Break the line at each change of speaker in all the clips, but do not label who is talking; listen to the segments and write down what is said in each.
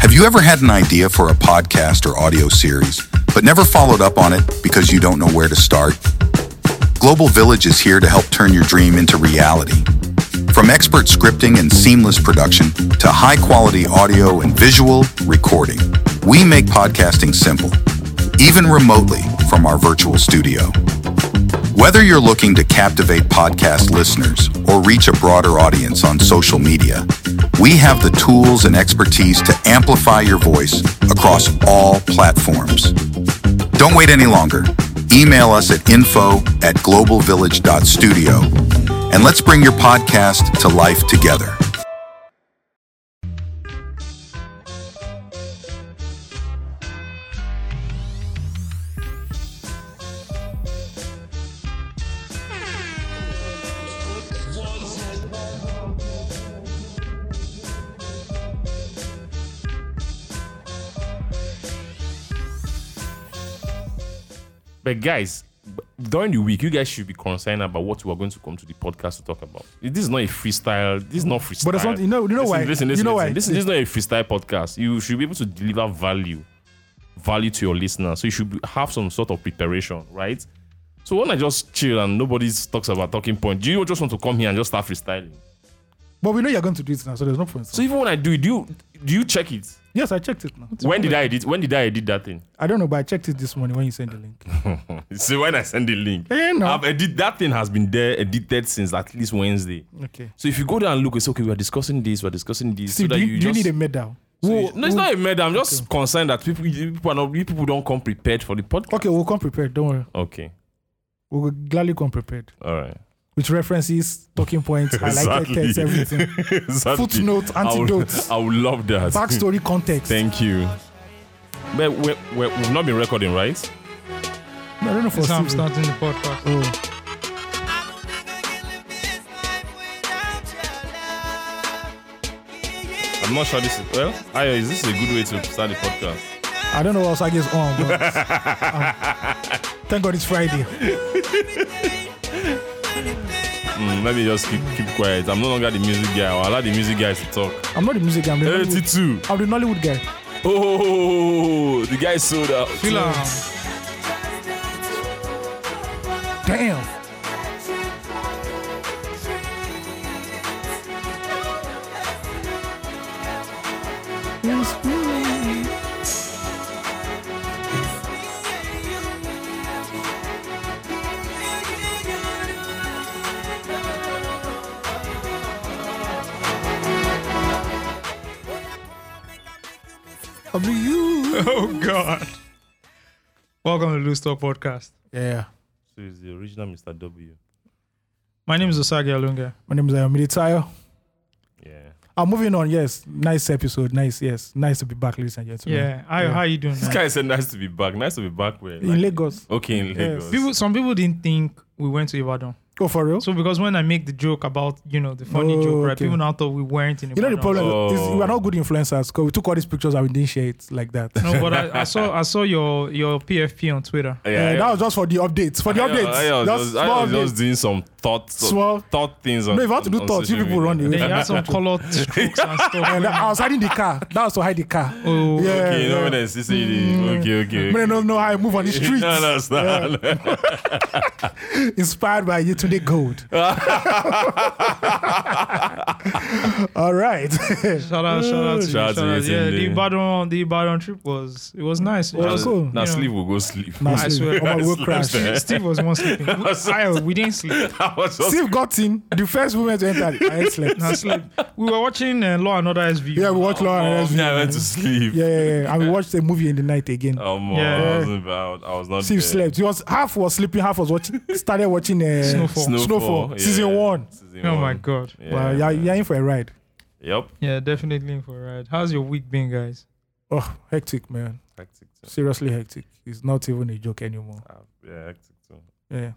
Have you ever had an idea for a podcast or audio series, but never followed up on it because you don't know where to start? Global Village is here to help turn your dream into reality. From expert scripting and seamless production to high quality audio and visual recording, we make podcasting simple, even remotely from our virtual studio. Whether you're looking to captivate podcast listeners or reach a broader audience on social media, we have the tools and expertise to amplify your voice across all platforms. Don't wait any longer. Email us at info at globalvillage.studio and let's bring your podcast to life together.
But guys, b- during the week, you guys should be concerned about what we are going to come to the podcast to talk about. This is not a freestyle. This is not freestyle.
But it's not- you know- you know
listen,
why?
Listen,
You
listen,
know
listen.
why?
This, is- this is not a freestyle podcast. You should be able to deliver value, value to your listeners. So you should be- have some sort of preparation, right? So when I just chill and nobody talks about talking point, do you just want to come here and just start freestyling?
But we know you're going to do it now, so there's no point.
So even when I do it, do you do you check it?
yes, I checked it now.
When did I edit? When did I edit that thing?
I don't know, but I checked it this morning when you sent the link.
See when I send the link.
Eh, no.
I've edit, that thing has been there edited since at least Wednesday.
Okay.
So if you go there and look, it's okay. We are discussing this. We are discussing this.
See,
so
do
that
you,
you,
do you
just,
need a medal?
so
We'll-
you- no, it's not a matter. I'm just concerned that people you people are not you people don't come prepared for the podcast.
Okay, we'll come prepared. Don't worry.
Okay.
We'll gladly come prepared
All right.
with references, talking points, highlighted
Exactly.
text, everything,
Exactly.
Footnote,
I would-
antidote.
I would love that.
backstory, context.
Thank you. But we we have not been recording, right?
No, I don't know for
It's not
Steve.
starting the podcast.
Oh,
I'm not sure this is well. Ayo, is this a good way to start the podcast?
I don't know what else I guess on. But, um, thank God it's Friday.
Mm, let me just keep keep quiet. I'm no longer the music guy. I'll allow the music guys to talk.
I'm not the music guy. I'm the,
Eh,
Nollywood,
32.
I'm the Nollywood guy.
Oh, the guy sold out.
Fila.
Damn. Of you.
Oh God. Welcome to Loose Talk Podcast.
Yeah.
So it's the original Mr. W.
My name is Osagi Alunga.
My name is Ayomide Tayo.
Yeah.
I'm moving on. Yes, nice episode. Nice, yes, nice to be back, ladies and gentlemen.
Yeah. How, how you doing?
This
man?
guy said nice to be back. Nice to be back where?
in
like-
Lagos.
Okay, in Lagos.
People, some people didn't think we went to Ibadan.
Go Oh, for real.
So because when I make the joke about you know the funny
Oh,
joke, right?
okay.
People now thought we weren't in
you know
Ibadan.
the problem is
Oh.
we are not good influencers because we took all these pictures and we didn't share it like that. Uh,
No, but I, I saw I saw your your PFP on Twitter.
I-
Eh, that was just for the updates. For the
I-
updates,
I, I was,
just
just, I
small
was just
updates.
doing some thoughts.
Small.
Thought things on
No, if you want to
on-
do
on
thoughts, you
social
people run
media.
Then
away.
you had some colored strokes and
And
stuff.
I was hiding the car. That was to hide the car.
Oh,
yeah,
Okay, you know
yeah.
when I see see the-
Mm.
Okay, okay.
Men don't know how I move on the streets.
No, no, it's not.
Inspired by you today gold. all right.
Shout out, shout out to you.
Shout out
Shout
to
out.
you,
Yeah, the
Tunde.
Ibadan, the Ibadan trip was it was nice. It
Oh,
was,
cool.
Now
you know.
sleep will go sleep.
Now
I swear.
sleep. We'll crash.
Steve was more sleeping. We, I- we didn't sleep.
I was just
Steve got in. The first woman to enter. I slept.
Nah, sleep. We were watching uh, Law and Order SVU.
Yeah, we watched Law and
Oh,
Order.
me, I went to sleep.
Yeah, yeah, yeah. And we watched a movie in the night again.
Oh, my,
Yeah.
I, wasn't, bad. I was not.
Steve
there.
slept. He was half was sleeping, half was watching. Started watching uh,
Snowfall.
Snowfall, season
yeah.
one.
Season
Oh my
one.
god.
Yeah,
Wow, you're,
man.
you're in for a ride.
Yep.
Yeah, definitely in for a ride. How's your week been, guys?
Oh, hectic, man.
Hectic too.
Seriously hectic. It's not even a joke anymore.
Ah, Yeah, hectic too.
Yeah.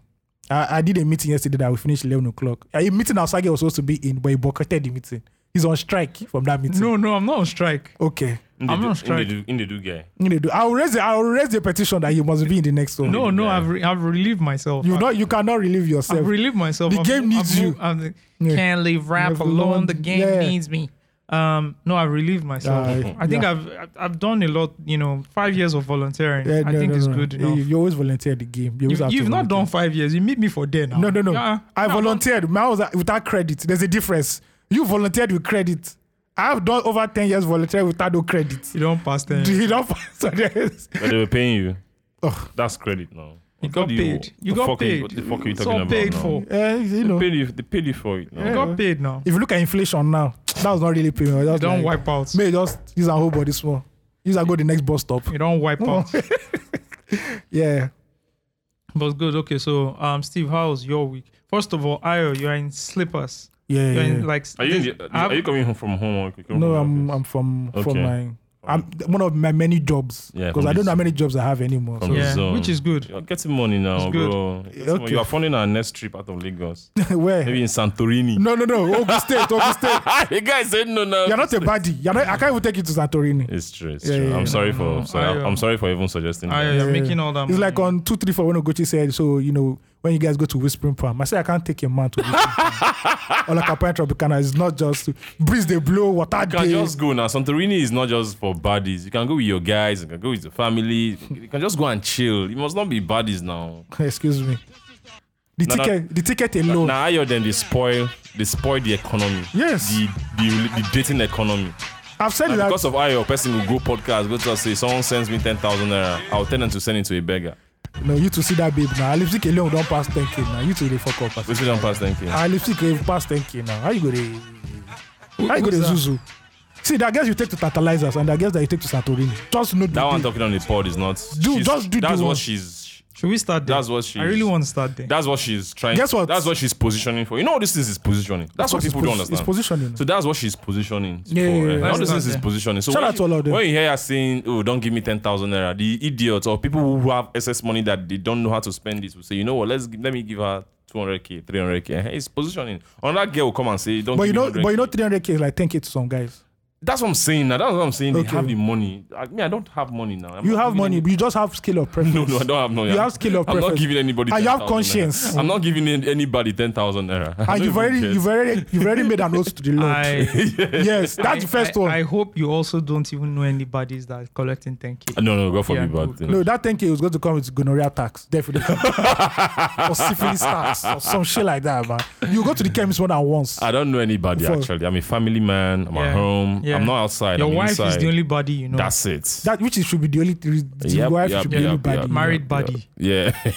I, I did a meeting yesterday that we finished 11 o'clock. A meeting outside was supposed to be in, but he boycotted the meeting. He's on strike from that meeting.
No, no, I'm not on strike.
Okay.
I'm
Inde
on
do-
strike.
Inde do- Inde do guy.
You need to- I'll raise the, I'll raise the petition that he must be in the next one.
No, no, I've re- I've relieved myself.
You
I-
not you cannot relieve yourself.
I've relieved myself.
The
I've,
game needs
I've
you.
moved- I've-
Yeah.
Can't leave rap
Leave
alone.
alone.
The game
Yeah.
needs me. Um, no, I've relieved myself.
Uh,
I think
yeah.
I've I've done a lot. You know, five years of volunteering.
Yeah,
I
no,
think
no,
it's
no.
good
You-
enough.
You, always volunteer the game. You always
You've,
have to
you've not done
volunteer.
five years. You meet me for there now.
No, no, no.
Uh-uh.
I
No,
volunteered. Mine was uh, without credit. There's a difference. You volunteered with credit. I've done over ten years volunteering without no credit.
You don't pass them.
Do you not so there's-
But they were paying you.
Ugh.
That's credit now.
You
What
got
do
paid. You
the
got
fuck are
paid.
What the fuck are you
It's
talking
all
about
paid
now?
for.
Eh, you
They
know,
paid you. They paid you for it now.
You got paid now.
if you look at inflation now, that was not really payment. That
You
was
don't
like,
wipe out.
May just use a whole body small. Use and go the next bus stop.
You don't wipe out.
Yeah.
But good. Okay, so um, Steve, how's your week? First of all, Io, you're in slippers.
Yeah.
You're
yeah,
in
yeah.
like.
Are you, in the,
I have-
are you coming home from homework? You come
No,
from
I'm
the
I'm from
Okay.
from my I'm one of my many jobs.
Yeah,
Because
from
I don't
this-
know how many jobs I have anymore.
from
So.
the
Yeah,
zone.
which is good.
You're getting money now,
It's good.
bro. You're getting money.
Okay.
You are funding our next trip out of Lagos.
Where?
Maybe in Santorini.
No, no, no. Ogun State, Ogun State.
the guy said no now.
You're not a baddie. You're not, I can't even take you to Santorini.
It's true. It's
Yeah,
true.
yeah,
I'm
yeah.
sorry
No,
for.
no,
sorry,
I,
I'm
um,
sorry for even suggesting.
Io,
that.
you're
Yeah.
making all that.
It's like
money.
on 234 when Ogochi said, so, you know, when you guys go to Whispering Palm, I said, I can't take a man to Whispering Palm. or like a pint of Tropicana. It's not just breeze they blow, water
You can
uh,
they.
just go now. Santorini is not just for buddies. You can go with your guys. You can go with your family. You can just go and chill. It must not be buddies now.
Excuse me. The
No, no.
ticket the ticket alone.
Now higher than they spoil. They spoil the economy.
Yes.
The the, the dating economy.
I've said
And
that.
because of IO, person will go podcast, go to us, say, someone sends me 10,000 naira. I'll tell them to send it to a beggar.
no, you to see that babe now. Our lipstick alone don't pass 10k now. You two they fuck up.
Which we don't pass 10k.
Our lipstick will pass 10k now. How you go to How you go to
who's that?
Zuzu? See, the girls you take to Tantalizers and the girls that you take to Santorini. Just know the
That one
day.
talking on the pod is not.
Do-
she's-
just do
That's
the
what
one.
she's.
Should we start there?
That's what she
I really
is.
want to start there.
That's what she's trying.
Guess what?
That's what she's positioning for. You know, this thing is positioning. That's what
It's
people don't
posi-
understand.
It's positioning.
So that's what she's positioning.
Yeah,
for,
yeah, yeah.
eh? All
That's
these
not
things is
there.
positioning. So
Shout
when
out to all of them.
When you hear her saying, "Oh, don't give me ten thousand naira," the idiots or people who have excess money that they don't know how to spend it will say, "You know what? Let's gi- let me give her two hundred k, three hundred k." Hey, it's positioning. Another girl will come and say, "Don't."
But you
give
know,
me
but you know,
100K."
300k is like 10k to some guys.
that's what I'm saying. Now. That's what I'm saying. They
Okay.
have the money. I mean, I don't have money now. I'm
You
not
have
giving
money,
any-
but you just have skill of preference.
no, no, I don't have money.
You
I'm-
have skill of
I'm not
preference.
giving anybody.
And you have
10,000 naira.
conscience.
I'm not giving an- anybody ten thousand naira. I
And
don't
you've
even
already,
care.
you've already, you've already made an oath to the Lord.
I,
yes, that's
I-
the first
I-
one.
I hope you also don't even know anybody's that is collecting 10k.
No, no, God forbid,
Yeah,
bad
cool.
thing.
no, that 10k was going to come with gonorrhea tax, definitely, or syphilis tax, or some shit like that, man. You go to the chemist more than once.
I don't know anybody
For-
actually. I'm a family man. I'm
Yeah.
at home.
Yeah.
I'm not outside.
Your
I'm
wife
inside.
is the only body you know.
That's it.
that which is, should be the only three. The
Yep,
wife
yep,
should be
yep,
the only
yep,
body.
yep.
married body.
Yeah,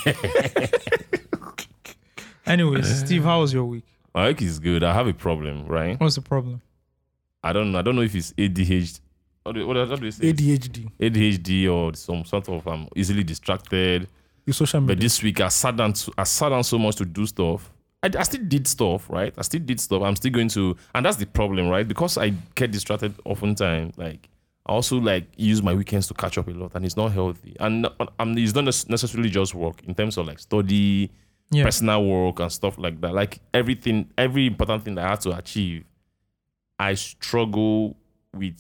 Anyways, Steve, how was your week?
my wife is good. I have a problem, right?
What's the problem?
I don't know. I don't know if it's ADHD. What do, what, what do they say?
ADHD.
ADHD or some sort of I'm easily distracted.
Your social
But
media.
this week I sat down. To, I sat down so much to do stuff. I, I still did stuff, right? I still did stuff. I'm still going to, and that's the problem, right? Because I get distracted oftentimes. Like I also like use my weekends to catch up a lot, and it's not healthy. And and it's not nec- necessarily just work in terms of like study,
Yeah.
personal work, and stuff like that. Like everything, every important thing that I had to achieve, I struggle with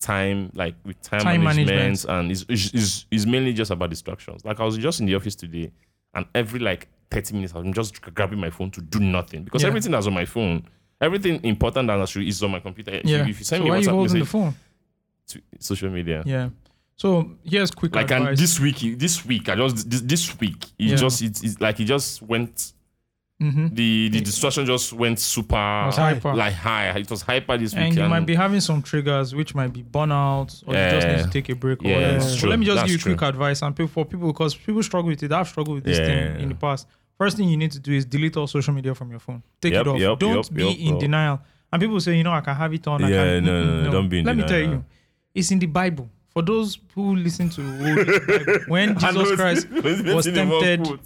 time, like with time,
Time
management,
management.
and it's, it's, it's, it's mainly just about distractions. Like I was just in the office today, and every like 30 minutes, I'm just grabbing my phone to do nothing because
Yeah.
everything that's on my phone, everything important that I should is on my computer. If you-
Yeah.
If you send
so
me
why
a
are you
WhatsApp
holding the
message,
phone?
to social media.
Yeah. So here's quick
Like and
advice.
this week, this week I just this, this week it
Yeah.
just it, it like it just went
hmm
the the distraction just went super
was hyper.
like high it was hyper this week
And you might be having some triggers, which might be burnout, or you just need
Yeah.
to take a break. Or
Yeah,
whatever.
it's
But
true.
let me just
That's
give you
true.
quick advice and pe- for people because people struggle with it. I've struggled with this
Yeah.
thing in the past. First thing you need to do is delete all social media from your phone. Take
Yep,
it off.
yep,
don't
yep,
be
yep,
in
yep.
denial. And people say, you know, I can have it on. I
Yeah,
can,
no,
Mm,
no, no, don't be in
Let me
denial.
tell you, it's in the Bible. For those who listen to the Old Bible, when Jesus Christ was tempted,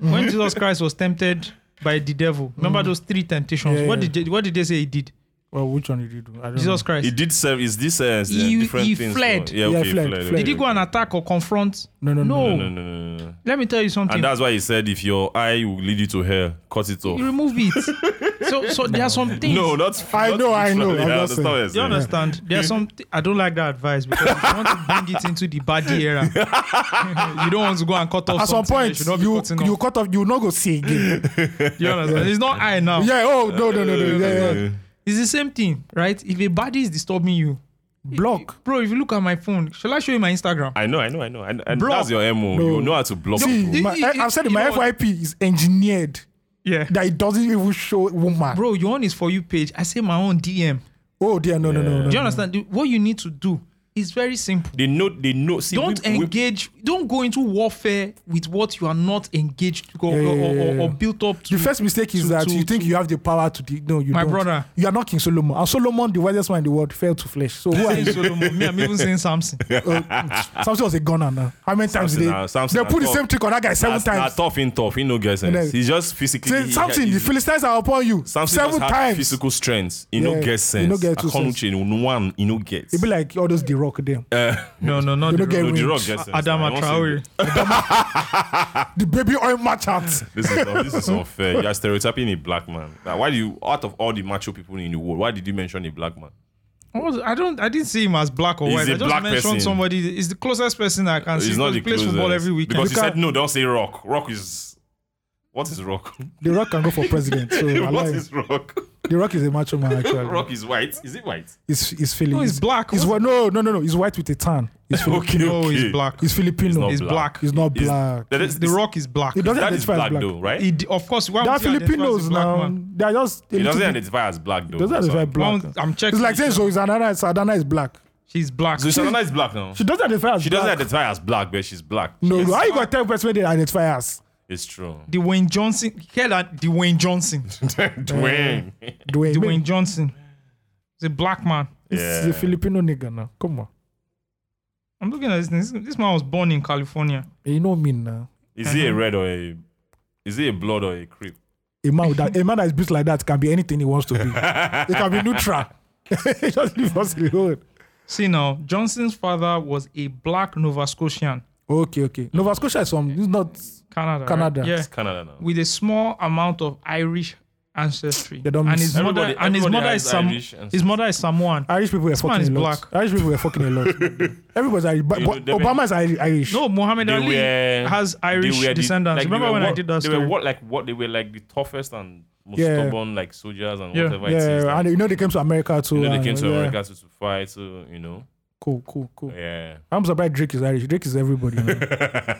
when Jesus Christ was tempted by the devil, remember those three temptations?
Yeah,
What
yeah.
did they- what did they say he did?
well, which one did you do? I don't
Jesus
know.
Christ.
He did serve. Is this uh,
He-
different
he
things?
fled.
Yeah,
Yeah,
okay, he
fled,
fled.
fled.
okay,
Did he go and
okay.
attack or confront?
No, no, no.
No.
No, no, no, no, no.
Let me tell you something.
And that's why he said, if your eye will lead you to hell, cut it off.
you remove it. so, so there are some things.
No, not.
I
not
know, I know,
literally.
I'm
Yeah,
just
that's not what I
Do you
said.
understand? There are some. Th- I don't like that advice because if you want to bring it into the body era. you don't want to go and cut off.
At some
something that
point,
should not be
you
cutting
you
off.
cut off. You will not go see again.
Do you understand? It's not I now.
yeah. Oh no no no no. Yeah, yeah.
It's the same thing, right? If a baddie is disturbing you,
Block.
bro. If you look at my phone, shall I show you my Instagram?
I know, I know, I know. And, and
Block.
that's your MO.
No.
You know how to block people.
See, my,
you-
I've said it,
you
my
know what?
FYP is engineered
Yeah,
that it doesn't even show woman.
bro. Your own is for you page. I say my own DM.
Oh dear, no, no, no, no.
Do you
no.
understand? The- What you need to do is very simple.
They know, they know. See,
don't
we- we-
engage don't go into warfare with what you are not engaged to or,
Yeah, yeah,
or,
yeah,
or,
yeah.
or built up to
The first mistake is
to-
that
to-
you think
to-
you have the power to. De- no, you
My
don't.
brother.
you are not King Solomon. And Solomon, the wisest man in the world, fell to flesh. So who are
Saying
you?
Solomon. me i'm even saying something
uh, Samson was a gunner now. How many times did
Samson
they?
na- Samson
they put
na
the
tough.
same trick on that guy seven
That's nah,
times.
tough in tough. He no get sense.
then-
He's just physically.
Say,
he-
Samson,
he-
the Philistines are upon you
Samson
seven
just had
times.
physical strength. He
Yeah,
no get
he
sense.
no get two
Akonuche, in one, he no get.
It'd be like all those the rock them.
no no
They
not the
don't get
road.
no, the
wings.
rock gets sense. I
adama
won't say
traore
that.
the baby oil match out.
This is not- this is unfair. You are stereotyping a black man. Like, why do you out of all the macho people in the world? Why did you mention a black man?
What was- i don't i didn't see him as black or
He's
white
a
i just
black
mentioned
person.
somebody is the closest person i can see
He's
because
not the
he plays
closest.
football every weekend
Because
You
he said
can't-
no. Don't say rock. Rock is what is rock?
The rock can go for president. So I
what
like-
is rock?
the rock is a macho man actually.
rock is white. Is it white?
It's it's Philly.
No, he's black.
He's
What-
whi- no no no no. He's white with a tan. He's Filipino.
Okay.
no
okay.
he's black
He's Filipino.
He's
he's
not
black,
He's not
Is-
black.
that is-
the rock is black
He doesn't
that is
identify as
black,
black.
though, right?
He d- of course why
They are
would he identify as a
Filipinos
black
now.
man?
They are just a
He
little
doesn't
bit-
identify as black though.
doesn't
That's
identify
why.
Why
black.
would- i'm checking
It's like saying
this now.
Zoizanana is Adana is black.
she's black
So Shanana is black now.
She doesn't identify as
She
black.
doesn't identify as black, but she's black.
No, no. How you gonna tell person when they identify as?
It's true.
dwayne johnson hear that dwayne johnson
Dwayne.
Dwayne.
dwayne johnson he's a black man
It's
Yeah.
a Filipino nigga now. Come on.
I'm looking at this thing. This, this man was born in California.
You know me now.
Is
Uh-huh.
he a red or a? Is he a blood or a creep?
A man with that, a man that is built like that can be anything he wants to be. it can be neutral. Just leave us alone.
See now, Johnson's father was a black Nova Scotian,
Okay, okay. Nova Scotia is from it's not
Canada. right?
Canada.
Yeah,
It's Canada now.
with a small amount of Irish ancestry.
They don't
and
mix.
his mother
Everybody-
and his
everybody
mother
has
is Sam,
Irish ancestry.
his mother is Samoan.
Irish people were
man is
fucking a lot.
black.
Irish people were fucking a lot. Everybody's Irish, but,
You
but
know, they
Obama is Iri- Irish.
No, Muhammad
They
Ali
were-
has Irish
they were the-
descendants.
like, they
Remember
were
when I
what-
did that
They
story?
were what like what they were like the toughest and most
Yeah.
stubborn like soldiers and
Yeah.
whatever. it is.
yeah,
Like,
and you know they came to America too.
you know,
and-
they came to
yeah.
America to, to fight. So you know,
Cool, cool, cool.
yeah.
I'm surprised Drake is Irish. Drake is everybody. Man.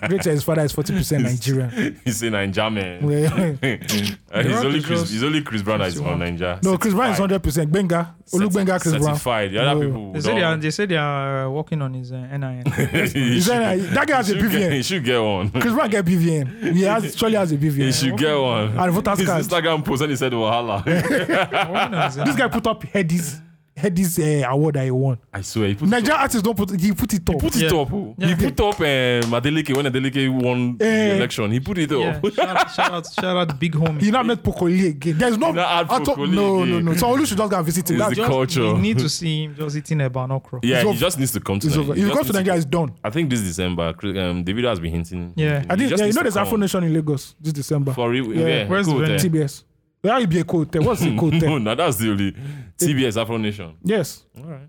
Drake says his father is 40% Nigerian.
He's in Nigeria. Uh,
Yeah.
The
he's
Rock
only
is
Chris.
just-
He's only Chris Brown that is from Nigeria.
no, Chris Brown is 100%. Benga. Olubenga, Chris Brown.
Certified. The other
No.
people.
They said they are,
don't-
they said they are uh, working on his uh, NIN.
He
Is that,
should-
that guy has a
he should get-
BVN.
He should get one.
Chris Brown get BVN. He has, surely has a
He
BVN.
should get one.
And voters
His
card.
Instagram post and he said Wahala.
Working on his, uh,
This guy put up Headies, Headies uh, award that he won.
I swear he put
Nigerian artists don't put he put it up.
put it
Yeah.
up. oh.
Yeah.
He put up um, Adeleke when Adeleke won the
Eh.
election. He put it
yeah,
up.
shout, out, shout out, shout out, big homie.
he not met Pokoli again. There's no
He not add
I thought-
Pokoli
no, no,
again.
no. So Olu should just go and visit him.
He's
That's
the
just,
co-
Just,
Culture.
we need to see him just eating a banokro.
Yeah, he
over.
just needs to come to
it's over.
Nigeria.
If he
just
comes to
needs
Nigeria, it's done.
I think this December, Chris- um, David has been hinting.
Yeah.
hinting.
I
He
think
just
yeah, you
needs
know
to
there's
come.
Afro Nation in Lagos this December.
For real,
Yeah.
yeah.
Where's
go
the
there.
TBS. There will be a code there. What's the code
No,
there?
no, that's the only TBS Afro Nation.
Yes.
All right.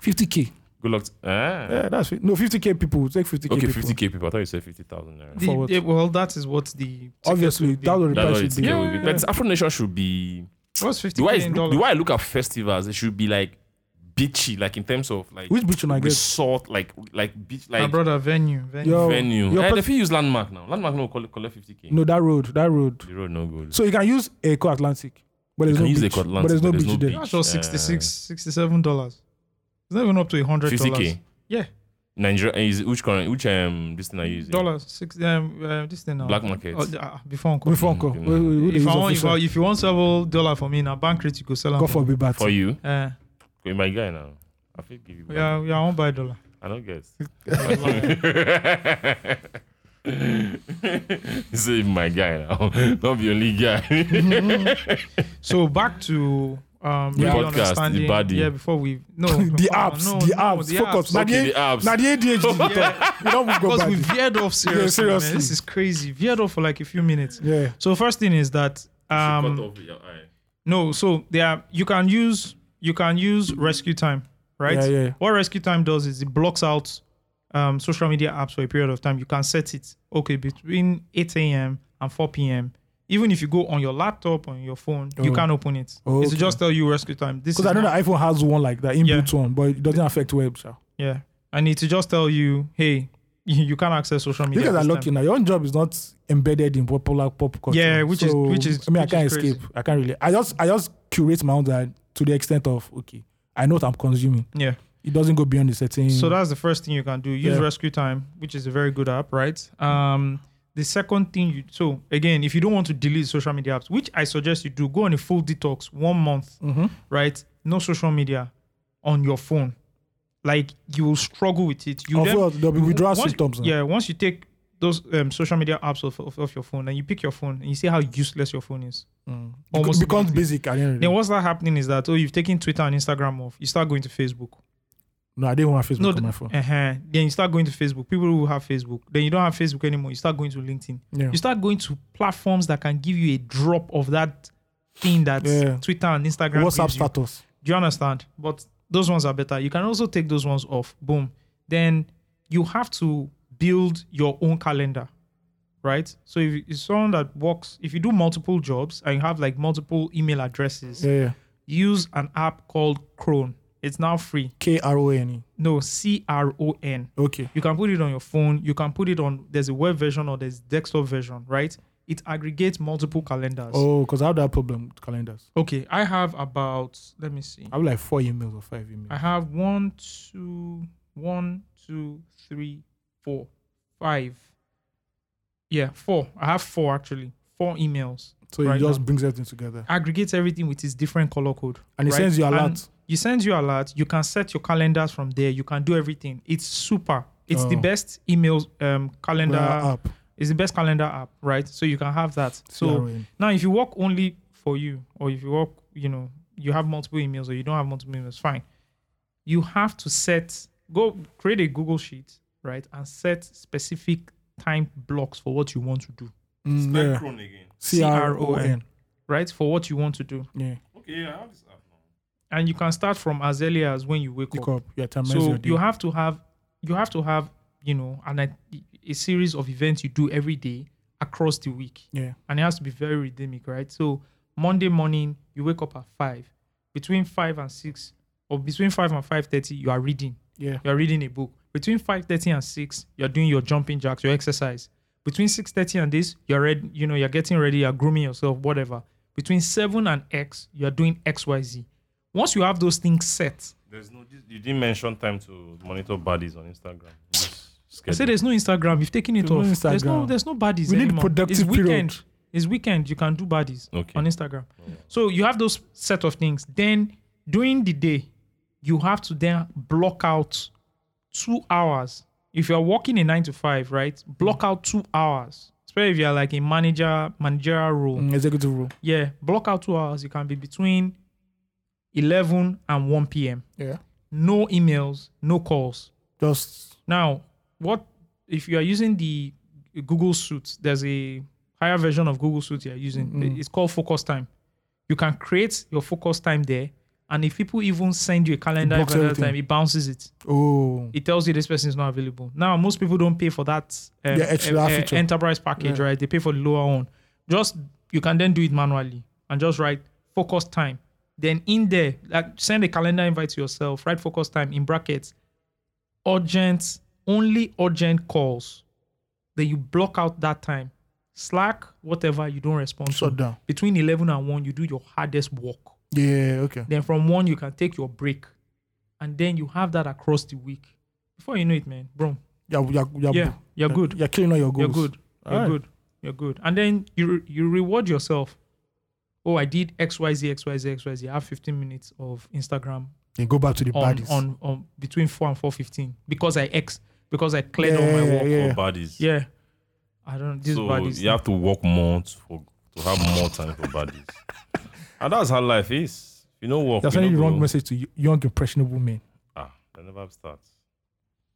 50k.
Good luck. to- ah.
Yeah, that's it. No, 50k people. Take 50k
Okay,
people.
50k people. I thought you said 50,000. naira.
The-
forward.
yeah, well, that is what the
Obviously,
ticket
that
will
would
That's
price
what it
should
will
be.
be. But Afro Nation should be.
be. What's fifty
The way, I,
million dollars?
the way I look at festivals, it should be like bitchy, like in terms of like
Which beach on I guess?
resort, like like beach,
My
like
brother, venue, venue.
Yo,
venue.
your
Hey,
pers-
they fit use landmark now. Landmark no collect collect 50k.
no, that road. That road.
The road no good.
So you can use Eco Atlantic, but there's
can
no
use
beach.
Eco Atlantic,
but there's no
but there's
beach
no
there.
beach.
That's just
Uh,
66, 67 dollars. It's not even up to a hundred dollars.
50k.
Yeah,
Nigeria eh, is which current which um this thing I use.
dollars. Six. Um, uh, this thing now.
Black market.
Oh, uh, before Uncle.
Before Uncle.
Mm,
we- we- we
If,
use
I want, if,
official.
I, if you want several dollar for me now, bank rate you go sell. am
God
for.
forbid, bad.
For you,
Uh,
You're my guy now. I feel give you.
yeah, yeah, I won't buy a dollar.
I don't guess.
That's
Say my guy now, not the only guy.
so back to um,
The
really
podcast, the
understanding-
body.
Yeah, before we no
the
no,
apps,
no,
the
no,
apps, focus. Now
Okay, the apps.
Now the ADHD. we talk. We don't go
Because
back.
we veered off seriously. Man.
seriously.
This is crazy. Veered off for like a few minutes.
Yeah.
So first thing is that um no, so there are, you can use you can use rescue time, right?
Yeah, yeah.
What rescue time does is it blocks out um, social media apps for a period of time. You can set it okay between 8 a.m. and 4 p.m. even if you go on your laptop on your phone, you
Oh.
can't open it.
Oh,
It's
okay.
just tell you rescue time. This
Because
is
I know
not-
the iPhone has one like that inbuilt one, but it doesn't affect web. sha.
Yeah, I need to just tell you, hey, you you can't access social
You
media.
guys are
this time.
lucky now. Your own job is not embedded in popular pop culture.
Yeah, which is-
So,
which is-
I mean,
which
I can't
is crazy.
escape. I can't really. I just I just curate my own diet to the extent of okay, I know what I'm consuming.
Yeah.
It doesn't go beyond the setting.
So that's the first thing you can do. Use
Mm. Yeah.
Rescue Time, which is a very good app, right? Um, the second thing you so again, if you don't want to delete social media apps, which I suggest you do, go on a full detox, one month,
Mm-hmm.
right? No social media on your phone. Like you will struggle with it. You
Of
then-
course, there'll be withdrawal
once-
symptoms now.
Yeah, once you take those um, social media apps off, off, off your phone and you pick your phone and you see how useless your phone is.
it
Almost
Mm. becomes
immediately.
basic. I don't
Then
know.
what's that happening is that oh you've taken Twitter and Instagram off, you start going to Facebook.
No, I didn't want Facebook
No,
on
th-
my phone.
uh-huh. then you start going to Facebook. People who have Facebook, then you don't have Facebook anymore. You start going to LinkedIn.
Yeah.
You start going to platforms that can give you a drop of that thing that
Yeah.
Twitter and Instagram.
WhatsApp
gives you.
status.
Do you understand? But those ones are better. You can also take those ones off. Boom. Then you have to build your own calendar, right? So if it's someone that works, if you do multiple jobs and you have like multiple email addresses,
Yeah, yeah.
use an app called Cron. It's now free.
K R O N E.
No, C R O N.
Okay.
You can put it on your phone. You can put it on. There's a web version or there's desktop version, right? It aggregates multiple calendars.
Oh, because I have that problem with calendars.
Okay, I have about. Let me see.
I have like four emails or five emails.
I have one, two, one, two, three, four, five. Yeah, four. I have four actually. Four emails.
so
right
it just
now.
brings everything together.
aggregates everything with its different color code.
And it sends you
And
alert.
It sends you alert. You can set your calendars from there. You can do everything. It's super. It's the
Oh.
best email um, calendar
Well, app.
It's the best calendar app, right? So you can have that. So
CRM.
now, if you work only for you, or if you work, you know, you have multiple emails, or you don't have multiple emails, fine. You have to set, go create a Google sheet, right, and set specific time blocks for what you want to do,
Mm, yeah.
Cron again.
C R O N.
right? For what you want to do,
Yeah.
Okay, yeah, I have this app now.
and you can start from as early as when you wake
Pick
up.
up. Yeah. Time
So
your day.
you have to have, you have to have, you know, an, a, a series of events you do every day across the week.
yeah.
and it has to be very rhythmic, right? So Monday morning, you wake up at five. Between five and six, or between five and five thirty, you are reading.
Yeah.
You are reading a book. Between five thirty and six, you are doing your jumping jacks, your exercise. Between six thirty and this, you're ready. You know, you're getting ready. You're grooming yourself, whatever. Between seven and X, you are doing X, Y, Z. Once you have those things set,
There's no. You didn't mention time to monitor bodies on Instagram. Just
I say
schedule.
there's no Instagram. You've taken it
There's no
off. There's no
Instagram.
there's no baddies.
We need
anymore. it's
productive
weekend.
period.
It's weekend. You can do baddies
Okay.
on Instagram. So you have those set of things. Then during the day, you have to then block out two hours. If you're working a nine to five, right? Block out two hours. Especially if you're like a manager, managerial role.
Mm, executive role.
Yeah. Block out two hours. You can be between eleven and one PM.
Yeah.
No emails, no calls.
Just
Now, what if you are using the Google Suite? There's a higher version of Google Suite you're using.
Mm-hmm.
It's called Focus Time. You can create your focus time there, and if people even send you a calendar
blocks
at another
everything.
time, it bounces it.
oh.
It tells you this person is not available. Now, most people don't pay for that um,
Yeah, extra
uh, uh,
feature.
enterprise package, right? They pay for the lower one. Just you can then do it manually and just write focus time. Then in there, like send a calendar invite to yourself. Write focus time in brackets urgent, only urgent calls. Then you block out that time. Slack, whatever you don't respond
Shut
to.
down.
Between 11 and 1, you do your hardest work.
Yeah. Okay.
Then from 1, you can take your break. And then you have that across the week. Before you know it, man, bro,
Yeah. Yeah. Yeah.
Yeah, you're good.
You're killing all your
you're
goals.
good. You're
Alright.
good. You're good. And then you re- you reward yourself. Oh, I did XYZ, XYZ, XYZ. I have 15 minutes of Instagram
Then go back to the
on,
baddies.
on, on between 4 and 4.15 because I X, because I cleared
yeah,
all my work.
yeah, yeah.
For bodies.
Yeah. I don't these
so
bodies.
you have to work more to, for, to have more time for bodies. and that's how life is. You know what?
That's sending the wrong message to y- young impressionable men.
Ah, they never start.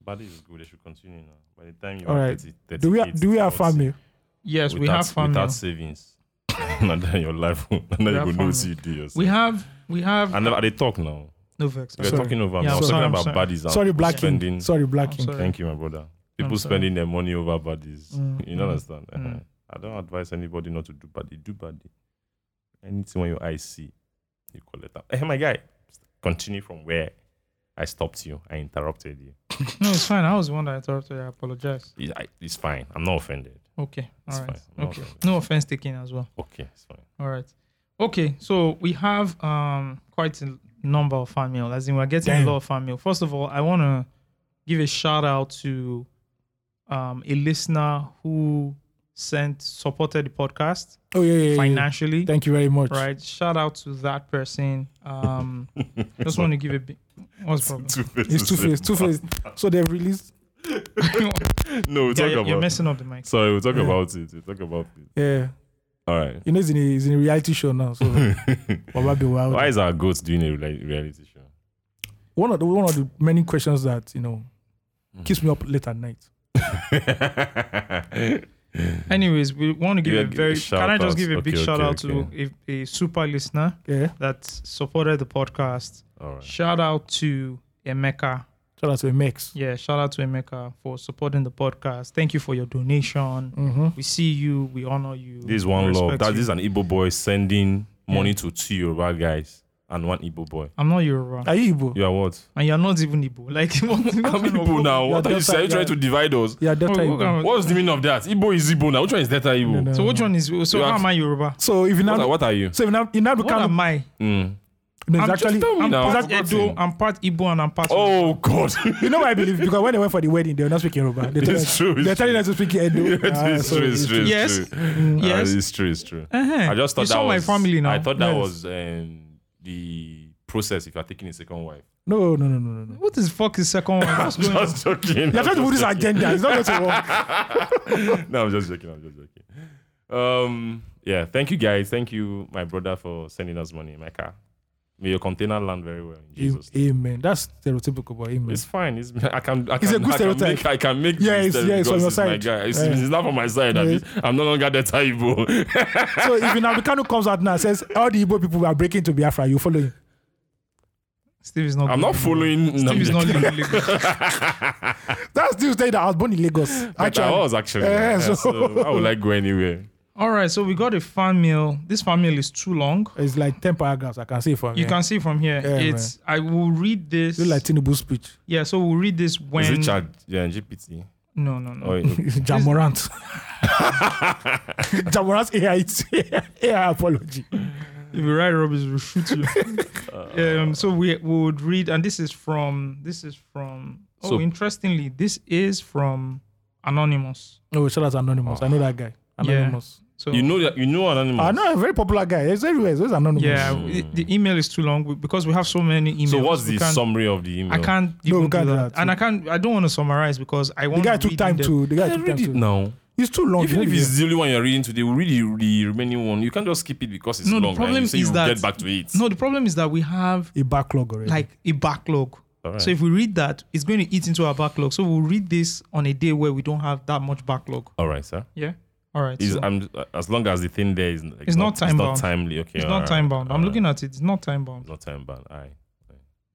Bodies is good. They should continue now. By the time you
All
are
right.
30, 38,
Do we ha- do we have family?
Yes,
Without,
we have
without
family.
savings. and then your life. And then you go
have
know
family.
what you do yourself.
We have we have
I never. They talk now.
Novex.
We're
Sorry.
talking over. me.
Yeah,
I
I'm
was
sorry,
talking
I'm
about
sorry.
bodies. and
Sorry,
people
Black King.
spending-
Sorry, Black
I'm
King.
sorry.
Thank you, my brother. People
sorry.
spending their money over bodies. You understand? Uh-huh. I don't advise anybody not to do body. Do body. Anything when your eyes see, you call it out. Hey, my guy, continue from where I stopped you. I interrupted you.
No, it's fine. I was the one that interrupted. I apologize.
It- I- It's fine. I'm not offended.
Okay.
It's
All right.
fine. No
okay.
offense.
No offense taken as well.
Okay, it's fine.
All right. Okay. So we have um quite a number of fan mail. As in, we're getting
Damn.
a lot of fan mail. First of all, I want to give a shout out to um a listener who sent supported the podcast
Oh yeah, yeah, yeah.
financially.
Thank you very much.
Right. Shout out to that person. Um, just want to give a bit. What's the problem?
It's two faced, two faced. So they've released.
No, we'll
Yeah,
talk
you're, you're
about it.
messing up the mic.
Sorry, we'll talk
Yeah.
about it. We'll talk about it.
Yeah,
All right.
you know he's in a, he's in a reality show now. So Baba be wild.
Why is our goat doing a reali- reality show?
One of the one of the many questions that you know keeps me up late at night.
Anyways, we want to give
Yeah,
a
give
very.
a
Can
shout
I
out.
just give a big
Okay,
shout
okay,
out to a, a super listener
Yeah,
that supported the podcast?
All right.
Shout out to Emeka.
shout out to Max.
Yeah, shout out to Emeka for supporting the podcast. Thank you for your donation.
Mm-hmm.
We see you. We honor you.
This is one
we
love.
respect
That
you.
this is an Igbo boy sending money
Yeah.
to two Yoruba guys and one Igbo boy.
I'm not Yoruba,
Are you Igbo?
You are what?
and you're not even Igbo. Like what, what
I'm
kind of-
Igbo now.
You are
What are you
Delta-
saying? Are you
you are-
trying to divide us?
Yeah,
what-
Delta
what
Igbo.
kind of-
What's the meaning of that? Igbo is Igbo now. Which one is Delta Igbo?
No, no.
so which one is so?
You
How
ask-
am I Yoruba?
So if you
What, are,
now,
what are you?
so if you now, you now
What
become.
am I?
Mm.
No, it's
I'm
actually.
just tell me
I'm
now.
part
I'm part Edo,
Igbo.
I'm part Igbo, and I'm part.
Oh God!
You know what I believe? Because when they went for the wedding, they were not speaking Yoruba. They told
It's true, it's
They're telling us to speak Edo. Ah,
it's
so
true. It's true. It's
Yes.
true. Ah,
yes.
it's true. It's true.
Uh-huh.
I just thought
you
that
saw
was
my family now.
I thought that
Yes.
was um, the process. If you're taking a second wife,
No, no, no, no, no, no.
What the fuck is second one? What's going on?
just joking.
They're trying to put this agenda. It's not going to work.
no, I'm just joking. I'm just joking. Um, yeah. Thank you, guys. Thank you, my brother, for sending us money. My car. May your container land very well in Jesus. name.
Amen. That's stereotypical, but amen.
It's fine. It's I can. I
It's
can,
a
I
good
can
stereotype.
make. I can make.
Yeah,
this
it's- yeah, it's
because
from
my
your side.
guy. It's,
Yeah.
it's not from my side. Abi.
Yes.
I'm no longer that evil.
so if you now Bikano comes out now and says all the Igbo people are breaking to Biafra, you follow him.
Steve is not.
I'm not
good.
following.
Steve is
Nnamdi
not legally good.
That's still saying that I was born in Lagos.
But
Actually,
I was actually.
Yeah,
yeah,
so-
so I would like go anywhere.
All right, so we got a fan mail. This fan mail is too long.
it's like ten paragraphs. I can see for
You can see from here.
Yeah,
it's I will read this.
It's like Tinubu's speech.
yeah, so we'll read this when.
Is Oh, it chat? Yeah, GPT.
No, no, no.
Or it-
Jamorant. Jamorant's AI, AI apology.
If you write rubbish, we'll shoot you. um, so we would read, and this is from. This is from. Oh,
So-
interestingly, this is from anonymous.
No, shout out to Oh, Anonymous. I know that guy. Anonymous.
So
you know that you know anonymous.
I know a very popular guy. He's everywhere. He's always Anonymous.
yeah, w- the email is too long we- because we have so many emails.
So what's
we
the
can't-
summary of the email?
I can't.
No,
even
we can't
do
do
that.
that.
and I can't. I don't want to summarize because I
The
want.
guy
to
took
read
time
in-depth.
to. The guy
Yeah,
took time
read it
to.
now.
It's too long.
Even if
Really.
it's the only one you're reading today, we'll read the, the remaining one. You can't just skip it because it's
No, the
long.
problem
and you say
is
you
that-
get back to it.
No, the problem is that we have
a backlog already.
like a backlog.
Alright.
So if we read that, it's going to eat into our backlog. So we'll read this on a day where we don't have that much backlog.
All right, sir.
Yeah. All right.
Is
so
I'm uh, as long as the thing there is like,
It's not
it's
time
not
bound.
timely. Okay,
it's
all
not
right,
time bound.
all
I'm
right.
looking at it. It's not time bound.
Not time bound. Aye.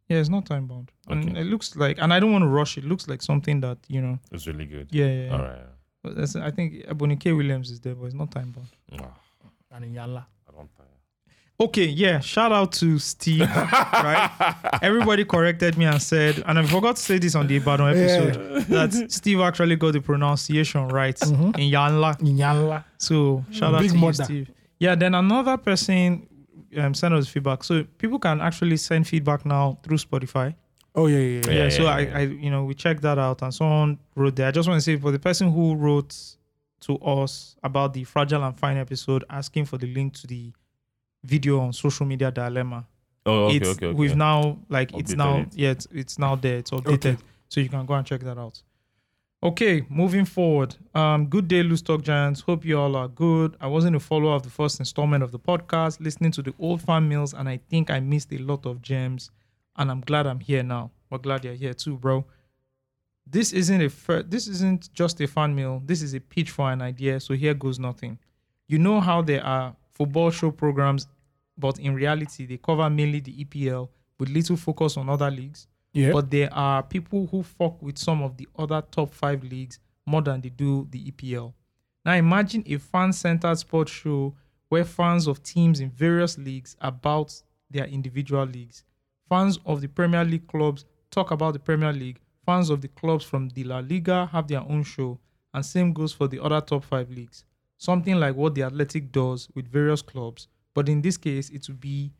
Yeah, it's not time bound. And
Okay.
it looks like, and I don't want to rush. It looks like something that you know.
It's really good.
Yeah. yeah, yeah.
All right.
But that's- I think Ebony K Williams is there, but it's not time bound.
Ah,
And Yala.
I don't tire.
Okay, yeah. Shout out to Steve. right? Everybody corrected me and said, and I forgot to say this on the Ibadan episode, that Steve actually got the pronunciation right
Mm-hmm.
in Yanla.
Yala.
So shout out
Big
to you,
mother.
Steve. Yeah, then another person um, sent us feedback. So people can actually send feedback now through Spotify.
Oh yeah, yeah, yeah.
Yeah,
so
yeah,
I,
yeah.
I, you know, we checked that out, and someone wrote there. I just want to say for the person who wrote to us about the fragile and fine episode, asking for the link to the video on social media dilemma.
Oh, okay,
it's,
okay, okay.
We've now like it's
Updated
now
it.
yeah, it's, it's now there. It's updated, so you can go and check that out. Okay, moving forward. Um, good day, loose talk giants. Hope you all are good. I wasn't a follower of the first installment of the podcast, listening to the old fan meals, and I think I missed a lot of gems. And I'm glad I'm here now. We're glad you're here too, bro. This isn't a fir- this isn't just a fan meal. This is a pitch for an idea. So here goes nothing. You know how there are football show programs, but in reality they cover mainly the EPL with little focus on other leagues.
Yeah.
But there are people who fuck with some of the other top five leagues more than they do the EPL. Now imagine a fan-centered sports show where fans of teams in various leagues about their individual leagues. Fans of the Premier League clubs talk about the Premier League. Fans of the clubs from the La Liga have their own show, and same goes for the other top five leagues. Something like what the Athletic does with various clubs, but in this case, it would be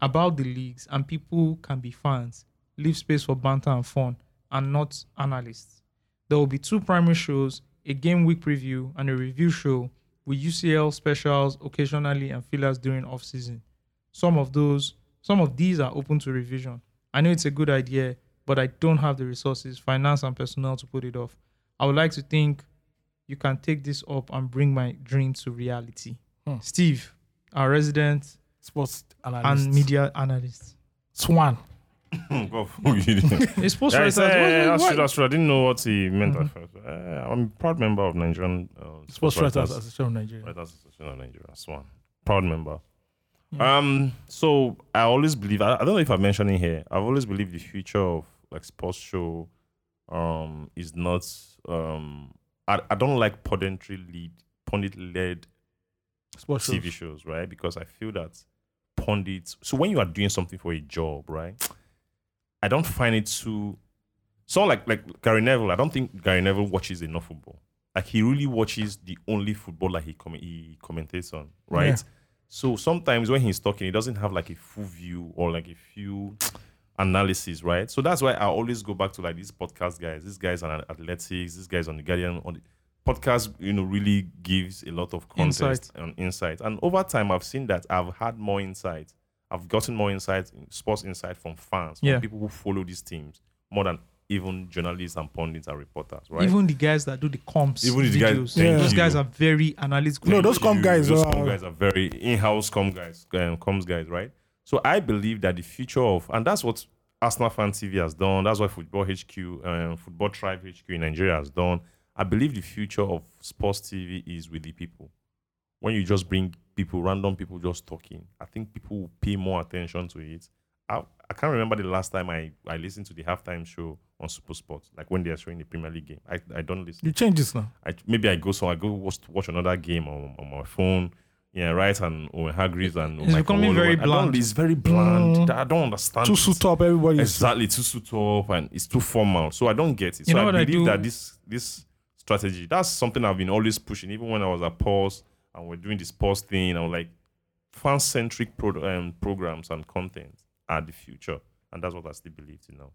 about the leagues, and people can be fans. Leave space for banter and fun, and not analysts. There will be two primary shows, a game week preview and a review show with UCL specials occasionally and fillers during off season. Some of those, some of these are open to revision. I know it's a good idea, but I don't have the resources, finance and personnel to put it off. I would like to think you can take this up and bring my dream to reality.
Hmm.
Steve, our resident
Sports analyst.
and media analyst.
Swan.
Hmm,
It's supposed
Yeah,
to
he
be
said, yeah, yeah, that's
what- Mm-hmm. what-
true, that's true. I didn't know what he meant at first. Uh, I'm a proud member of Nigerian uh,
Sports writers
Writers-
association of Nigeria.
Writers Association of Nigeria. Swan. Proud member. Um, so I always believe I, I don't know if I mentioned it here. I've always believed the future of like sports show um is not um I, I don't like pedantry lead pundit led
Sports shows.
TV shows, right? Because I feel that pundits. So when you are doing something for a job, right? I don't find it too. So like like Gary Neville, I don't think Gary Neville watches enough football. Like he really watches the only football that he com- he commentates on, right?
Yeah.
So sometimes when he's talking, he doesn't have like a full view or like a few analysis, right? So that's why I always go back to like these podcast guys. These guys on athletics. These guys on the Guardian. On the podcast, you know, really gives a lot of context
Insight.
and insight. And over time, I've seen that I've had more insight. I've gotten more insight, sports insight from fans, from
Yeah.
people who follow these teams more than even journalists and pundits and reporters, right?
Even the guys that do the comps,
Even the guys-
videos,
thank
those
you.
guys are very analytical.
No, those com guys uh,
those
are-
com guys are very in-house com guys, um, coms guys, right? So I believe that the future of, and that's what Arsenal Fan TV has done. That's what Football HQ, um, Football Tribe HQ in Nigeria has done. I believe the future of sports TV is with the people. When you just bring people, random people just talking, I think people will pay more attention to it. I, I can't remember the last time I, I listened to the halftime show on Super Sports, like when they are showing the Premier League game. I, I don't listen.
You change this now.
I maybe I go so I go watch, watch another game on, on my phone. Yeah, right. And Owen Hargreaves and
It's
Michael
becoming very
Owen. I don't-
bland. Mm.
It's very bland. I don't understand.
Two
it.
suit up, everybody. is-
Exactly, too suit up and it's too formal. So I don't get it. so
You know
I
what I
believe
do?
that this this strategy that's something I've been always pushing. Even when I was at Pulse and we're doing this Pulse thing, I was like, fan centric pro- um, programs and content are the future, and that's what I still believe in now.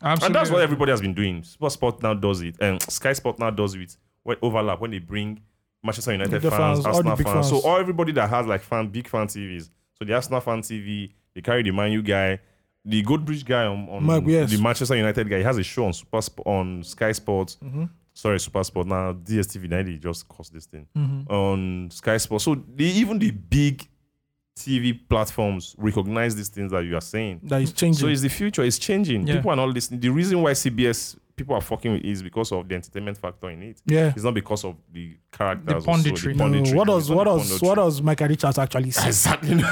Absolutely.
And that's what everybody has been doing. Super Sport now does it, and Sky Sport now does it. What overlap when they bring Manchester United
The
fans,
fans, all the
Arsenal
big
fans.
fans.
So all everybody that has like fan, big fan TVs. So the Arsenal fan TV, they carry the Man U guy, the Goodbridge guy on, on
Mark, yes.
the Manchester United guy. He has a show on Super Sp- on Sky Sports.
Mm-hmm.
Sorry, Super Sport. Now DSTV now they just cost this thing
Mm-hmm.
on Sky Sports. So they, even the big TV platforms recognize these things that you are saying.
That is changing.
So it's the future. It's changing.
Yeah.
People are not listening. The reason why CBS people are fucking with it is because of the entertainment factor in it.
yeah.
It's not because of the characters.
The
or so,
punditry.
the
No,
punditry.
what
It's
does
not
what
the
does what
punditry.
does Michael Richards actually say?
exactly no,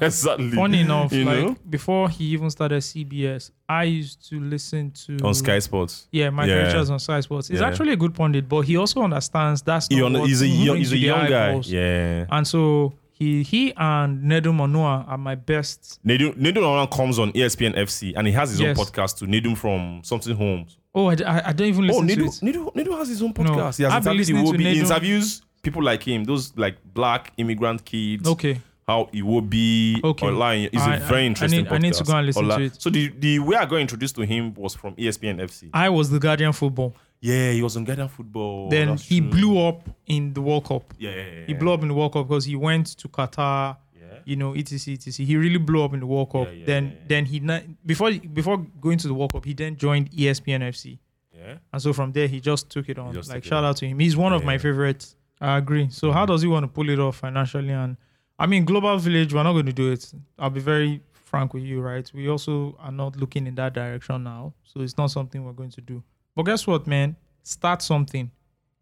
exactly.
Funny enough,
you know,
like before he even started CBS, I used to listen to
on Sky Sports.
Yeah, Mike
Yeah.
Richards on Sky Sports. He's
Yeah.
actually a good pundit, but he also understands that's not
He on-
what
he's a young,
brings
he's a
you the
young guy.
eyeballs.
Yeah.
And so he he and Nedum Onua are my best.
Nedum Nedum Oran comes on E ESPN FC and he has his
Yes.
own podcast too. Nedum from Something Homes.
Oh, I, I, I don't even
Oh,
listen to
Nedu,
it.
Nedu, Nedu has his own podcast. He has
I've been
interviewed
listening to
Iwobi. He
Nedu.
interviews people like him, those like black immigrant kids.
Okay.
how it will be
Okay.
online is a
I- I-
very
I
interesting
need- I need to
podcast.
go and listen
Ola-
to it.
So the, the way I got introduced to him was from E ESPN FC.
I was the Guardian football.
yeah, he was on Ghana football.
then
Oh, That's
he
true.
blew up in the World Cup.
Yeah, yeah, yeah,
He blew up in the World Cup because he went to Qatar. You know, E etc, etc. He really blew up in the World Cup.
yeah,
then,
yeah,
then he na- before before going to the World Cup, he then joined E ESPN FC,
yeah.
and so from there he just took it on.
just
Like
took it
shout
on.
out to him. He's one of my
Yeah. Mm-hmm.
favorites. I agree. So how does he want to pull it off financially? And I mean, Global Village, we're not going to do it. I'll be very frank with you, right? We also are not looking in that direction now, so it's not something we're going to do. But guess what, man? Start something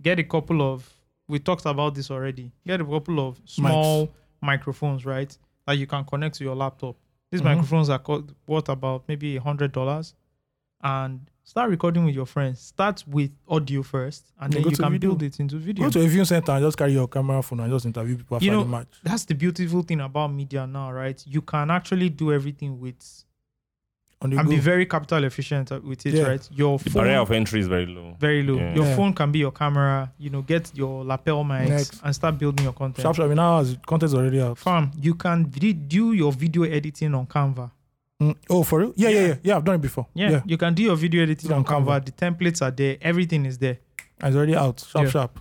get a couple of we talked about this already get a couple of small microphones right that you can connect
Mm-hmm.
to your laptop these microphones are co- worth about maybe a hundred dollars and Start recording with your friends. Start with audio first, and
Then
then
go
you
to
can
video.
build it into video.
Go to a viewing center and just carry your camera phone and just interview people after
You know-
the match.
That's the beautiful thing about media now, right? You can actually do everything with
On the
and
go.
be very capital efficient uh, with it,
Yeah.
right? Your
The
phone,
barrier of entry is very low.
very low.
Yeah.
Your
Yeah.
phone can be your camera. You know, get your lapel mics
Next.
and start building your content.
sharp, sharp. I mean, now as content's already out.
Fam, you can vi- do your video editing on Canva.
Mm. Oh, for real? Yeah, yeah,
Yeah.
yeah, yeah. I've done it before.
Yeah, you can do your video
It's
editing
on
on Canva. The templates are there. Everything is there.
And it's already out. Sharp,
Yeah.
sharp.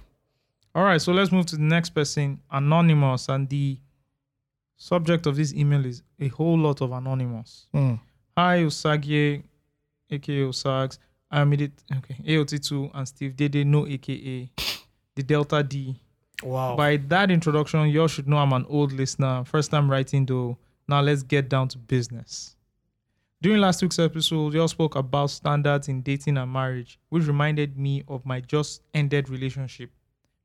All right, so let's move to the next person, anonymous, and the subject of this email is a whole lot of anonymous.
Mm.
Hi, Osage, aka Osags. I'm it. Okay, AOT2 and Steve Dede, no aka the Delta D.
Wow.
By that introduction, y'all should know I'm an old listener. First time writing though. Now let's get down to business. During last week's episode, y'all spoke about standards in dating and marriage, which reminded me of my just ended relationship.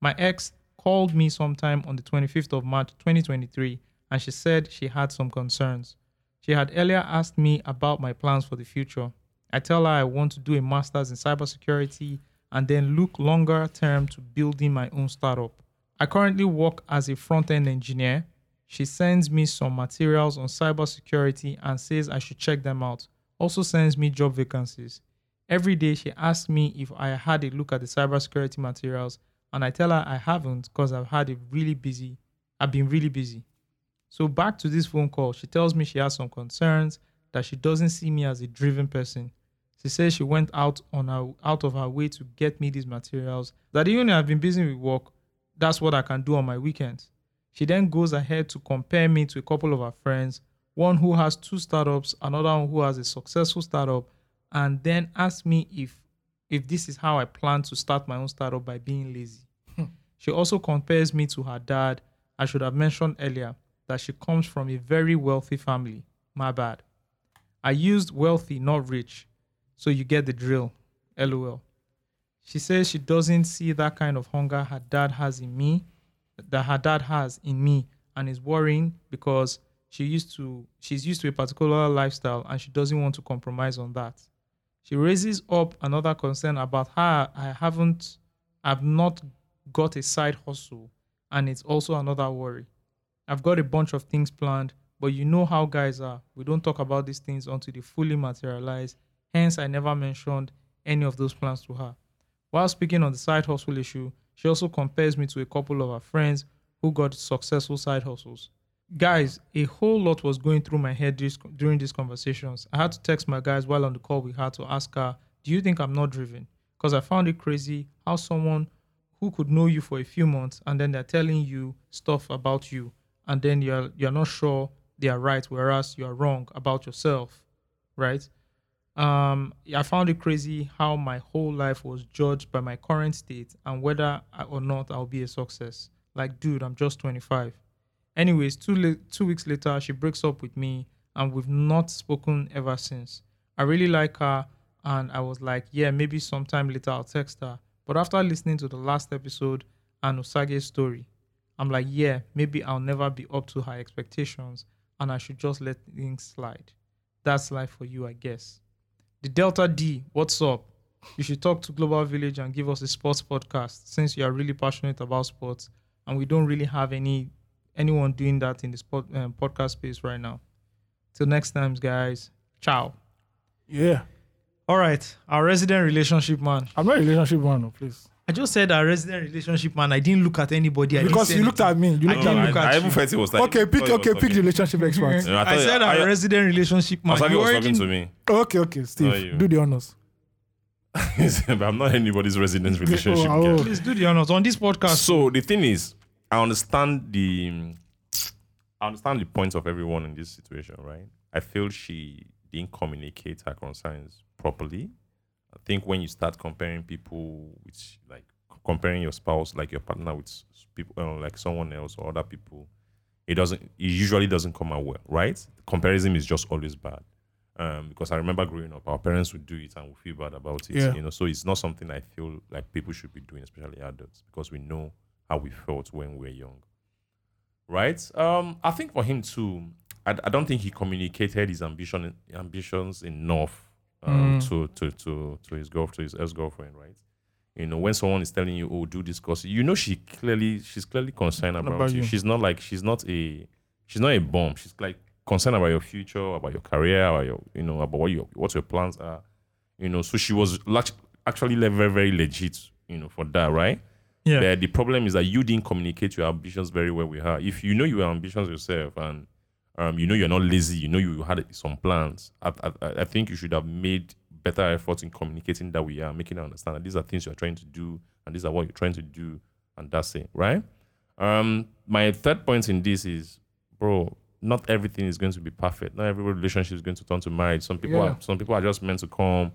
My ex called me sometime on the 25th of March 2023, and she said she had some concerns. She had earlier asked me about my plans for the future. I tell her I want to do a master's in cybersecurity and then look longer term to building my own startup. I currently work as a front end engineer. She sends me some materials on cybersecurity and says I should check them out. Also sends me job vacancies. Every day she asks me if I had a look at the cybersecurity materials and I tell her I haven't because I've had a really busy I've been really busy. So back to this phone call, she tells me she has some concerns that she doesn't see me as a driven person. She says she went out on her out of her way to get me these materials. That even though I've been busy with work, that's what I can do on my weekends. She then goes ahead to compare me to a couple of her friends, one who has two startups, another one who has a successful startup, and then asks me if if this is how I plan to start my own startup by being lazy. She also compares me to her dad. I should have mentioned earlier that she comes from a very wealthy family. My bad. I used wealthy, not rich. So you get the drill. LOL. She says she doesn't see that kind of hunger her dad has in me, that her dad has in me, and is worrying because she used to she's used to a particular lifestyle and she doesn't want to compromise on that. She raises up another concern about her. I haven't, I've not got a side hustle, and it's also another worry. I've got a bunch of things planned, but you know how guys are. We don't talk about these things until they fully materialize. Hence, I never mentioned any of those plans to her. While speaking on the side hustle issue, she also compares me to a couple of her friends who got successful side hustles. Guys, a whole lot was going through my head this, during these conversations. I had to text my guys while on the call we had to ask her, Do you think I'm not driven? Because I found it crazy how someone who could know you for a few months and then they're telling you stuff about you and then you're you're not sure they are right whereas you are wrong about yourself right um i found it crazy how my whole life was judged by my current state and whether I- or not i'll be a success like dude i'm just 25 anyways two la- two weeks later she breaks up with me and we've not spoken ever since i really like her and i was like yeah maybe sometime later i'll text her but after listening to the last episode and osage's story I'm like, yeah, maybe I'll never be up to her expectations and I should just let things slide. That's life for you, I guess. The Delta D, what's up? You should talk to Global Village and give us a sports podcast since you are really passionate about sports and we don't really have any anyone doing that in the sport, um, podcast space right now. Till next time, guys. Ciao.
Yeah.
All right, our resident relationship man.
I'm not a relationship man, no, please.
I just said our resident relationship man. I didn't look at anybody. I didn't
Because
say
you looked
anything.
at me. You
I
looked
didn't
at
I,
me.
look at
I even
you.
felt it was like.
Okay, pick
thought he was
okay, pick the
talking.
relationship expert.
No, I,
I,
thought-
said
I,
our resident relationship man.
Osaki
You
was
already-
talking to me.
Okay, okay,
Not you.
Steve. Do the honors.
but I'm not anybody's resident relationship.
oh,
guy.
oh.
Please do the honors on this podcast.
So the thing is, I understand the I understand the points of everyone in this situation, right? I feel she didn't communicate her concerns properly. I think when you start comparing people with like comparing your spouse, like your partner with s- people uh, like someone else or other people, it doesn't it usually doesn't come out well, right? Comparison is just always bad. Um, because I remember growing up, our parents would do it and we feel bad about it.
Yeah.
You know, so it's not something I feel like people should be doing, especially adults, because we know how we felt when we were young. Right? Um, I think for him too, I, I don't think he communicated his ambition ambitions enough um, to, to to to his girl to his ex girlfriend, right? You know, when someone is telling you, "Oh, do this," because you know she clearly she's clearly concerned about,
about
you.
you.
She's not like she's not a she's not a bomb. She's like concerned about your future, about your career, about your you know about what your what your plans are. You know, so she was lac- actually le- very very legit. You know, for that, right?
Yeah.
But the problem is that you didn't communicate your ambitions very well with her. If you know you were ambitious yourself and um, you know you're not lazy, you know you had some plans, I, I, I- I think you should have made better effort in communicating that we are, making her understand that these are things you're trying to do and these are what you're trying to do, and that's it, right? Um, my third point in this is, bro, not everything is going to be perfect. Not every relationship is going to turn to marriage. Some people
Yeah.
are some people are just meant to come,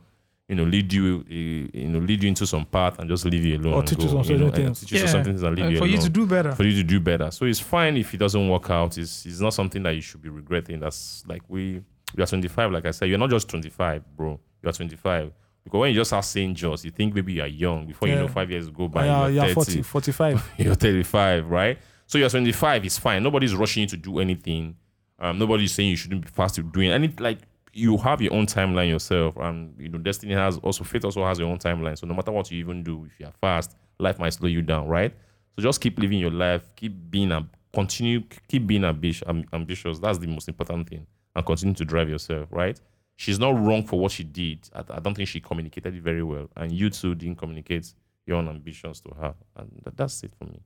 you know, lead you, uh, you know, lead you into some path and just leave you alone.
Or
and
teach you
go,
some certain
and
things.
Teach you some things and leave
And
you
Uh, for you
alone.
to do better.
for you to do better. So it's fine if it doesn't work out. It's it's not something that you should be regretting. That's like we we are 25. Like I said, you're not just 25, bro. You are 25. Because when you just start saying just, you think maybe you are young. Before you
Yeah.
know, five years go by,
Yeah,
you're
yeah,
30
40, 45.
you're 35, right? So you're 25, it's fine. Nobody's rushing you to do anything. Um, nobody's saying you shouldn't be fast to doing any like you have your own timeline yourself. And you know, destiny has also fate also has your own timeline. So no matter what you even do, if you are fast, life might slow you down, right? So just keep living your life, keep being a continue, keep being ambish, am- ambitious. That's the most important thing. And continue to drive yourself, right? She's not wrong for what she did. I, I don't think she communicated it very well. And you too didn't communicate your own ambitions to her. And tha- that's it for me.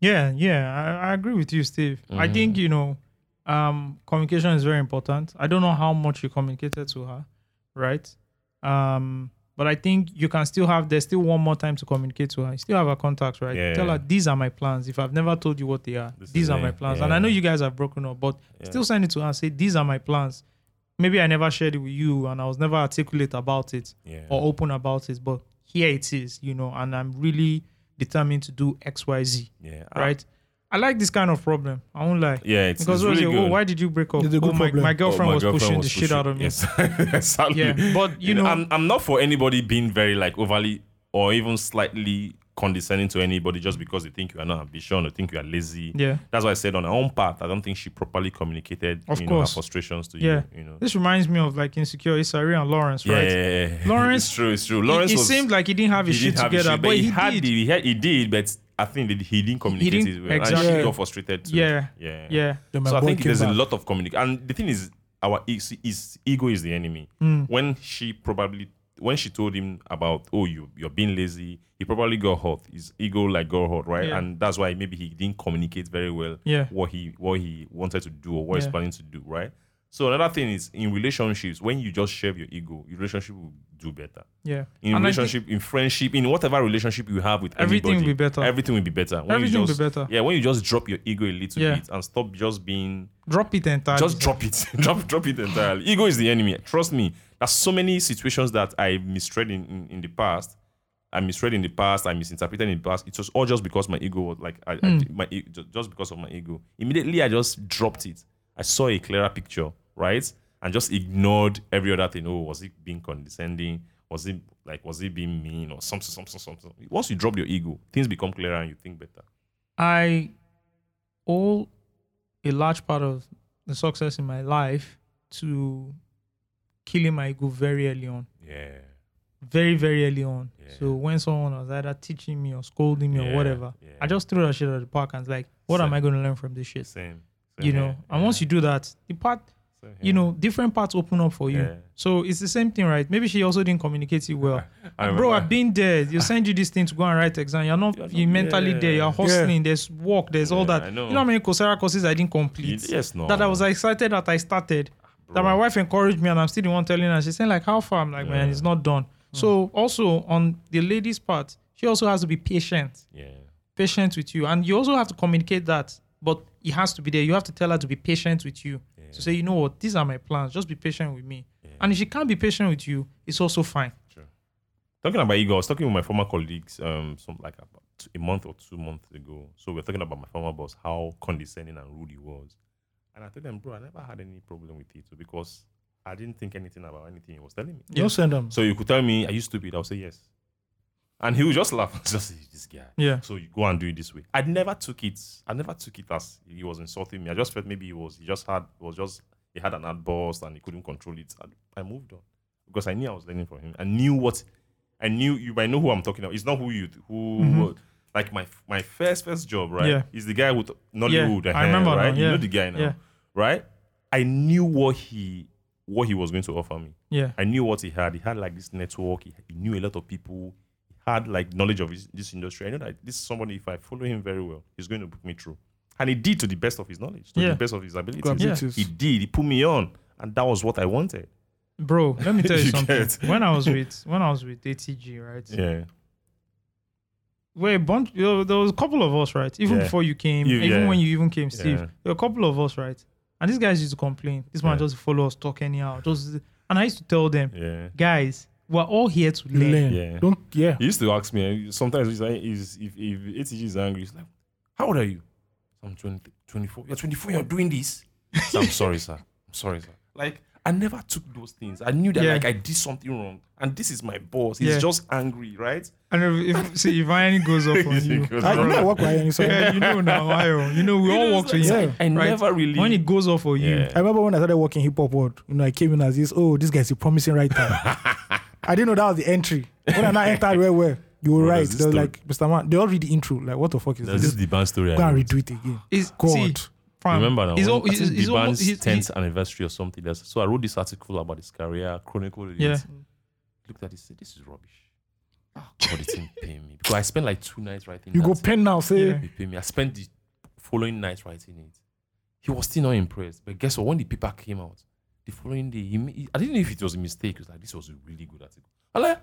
Yeah, yeah, I, I agree with you, Steve. I think
Mm-hmm.
you know, um, communication is very important. I don't know how much you communicated to her, right? Um, but I think you can still have there's still one more time to communicate to her. You still have her contacts, right?
Yeah.
Tell her these are my plans. If I've never told you what they are,
This is
these are
it.
my plans. And I
Yeah.
know you guys have broken up, but still send it to her. and Say these are my plans. Maybe I never shared it with you, and I was never articulate about it
Yeah.
or open about it. But here it is, you know, and I'm really determined to do X, Y, Z
Yeah.
right? I like this kind of problem. I won't lie.
Ah. Yeah, it's,
because
it's really
you,
good.
oh, why did you break up?
It's a
Oh,
good
my,
problem.
my
Oh,
girlfriend
my
was
girlfriend
pushing
was
the shit out of me.
Yes, exactly.
Yeah, but, you know-
I'm, I'm not for anybody being very like overly or even slightly condescending to anybody just because they think you are not ambitious or think you are lazy.
Yeah.
that's why I said on her own part, I don't think she properly communicated
Of
you know, her
course.
frustrations to
Yeah,
you. You know,
this reminds me of like insecure Isari and Lawrence,
yeah,
right?
yeah, yeah, yeah.
Lawrence-
it's true, it's true.
It-
Lawrence
it,
was,
seemed like he didn't have his
he
shit
didn't have his
together,
shit,
but he,
had
did.
the- he, had- he did, but I think that he didn't communicate
didn't-
it well. And
exactly.
she got frustrated too.
Yeah,
yeah,
yeah,
Then my
so I
boy
think
came
there's a
back.
lot of communication. And the thing is, our is, is ego is the enemy.
Hmm.
When she probably when she told him about oh you you're being lazy, he probably got hurt. His ego like got hurt, right?
Yeah.
And that's why maybe he didn't communicate very well
Yeah.
what he what he wanted to do or what he's
Yeah.
planning to do, right? So another thing is in relationships, when you just shave your ego, your relationship will do better
yeah.
in
And I think-
relationship, in friendship, in whatever relationship you have with
Everything
anybody,
will be better.
Everything will be better. When you
Everything will be
just-
better.
Yeah, when you just drop your ego a little
Yeah.
bit and stop just being,
drop it entirely.
just drop it, drop drop it entirely. Ego is the enemy. Trust me. There's so many situations that I misread in, in, in the past. I misread in the past. I misinterpreted in the past. It was all just because my ego was like, I,
Hmm.
I, my e- ju- just because of my ego. Immediately, I just dropped it. I saw a clearer picture, right? And just ignored every other thing. Oh, was it being condescending? Was it like, was it being mean or something, something, something? Once you drop your ego, things become clearer and you think better.
I owe a large part of the success in my life to killing my ego very early on.
Yeah.
very very early on.
Yeah.
So when someone was either teaching me or scolding me
Yeah,
or whatever,
yeah.
I just threw that shit at the park and was like, what am
Same.
I going to learn from this shit?
Same. same
You know.
here,
And
yeah,
once you do that, the part,
same
you
here.
know, different parts open up for you.
Yeah.
So it's the same thing, right? Maybe she also didn't communicate it well.
I
Bro,
remember-
I've been there. You send you this thing to go and write exam. You're not,
You're
you're,
not-
mentally there.
yeah.
You're hustling. There's work. There's all
Yeah,
that.
I
You
know.
know how many Coursera courses I didn't complete?
Yes, no.
That I was excited that I started. That my wife encouraged me, and I'm still the one telling her. She's saying like, "How far?" I'm like, "Man, it's not done."
Hmm.
So also on the lady's part, she also has to be patient,
Yeah.
patient with you, and you also have to communicate that. But it has to be there. You have to tell her to be patient with you. To say, you know what, these are my plans. Just be patient with me. And if she can't be patient with you, it's also fine.
talking about ego, I was talking with my former colleagues, um, some like about t- a month or two months ago. So we are talking about my former boss, how condescending and rude he was. And I told them, bro, I never had any problem with it because I didn't think anything about anything he was telling me.
Don't send them.
So you could tell me, are you stupid? I'll say yes. And he would just laugh. just say, this guy.
Yeah.
So you go and do it this way. I never took it. I never took it as he was insulting me. I just felt maybe he was. He just had was just he had an outburst and he couldn't control it. And I moved on. because I knew I was learning from him. I knew what I knew. You might know who I'm talking about. It's not who you who like my my first first job right
Mm-hmm. Yeah.
is the guy with Nollywood.
I
eh,
remember now,
right. You
yeah.
know the guy now,
Yeah.
right? I knew what he what he was going to offer me.
Yeah.
I knew what he had. He had like this network. He, he knew a lot of people. He had like knowledge of his, this industry. I know that this is somebody. If I follow him very well, he's going to put me through. And he did to the best of his knowledge, to
Yeah.
the best of his abilities.
Yeah.
Abilities.
He did. He put me on, and that was what I wanted.
Bro, let me tell you,
You
something.
get.
When I was with when I was with ATG, right?
Yeah,
We're a bunch you know, there was a couple of us, right? Even
Yeah.
before you came,
You-
even
yeah.
when you even came, Steve.
Yeah.
There were a couple of us, right? And these guys used to complain. This man
Yeah.
just follow us talk anyhow. Just and I used to tell them,
yeah.
guys, we're all here to learn.
Learn.
Yeah.
Don't yeah.
He used to ask me eh, sometimes. He's like, he's, if if ATG is angry, he's like, "How old are you?" I'm 20, 24. You're 24. You're doing this. So I'm sorry, sir. I'm sorry, sir. Like I never took those things. I knew that
Yeah.
like I did something wrong, and this is my boss. He's
Yeah.
just angry, right?
And if, if see if Iron goes up on you,
Because
I, you
I'm
know I
like,
work with Iron, so
yeah, you know now, Iron. You know we all work
like-
together.
Yeah.
I
Right.
never really.
When it goes off for you,
Yeah.
I remember when I started working hip hop world, you know, I came in as this, oh, this guy's a promising writer. I didn't know that was the entry. When I now entered where where you were
Bro,
right.
there's this
They were like, Mr. Man, they all read the intro. Like, what the fuck is
There's
this?
the band story. I
Go and
read.
redo it again.
is
God.
See, fam,
Remember that
he's
one?
al-
I
he's-
think
he's
the
almost-
band's
he's-
10th anniversary or something. Else. So I wrote this article about his career, chronicled it.
Yeah.
Looked at it, said, "This is rubbish." Oh, God, it didn't pay me because I spent like two nights writing.
You
that
go pen now, say
Yeah.
It paid me. I spent the following night writing it. He was still not impressed. But guess what? When the paper came out, the following day, he, ma- he- I didn't know if it was a mistake. He was like, "This was a really good article." I'm like,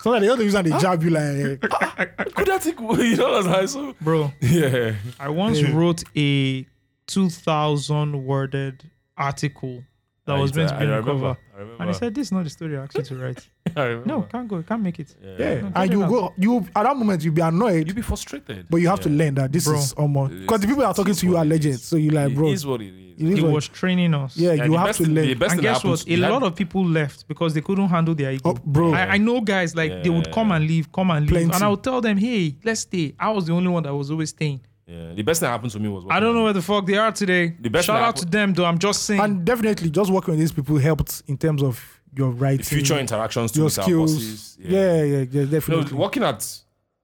so that the other reason they jab you like eh,
"Good article," you know that's high. So
bro.
yeah,
I once wrote a two thousand worded article that was meant to be
I
on the
remember.
cover,
I remember.
and he said, "This is not the story I actually to write.
I remember.
No, can't go, can't make it."
yeah.
No,
and
get
you
it
go you at that moment you'll be annoyed,
You'd be frustrated.
but you have to learn that this
Bro.
is almost because the people that are talking
It's
to you
what
are
it
legends.
is.
So you like,
It
bro,
is what it is.
it is
It
what-
was training us.
yeah, you
the
have
best-
to learn.
The best
And
thing that
guess
happens
what?
to
A
you-
lot of people left because they couldn't handle their ego.
Oh, bro.
I, I know guys like they would come and leave, come and leave, and
Plenty.
I would tell them, "Hey, let's stay." I was the only one that was always staying.
Yeah, the best thing that happened to me was
I don't know where the fuck they are today.
The best
Shout
thing
out to them though. I'm just saying.
and definitely just working with these people helped in terms of your writing,
the future interactions too
your
with our
skills.
bosses.
Yeah, yeah, yeah,
No,
definitely.
working at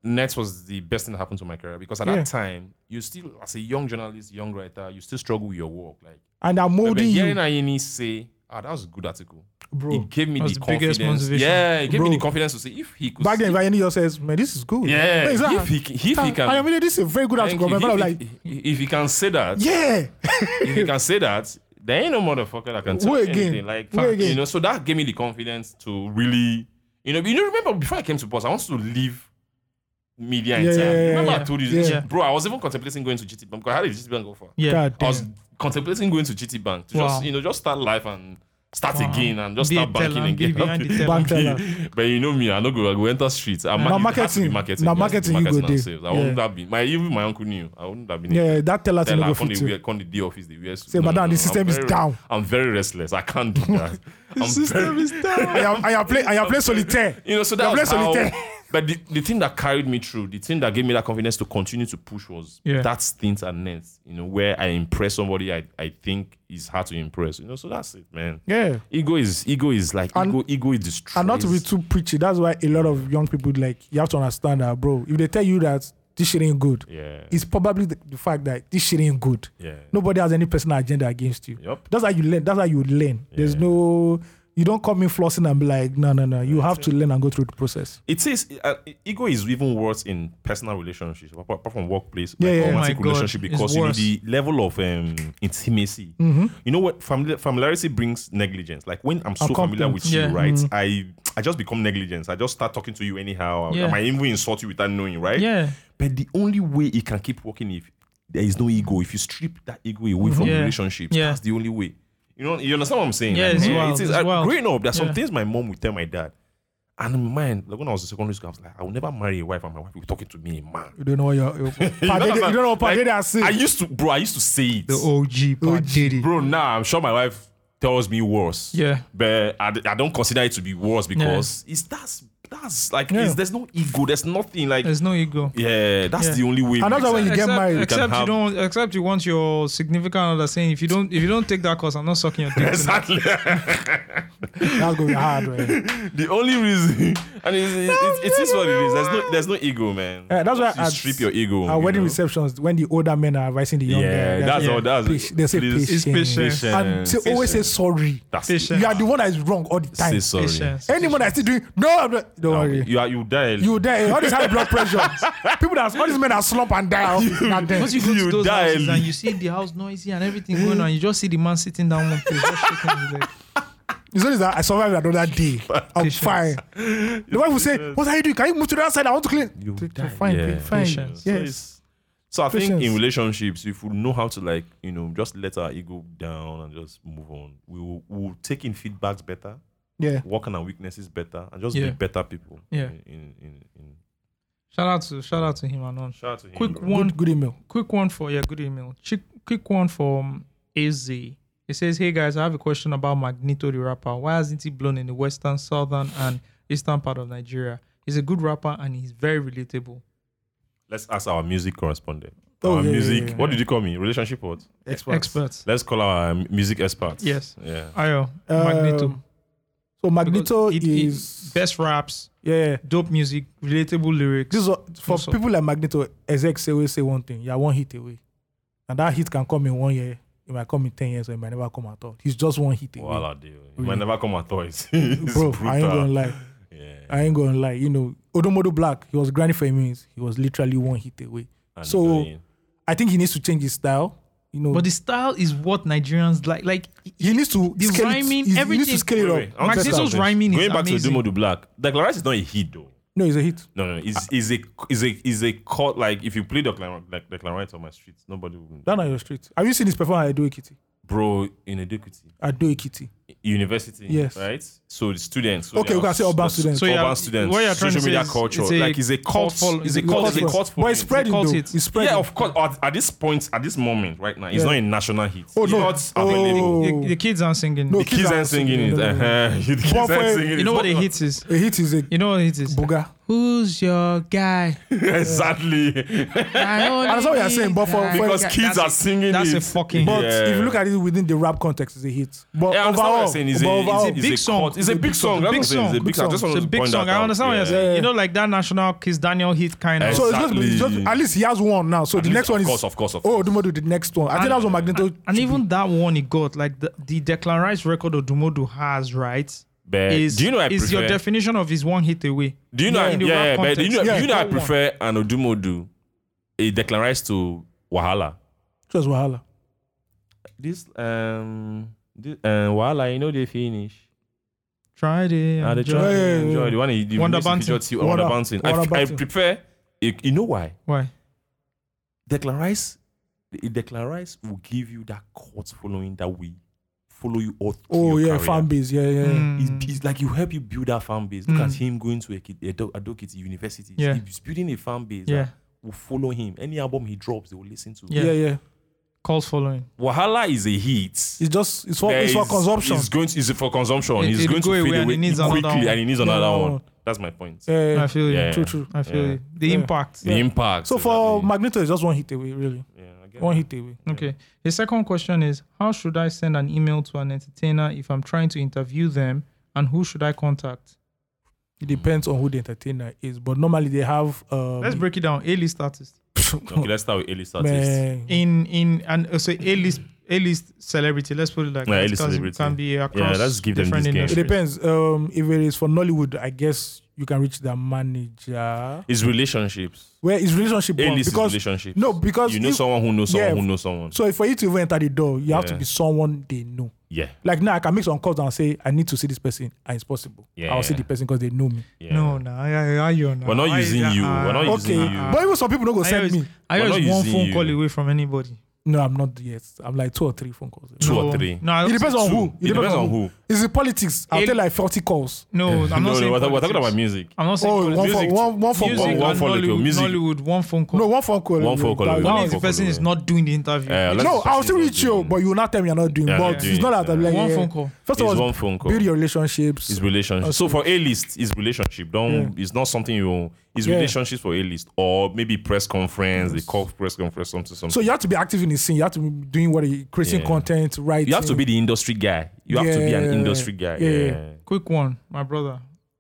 Nets was the best thing that happened to my career because at
Yeah.
that time, you still, as a young journalist, young writer, you still struggle with your work. Like,
and I'm
I remember
molding
hearing
you,
Ayeni say, "Ah, that was a good article."
bro.
It gave me
That was
the
the biggest
confidence.
motivation.
Yeah, it gave me
Bro.
the confidence to say if he could.
Back
see-
then, Vayani just says, "Man, this is good."
yeah,
No,
if he can, if he can,
I mean, this is a very good
thank
article.
you,
My brother was
if,
like,
he- if he can say that,
yeah,
if you can say that, there ain't no motherfucker that can tell
Who
me
again?
anything. Like,
Who
fuck,
again?
you know, so that gave me the confidence to really, you know, you know, remember before I came to Boss, I wanted to leave media
Yeah,
entirely.
yeah, yeah,
remember I
yeah.
told you,
Yeah.
this? bro, I was even contemplating going to GT Bank because how did GT Bank go for?
yeah,
God
I
damn.
was contemplating going to GT Bank to
Wow.
just, you know, just start life and start
Wow.
again and just
Be a
start banking
teller, be
again.
behind the teller.
Bank teller.
but you know me, I know go, I go enter streets. I'm
Na
it has to be marketing.
marketing. Na
it has to be
marketing you go
and
there.
sales. I
Yeah.
wouldn't have been. My even my uncle knew. I wouldn't have been. able
yeah, that teller
tell
thing no
her
go
come
fit
the,
you.
come the day office, the US.
Say, madam, the
I'm
system is
very-
down.
I'm very restless. I can't do that. the system is down.
I am, I am play, I am play solitaire.
You know, so that
You're
was
very
how,
solitaire.
But the, the thing that carried me through, the thing that gave me that confidence to continue to push was
Yeah.
that stint at Nets, you know, where I impress somebody I, I think is hard to impress. You know, so that's it, man.
Yeah,
Ego is ego is like
And-
ego ego is destroys.
and not to be too preachy. That's why a lot of young people like you have to understand that, bro. If they tell you that this shit ain't good,
yeah.
it's probably the, the fact that this shit ain't good.
yeah.
Nobody has any personal agenda against you.
Yup.
That's how you learn. That's how you learn. There's no, you don't come in flossing and be like, no, no, no. You have to learn and go through the process.
It is uh, ego is even worse in personal relationships, apart, apart from workplace,
Yeah,
like
yeah. Oh my
romantic
God,
relationship,
it's
because you know
worse. Mm-hmm.
the level of um, intimacy. You know what? Famili- familiarity brings negligence. Like when I'm so familiar
Accomptant.
with
Yeah. Mm-hmm.
you, right? I I just become negligent. I just start talking to you anyhow. I-
Yeah.
I might even insult you without knowing, right?
yeah.
But the only way it can keep working if there is no ego. If you strip that ego away from
Mhm. Yeah.
relationships,
Yeah.
that's the only way. You know, you understand what I'm saying?
Yeah,
Like,
it's
eh,
wild,
it is-
it's
I-
wild.
Growing up, there's
Yeah.
some things my mom would tell my dad. And in mind, like when I was in secondary school, I was like, I will never marry a wife, and my wife will be talking to me, man.
You don't know what you're. you're
You know what I'm
you don't know what
saying?
Padede
Like,
has seen.
I used to, bro. I used to say it,
The OG, part did it.
bro. Now I'm sure my wife tells me worse.
Yeah.
but I, d- I don't consider it to be worse because it's that's that's like
Yeah.
it's, there's no ego, there's nothing like
There's no ego.
yeah, that's
Yeah.
the only way.
And that's why when you get
except,
married- You
can
except you
have-
don't. Except you want your significant other saying, if you don't, if you don't take that course, I'm not sucking your dick. tonight."
exactly
That's gonna be hard, man.
the only reason, and it's, it's, it's, it is what it is. There's no there's no ego, man.
Yeah, Eh, that's why
you
at-
strip your ego.
Our
you
wedding
know?
receptions, when the older men are advising the young
Yeah,
men,
that's
they're
all. That's
like, "Patient," they say
please,
patience. Mm.
It's patient.
patience.
And they always say sorry.
That's
Patient.
You are the one that is wrong all the time.
Say sorry.
Patience.
Anyone that's still doing no, I'm not- don't worry.
You are you die.
You there? eh? All this high blood pressure. People that all these men that slump and die. all these men there.
Once you go
You
to those
die
houses
early.
and you see the house noisy and everything going on, you just see the man sitting down one place, just shaking his leg.
It's only that I survived another day. I'm
Patience.
fine. The wife will say, "What are you doing? Can you move to the other side? I want to clean."
You
Fine,
die.
fine,
Yeah.
fine.
Patience.
So
Yes.
it's- So I think in
Patience.
relationships, if we know how to like, you know, just let our ego down and just move on, we will we'll take in feedbacks better,
Yeah.
work on our weaknesses better, and just
Yeah.
be better people.
Yeah.
In, in, in, in.
Shout out to shout out to him and on.
Shout out to him.
Quick
bro.
one.
Good, good email.
quick one for yeah, good email. Chick, quick one from AZ. It says, Hey guys, I have a question about Magneto the rapper. Why hasn't he blown in the western, southern, and eastern part of Nigeria? He's a good rapper and he's very relatable.
Let's ask our music correspondent.
Oh,
our
yeah, yeah,
music.
yeah, yeah.
What did you call me? Relationship what?
Experts.
Experts.
Let's call our um, music experts.
Yes.
Yeah.
Ayo, Magneto.
Um, So Magneto
Because it- it-
is
best raps,
yeah.
dope music, relatable lyrics.
This is what- for
Also.
people like Magneto. Execs always say one thing: you are one hit away, and that hit can come in one year. It might come in ten years, or it might never come at all. He's just one hit away,
Wow, deal. You might never come at toys.
Mm. bro. I ain't gonna lie.
Yeah.
I ain't gonna lie. You know, Odomodo Black. He was grinding for a minute. He was literally one hit away.
And
so
going.
I think he needs to change his style. You know,
But the style is what Nigerians like. Like
he needs to
the
scale
rhyming,
it. he's- He needs
everything-
to scale it
Wait,
up.
wait, I want to say
Maxito's
something.
rhyming is
Going back
amazing.
to Dumo Du Black, Declan Rice is not a hit though.
No, he's a hit.
No, no, is is a is a is a cut like if you play the like the Clarence on my street, nobody will.
Down on your street. Have you seen his performance at Ado Ekiti?
Bro, in Educity
At Ado Ekiti.
University,
Yes.
right? So the students. so
Okay,
they
we can
are
say urban
s-
students.
So you
urban
are-
students.
what you are trying
social
to say
media
is
culture,
it's a
like is a cult.
cult following-
Is a
it's
cult.
a
Is a
cult
cult.
following. But
following.
it's spreading
cult
though.
hit.
It's spreading.
Yeah, of course. At, at this point, at this moment, right now, it's
Yeah.
not a national hit.
Oh,
it's
no.
Not
Oh.
available.
the, the kids aren't singing.
No,
The kids aren't singing it.
No, no, no.
Uh-huh. The kids
But uh, for-
aren't singing it.
you know what a
It's not-
hit is?
A hit is a
You know what a hit is?
booger.
Who's your guy?
Exactly.
I only
that's what we are saying, but for-
need
for-
because
that-
kids are
that's a-
singing
That's
it.
a fucking.
But
Yeah.
if you look at it within the rap context, it's a hit. But
Yeah, I understand what
overall,
you're saying. It's
but
a,
overall,
it's a,
Big
big
song.
song. It's a big song. That's
Big
what I'm saying. It's a
song.
big song. I just
It's
wanted
a
to
big
point
song.
that
I
out.
understand what you're
Yeah.
saying. You know, like that national Kiss Daniel hit kind of.
so it's just, it's
Exactly.
just at least he has one now. So the
least-
next one
of
is
course, of course, of
Oh,
course.
Odumo do the next one. I think that was what Magneto.
and
should
even that one he got, like the, the Declan Rice record Odumodu has, right?
But
Is,
do you know I
is your
prefer-
definition of his one hit away.
Do you know?
in the
Yeah,
rap
but do you know,
context.
do you know I
Go on.
prefer an Odumodu, a Declan Rice to Wahala.
be. Just wahala.
This um, this, uh, Wahala, you know they finish.
Try the
Ah, the
enjoy.
joy,
Yeah, yeah, yeah.
the one he
Wonder
Wonder
Bounty.
Bouncing.
Wonder-
Wonder Bouncing. I,
Wonder
f- I
Bounty.
prefer. You, you know why?
Why?
Declan Rice, the- Declan Rice will give you that cult following that will follow you all through
Oh
your
yeah,
career.
fan base. Yeah, yeah. yeah.
Mm.
It's, it's like you help you build that fan base. Look at
Mm.
him going to a, kid, a Do- Adokiti University.
Yeah.
He's building a fan base
Yeah.
that will follow him. Any album he drops, they will listen to.
Yeah.
yeah, yeah.
Calls following.
Wahala is a hit.
It's just it's for
There
it's for
is-
consumption.
It's going to, it's for consumption.
It-
it's
it'll
going
go
to
away
fade away
and it needs another
quickly
one.
and it needs another
Yeah.
one. That's my point.
Yeah, yeah,
I feel you.
Yeah.
true, true.
I feel
Yeah.
you. The
Yeah.
impact.
The impact.
So for
exactly.
Magneto, it's just one hit away, really.
Yeah, I get
One
it.
hit away.
Okay. The second question is How should I send an email to an entertainer if I'm trying to interview them and who should I contact?
It depends on who the entertainer is, but normally they have. Um,
Let's break it down. A list artist.
Okay, let's start with A-list artists.
man.
In in uh, and also A list A list celebrity. Let's put it like
Yeah,
that,
A-list
'cause
celebrity.
it can be across
Yeah, let's give them
different
this game.
It
industries.
depends. Um, if it is for Nollywood, I guess you can reach their manager.
It's relationships.
Where is relationship one?
A-list is
because
relationships.
no, because
you know
if-
someone who knows someone
Yeah.
who knows someone.
So if for you to even enter the door, you have to
Yeah.
be someone they know.
Yeah.
Like now, I can make some calls and say I need to see this person, and it's possible.
Yeah.
I'll see the person because they know me.
yeah.
No, no, I, I, I, you're not.
We're not
I-
using you.
I-
We're not
I-
using
okay,
you.
but even some people don't go
Ah, I
send
always-
me.
I
We're
always
not
one
using
phone
you.
call away from anybody.
No, I'm not yet. I'm like two or three phone calls.
Two or
No,
three.
No, I-
It depends on
Two.
who.
It depends on who.
Is it politics? I'll
It-
tell like 40 calls.
no, I'm
no,
not saying.
no, we're, talking- we're talking
politics.
about music.
I'm not saying.
Oh,
politics.
one for
Music.
one, one for
music
one-
one.
one
and
for Lagos,
Nollywood,
music.
Nollywood, one phone call.
No, one phone call.
One phone call
That-
alone.
that
one
one
if
was-
the
phone
person
call
is
alone.
not doing the interview.
Eh, let's-
No,
That's
I'll
what
still
he's
reach you,
doing.
but you will not tell me you're not doing.
Yeah,
but
I'm
it's
doing
not
it,
that I'm
yeah.
like
one
yeah.
phone call.
First of
It's
all,
one phone call.
build your relationships.
It's relationship. So for A list, it's relationship. Don't. It's not something you. It's
Yeah.
relationships for A list or maybe press conference. They call press conference something something.
So you have to be active in the scene. You have to be doing what you creating
Yeah.
content, writing.
you have to be the industry guy. You have to be an
Yeah.
industry guy.
Yeah.
Yeah.
Quick one, my brother.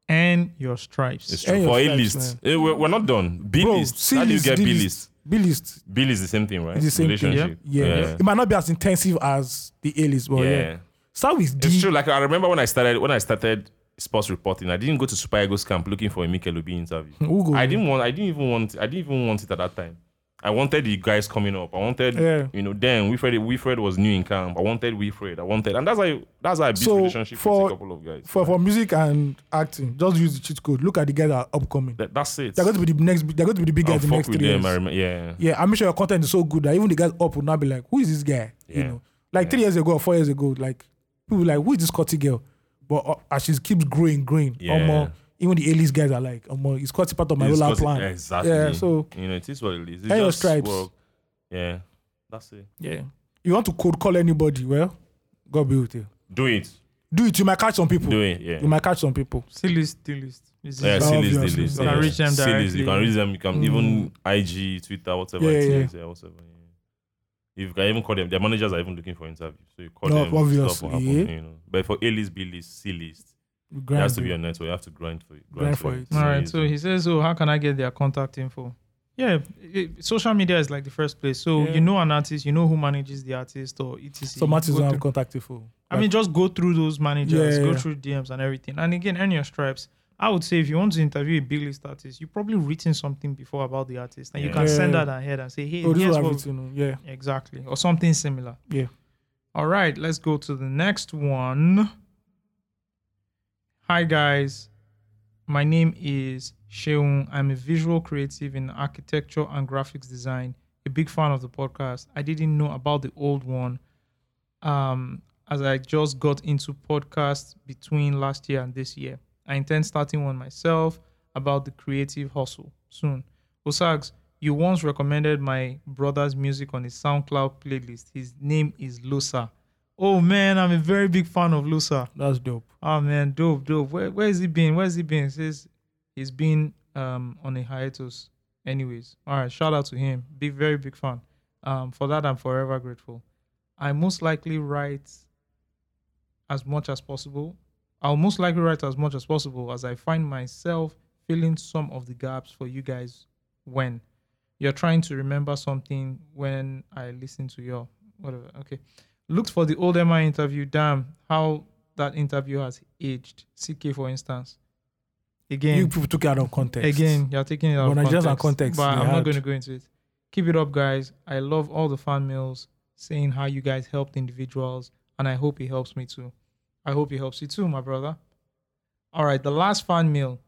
And your stripes.
It's true.
And your
for A
stripes,
list, Eh, we're, we're not done. B
Bro,
list.
C
How do you
list,
get
D
B
list,
list?
B list.
B list is the same thing, right?
It's the same thing.
relationship.
Yeah. it might not be as intensive as the A list, but
Yeah.
yeah.
Yeah.
Start with D.
It's true. Like I remember when I started when I started sports reporting, I didn't go to Super Eagles camp looking for a Mikel Obi interview.
Who go?
I didn't want. I didn't even want. I didn't even want it at that time. I wanted the guys coming up. I wanted,
Yeah.
you know, then Wilfred. Wilfred was new in camp. I wanted Wilfred. I wanted, and that's how I- that's how I built
So,
relationship
for-
with a couple of guys.
for for music and acting. Just use the cheat code. Look at the guys that are upcoming.
That- that's it.
They're going to be the next. They're going to be the big
I'll
guys the
fuck
next
with
three
them, I
years.
remember- yeah.
Yeah, I'm sure your content is so good that even the guys up would not be like, who is this guy? You
Yeah.
know, like three years ago or four years ago, like people were like, who is this Scotty girl? But uh, as she keeps growing, growing,
Yeah.
omo, even the A-list guys are like, omo, is Scotty part of my
It's
rollout
because it-
plan?
Exactly.
Yeah, so
you know, it is what it is. It's
Air your
just
stripes.
work. Yeah, that's it.
yeah, you want to cold call anybody? Well, God be with you.
Do it.
Do it. You might catch some people.
Do it. Yeah.
You might catch some people.
C list, D list. It's
Yeah,
easy.
see list,
obvious.
the list.
You
can
yeah.
reach them
See list, You can
directly.
reach them. You can even IG, Twitter, whatever.
Yeah,
it
yeah.
is, yeah, whatever. Yeah. You can even call them. Their managers are even looking for interviews, so you call
No,
them.
obviously,
Stuff will happen,
yeah.
you know. But for A list, B list, C list,
You
it
grind
has to
it.
be a network. You have to grind for it.
Grind for it.
It's
All
not
right.
easy.
So he says, "Oh, how can I get their contact info?" Yeah, it- social media is like the first place. So
Yeah.
you know an artist, you know who manages the artist or etc.
Some artists
Go
don't have
through-
contact info.
I mean, just go through those managers,
Yeah,
go
yeah.
through DMs and everything. And again, earn your stripes. I would say if you want to interview a big list artist, you've probably written something before about the artist, and you
Yeah.
can send
Yeah.
that ahead and say, "Hey,
oh, this
here's
is
what we-
everything. Yeah,
exactly," or something similar.
yeah.
All right, let's go to the next one. Hi guys, my name is Sheung. I'm a visual creative in architecture and graphics design. A big fan of the podcast. I didn't know about the old one, um, as I just got into podcasts between last year and this year. I intend starting one myself about the creative hustle soon. Osags, you once recommended my brother's music on his SoundCloud playlist. His name is Lusa. Oh man, I'm a very big fan of Lusa.
That's dope.
Oh man, dope, dope. Where where is he been? Where's he been? He says he's been um on a hiatus. Anyways, all right, shout out to him. Big very big fan. Um for that I'm forever grateful. I most likely write as much as possible. I'll most likely write as much as possible as I find myself filling some of the gaps for you guys when you're trying to remember something when I listen to your whatever. Okay. Looked for the old MI interview. Damn, how that interview has aged. CK, for instance.
You
Again,
people took it out of context.
again, you're taking it out
But
of
I just
context.
had context,
But
they
I'm not
had-
going to go into it. Keep it up, guys. I love all the fan mails saying how you guys helped individuals, and I hope it helps me too. I hope it helps you too, my brother. All right, the last fan mail.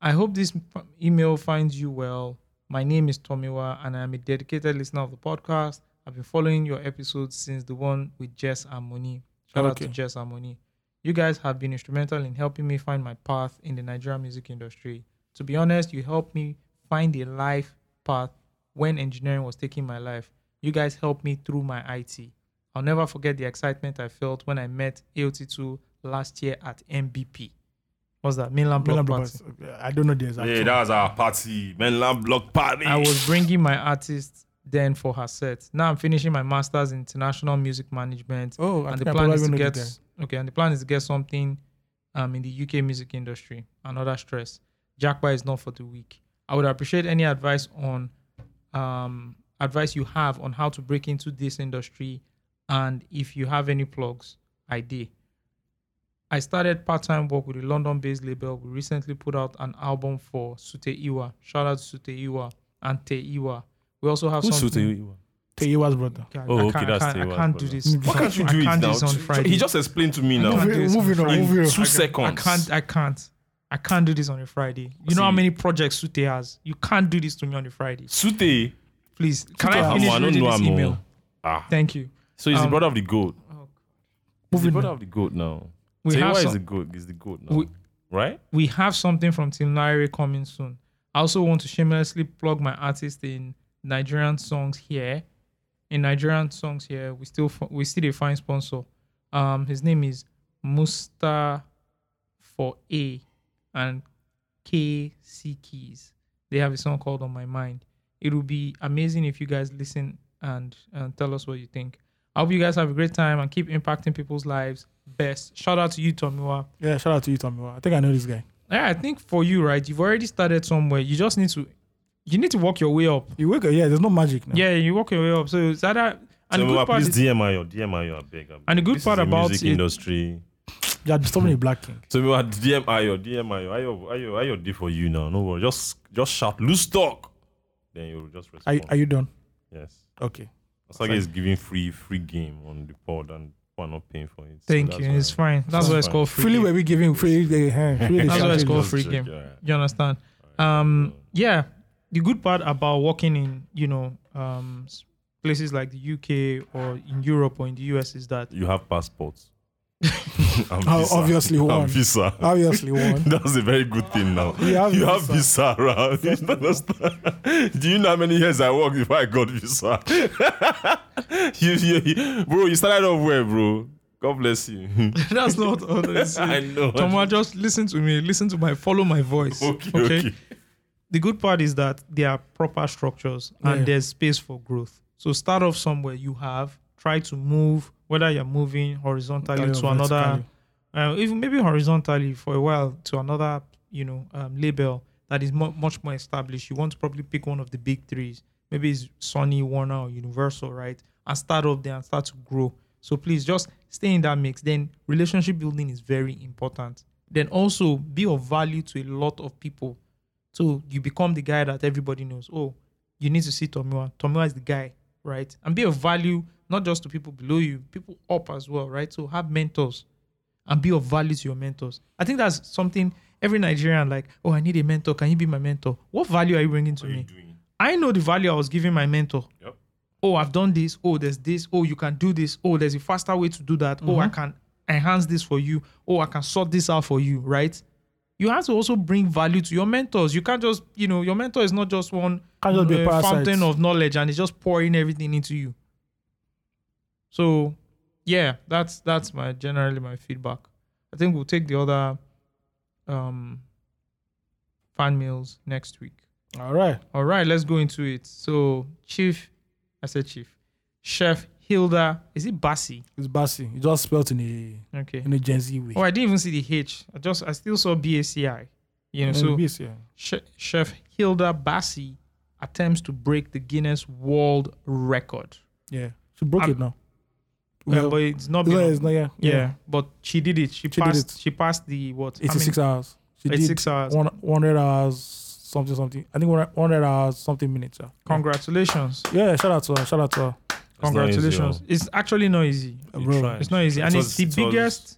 I hope this f- email finds you well. My name is Tomiwa, and I'm a dedicated listener of the podcast. I've been following your episodes since the one with Jess and Moni. Shout out to
Okay.
Jess and Moni. You guys have been instrumental in helping me find my path in the Nigerian music industry. To be honest, you helped me find a life path when engineering was taking my life. You guys helped me through my IT. I'll never forget the excitement I felt when I met AOT2 last year at MBP. What's that? Mainland Block
Mainland
Party.
blockers. I don't know the exact.
Yeah,
one.
that was our party. Menland block party.
I was bringing my artist then for her set. Now I'm finishing my master's in international music management.
Oh, I
and
think
the
I
plan
probably
is to
know the
get
guy.
okay, and the plan is to get something um in the UK music industry. Another stress. Jackpot is not for the weak. I would appreciate any advice on um advice you have on how to break into this industry and if you have any plugs, I did. I started part-time work with a London-based label. We recently put out an album for Sute Iwa. Shout out to Sute Iwa and Te Iwa. We also have
Who
something.
suited you?
Teyiwa's brother.
I,
Oh,
I
okay,
can't,
that's
I
Te
can't,
Iwa's
I can't do
brother.
this.
Why
Can't you
I
do it
can't
now?
this on Friday.
He just explained to me now.
can't do this on
Moving on,
Friday.
moving on.
Two
I can't- I
seconds.
can't. I can't. I can't do this on a Friday. You know how
See-
many projects Sute has. You can't do this to me on a Friday.
Sute.
Please, can I
Omo,
finish
I don't
reading
know,
this
Amo.
email?
Ah,
Thank you.
so he's the
Um,
brother of the goat. He's the
Moving
brother
on.
of the goat now.
We
Tewa
have
is
some-
the goat. He's the goat now,
We-
right?
we have something from Tim Larry coming soon. I also want to shamelessly plug my artist in Nigerian songs here. In Nigerian songs here, we still f- we still a fine sponsor. Um, his name is Musta for A and KC Keys. They have a song called On My Mind. It will be amazing if you guys listen and, and tell us what you think. I hope you guys have a great time and keep impacting people's lives. Best. Shout out to you, Tomiwa.
Yeah, shout out to you, Tommy. I think I know this guy.
Yeah, I think for you, right? You've already started somewhere. You just need to, you need to work your way up.
You wake up, yeah, there's no magic now.
Yeah, you work your way up. So it's either and
So
the good
Tewa,
part
please
is,
DMI your DMI your beg. I beg.
And the good
This
part
is the
about
music
it-
industry.
You're disturbing a black king.
So we are DM Ayo, DM Ayo, Ayo, Ayo, Ayo did for you now. No worry, just just shout loose talk. Then you'll just
Are,
respond.
you- are you done?
yes.
Okay.
Osage is giving free free game on the pod and we are not paying for it. So
thank
that's
you.
why-
It's fine. That's
That's
why it's
fine.
called free.
Freely were
game.
we giving free the eh, hand, free the
That's why it's
champagne.
called
Just
free
check,
game.
yeah.
You understand? Um, yeah. The good part about working in, you know, um, s- places like the UK or in Europe or in the US is that
You have passports. And
Oh,
visa.
obviously
And
one.
visa.
Obviously, one.
That's a very good thing now.
You have
you have visa,
visa.
right? You don't understand? Do you know how many years I worked before I got visa? you, you, you- bro, you started off where, bro? God bless you.
that's not all that is.
I know.
Tomo, just listen to me. Listen to my follow my voice.
okay, okay.
the good part is that there are proper structures and
Yeah.
there's space for growth. So start off somewhere you have, try to move, whether you're moving horizontally
Or
to another,
vertically.
uh, even maybe horizontally for a while to another, you know, um, label that is mu- much more established. You want to probably pick one of the big threes. Maybe it's Sony, Warner, or Universal, right? And start up there and start to grow. So please just stay in that mix. Then relationship building is very important. Then also be of value to a lot of people. So you become the guy that everybody knows. Oh, you need to see Tomiwa. Tomiwa is the guy, right? And be of value not just to people below you, people up as well, right? So have mentors and be of value to your mentors. I think that's something every Nigerian like. Oh, I need a mentor. Can you be my mentor? What value are you bringing to me? I know the value I was giving my mentor.
Yep.
Oh, I've done this. Oh, there's this. Oh, you can do this. Oh, there's a faster way to do that. Oh,
Mm-hmm.
I can enhance this for you. Oh, I can sort this out for you, right? You have to also bring value to your mentors. You can't just, you know, your mentor is not just one uh,
Can't just be a parasite.
fountain of knowledge and it's just pouring everything into you. So, yeah, that's that's my generally my feedback. I think we'll take the other um fan mails next week.
All right.
All right, let's go into it. So, Chief, I said Chief, Chef Hilda, is it Bassi?
It's Bassi. You just spelled in a
Okay.
in a Gen Z way.
Oh, I didn't even see the H. I just, I still saw B A C I. You know,
And
so
Bassi, yeah.
Che- Chef Hilda Bassi attempts to break the Guinness World Record,
yeah. She broke
I'm-
it now.
Uh,
Well,
but it's not.
no,
Been,
it's not, yeah.
yeah, but she did it. She,
did
passed.
it.
She passed the what? how many-
86 hours. She did
86 hours.
one 100 hours something something. I think 100 100 hours something minutes. Yeah.
Congratulations!
Yeah, shout out to her. Shout out to her.
Congratulations! It's actually not easy.
Bro,
It's not easy, and it's the
all-
biggest.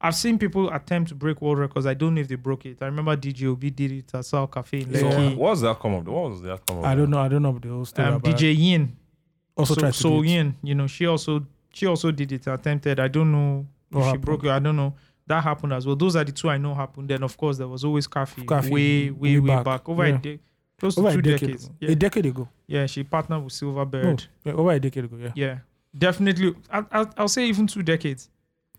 I've seen people attempt to break world records. I don't know if they broke it. I remember DJ Obi did it at Sal Cafe in
Yeah.
So
Lekki.
what was the outcome of the? What was the outcome of?
I don't
that?
know. I don't know the whole story.
Um,
but
DJ Yin,
also
so,
tried to
so
do it.
Yin, you know, she also she also did it. Attempted. I don't know
What
if she
happened?
broke it. I don't know. That happened as well. Those are the two I know happened. Then of course there was always Cafe.
Kaffi,
way way way
way
back,
back.
over
Yeah.
a day, close to
over
two
a decade.
decades.
ago.
Yeah.
A Oh. decade ago.
yeah, she partnered with
No,
Silverbird.
yeah, over a decade ago. Yeah.
Yeah, definitely. I, I, I'll say even two decades.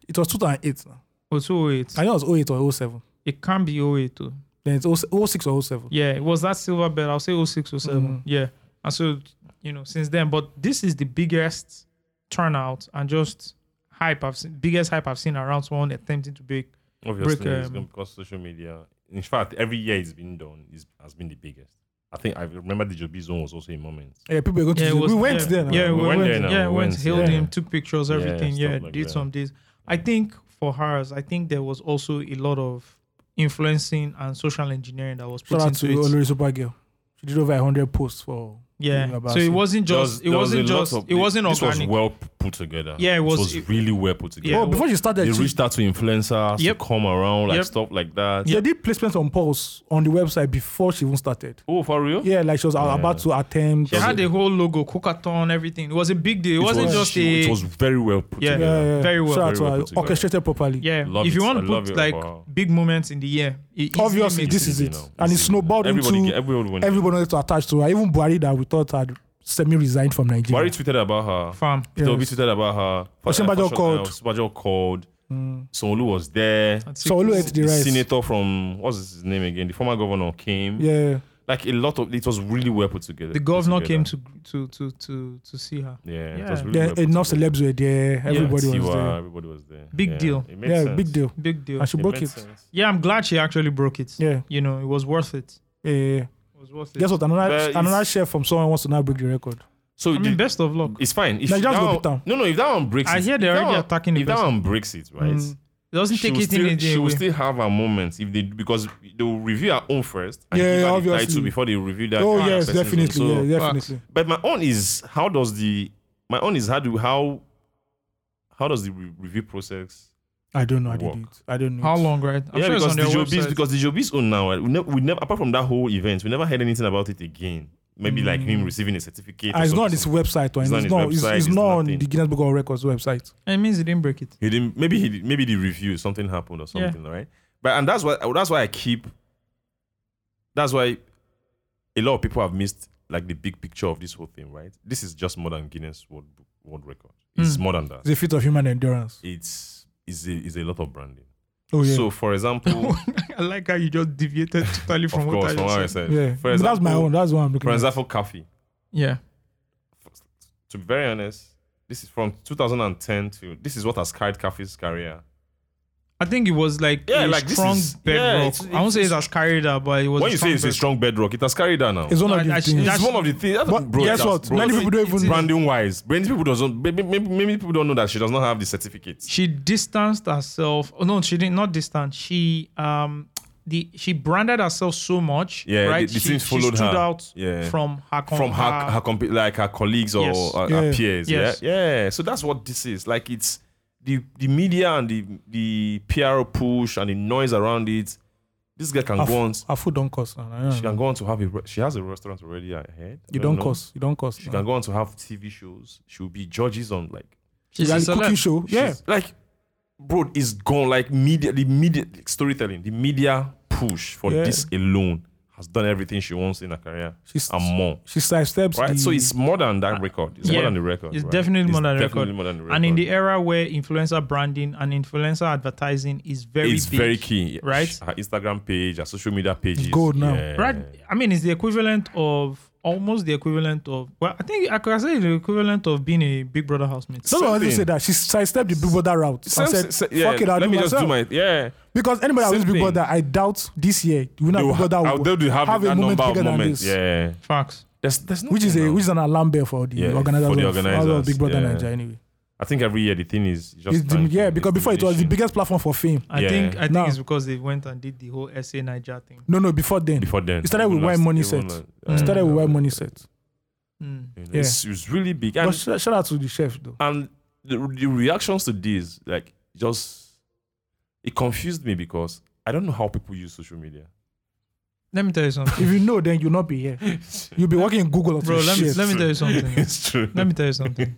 It was 2008. Now.
Or two eight.
I know it was 08 or 07.
It can be 08 too.
Then it's 06 or 07.
Yeah, it was that silver bell. I'll say 06 or
Mm-hmm.
7. Yeah. And so, you know, since then, but this is the biggest turnout and just hype I've seen, biggest hype I've seen around someone attempting to break.
Obviously,
break,
it's
um,
gonna because social media. In fact, every year it's been done. It has been the biggest. I think I remember the Jobi's one was also a moment.
Yeah, people are going to. do- we went
yeah,
there. Now.
Yeah, we, went, there.
now,
Yeah, we
we
went,
went,
hailed
yeah.
him, took pictures,
Yeah,
everything. Yeah,
stuff like
did
that.
some days. I think for hers, I think there was also a lot of influencing and social engineering that was put
Shout out to
into it.
Olori Supergirl. She did over 100 posts for.
yeah.
About
So it
it.
wasn't
There
just.
was-
it
there was a
wasn't
lot
just.
of-
It wasn't
This
organic.
was well put together.
Yeah, it was-
was
it-
really well put together.
Yeah,
Oh, before she started,
they
she-
reached out to influencers
Yep.
to come around, like
Yep.
stuff like that.
they did placements on pulse on the website before she even started.
Oh, for real?
Yeah, like she was about to attempt.
She had the whole logo, Cocaton, everything. It was a big deal. It, wasn't
was,
just a.
It was very well put
Yeah.
together.
Very well.
Eh, Shout out
Very
to
well
her.
put together.
Orchestrated properly.
yeah.
Love
if you
it.
want
I
to
love
put
it.
like
Wow.
big moments in the year, it easily
Obviously,
makes
this is
it.
it.
You know,
and it
it's-
snowballed
everybody
into
get- everyone went
everyone wanted to attach to her. Even Buhari that we thought had semi-resigned from
Buhari
Nigeria.
tweeted about her.
Farm.
Peter Obi
Yes.
tweeted about her.
Osinbajo
Fashion-
called.
uh, Osinbajo called. Sonlu was there.
so Olu ate the
The
rice.
senator from what's his name again? The former governor came.
Yeah.
Like a lot of it was really well put together.
The governor came to to to to to see her.
Yeah, it
Yeah.
was really
Yeah,
well put
enough
together.
celebs were there. Everybody
Yeah,
was
Tiwa,
there.
Everybody was there.
Big
yeah.
deal.
It made
Yeah,
sense.
big deal.
Big deal.
And she broke
made
it.
sense.
Yeah, I'm glad she actually broke it.
Yeah.
You know, it was worth it.
Yeah, yeah. yeah.
It was worth it.
Guess what? Another
But
another
it's-
chef from someone wants to now break the record.
So
I mean,
the-
best of luck.
it's fine. If
Nigerians
that
go
one-
beat am.
no, no. If that one breaks,
I
it-
hear they're
if that
already
one-
attacking the
If that
person.
one breaks it, right?
Mm.
It doesn't
She
take
will,
it in
still,
any
she will
way.
still have her moments if they because they will review her own first and
Yeah,
give her the
obviously.
title before they review that.
oh
other
yes,
person's own.
definitely.
So-
yeah, definitely.
But my own is how does the my own is how do how how does the re- review process?
I don't know. I did
Work.
it. I don't know.
How
it.
long, right? I'm
yeah,
sure it's
because
on
the
their
Jobis
website.
because the Jobis own now we never we never apart from that whole event we never heard anything about it again. Maybe like him receiving a certificate.
Ah,
or
it's not on
something.
his website. Or
It's
it's,
not
it's,
his
not, it's,
website,
it's
it's
not on the
nothing.
Guinness Book of Records website.
It means he didn't break it.
He didn't. Maybe he maybe the review something happened or
Yeah.
something, right? But and that's why that's why I keep. That's why a lot of people have missed like the big picture of this whole thing, right? This is just more than Guinness World Book- World Record. It's more than that.
It's a feat of human endurance.
It's it's a, it's a lot of branding.
Oh yeah.
So, for example,
I like how you just deviated totally
of
from what
course,
I
from what I
just said.
said,
yeah.
for
But that's my
example-
own. That's what I'm
for
looking. at.
example, coffee.
Yeah.
To be very honest, this is from 2010 to this is what has carried coffee's career.
I think it was like
Yeah,
a
like this
strong
is- yeah,
bedrock.
it's-
I won't say it
it's-
has carried her, but it was.
when you say it's a strong bedrock, it has carried that now.
It's one
No,
of the
I- I-
things.
It's
that's-
one of the things. that's-
But
bro,
guess
that's-
what?
bro,
Many
it's-
people don't even.
branding wise, many people doesn't. Maybe, maybe, maybe people don't know that she does not have the certificate.
She distanced herself. Oh no, she did not distance. She um the she branded herself so much.
Yeah,
right.
the- the
she,
teams
she
followed
stood
her.
out
Yeah.
from her com-
from her, her comp- like her colleagues or
Yes.
her,
Yeah.
her peers.
Yes.
Yeah, yeah. So that's what this is. Like it's the the media and the the PR push and the noise around it. This guy can
Her,
go on.
f- her food don't cost. man. I don't
She
know.
can go on to have a. re- She has a restaurant already ahead. I
You don't
know.
cost. You don't cost.
She can go on to have TV shows. She will be judges on like
She's a
cooking
celeb.
show. Yeah.
She's- like, bro, it's gone. Like media, the media like, storytelling, the media push for
Yeah.
this alone has done everything she wants in her career
She's-
and more.
She sidesteps.
Right,
the-
so it's more than that record. It's more than the record.
It's
right?
definitely more
It's
than the
definitely
record.
more than the
And in
record.
the era where influencer branding and influencer advertising is very
it's
big,
very key,
right?
Her Instagram page, her social media pages,
gold now.
yeah.
Right. I mean, it's the equivalent of almost the equivalent of. Well, I think I could say the equivalent of being a Big Brother housemate.
Some of us
something.
say that she sidestepped the Big Brother route and
Same-
said,
se- yeah,
"Fuck it, I'll
let
do
me
myself."
just do my yeah.
because anybody that
Same
wins Big
thing.
Brother, I doubt this year the winner of
They'll
Big
ha-
Brother
I'll-
will
they'll have,
a
that
moment
number of
bigger than
moments.
this.
Yeah,
Facts.
there's, there's
Which is
nothing
a
now.
which is an alarm bell for the
Yeah,
organizers,
for the
of- of
organizers,
Big Brother
yeah.
Nigeria anyway.
I think every year the thing is just
It's the-
trying to
yeah,
make
because before it was the
decision.
biggest platform for fame.
I
Yeah.
think I think
Now-
it's because they went and did the whole SA Niger thing.
No, no, before then.
before then.
It started with
Even
Why
last-
Money
even
Set.
last-
It started with
yeah.
Why Money Set.
Mm.
It's, it's really big.
But
And,
sh- shout out to the chef though.
and the, the reactions to this, like, just it confused me because I don't know how people use social media.
Let me tell you something,
If you know, then you'll not be here. You'll be working in Google or
bro.
some
Let me
shit.
let me tell you something.
it's true,
let me tell you something.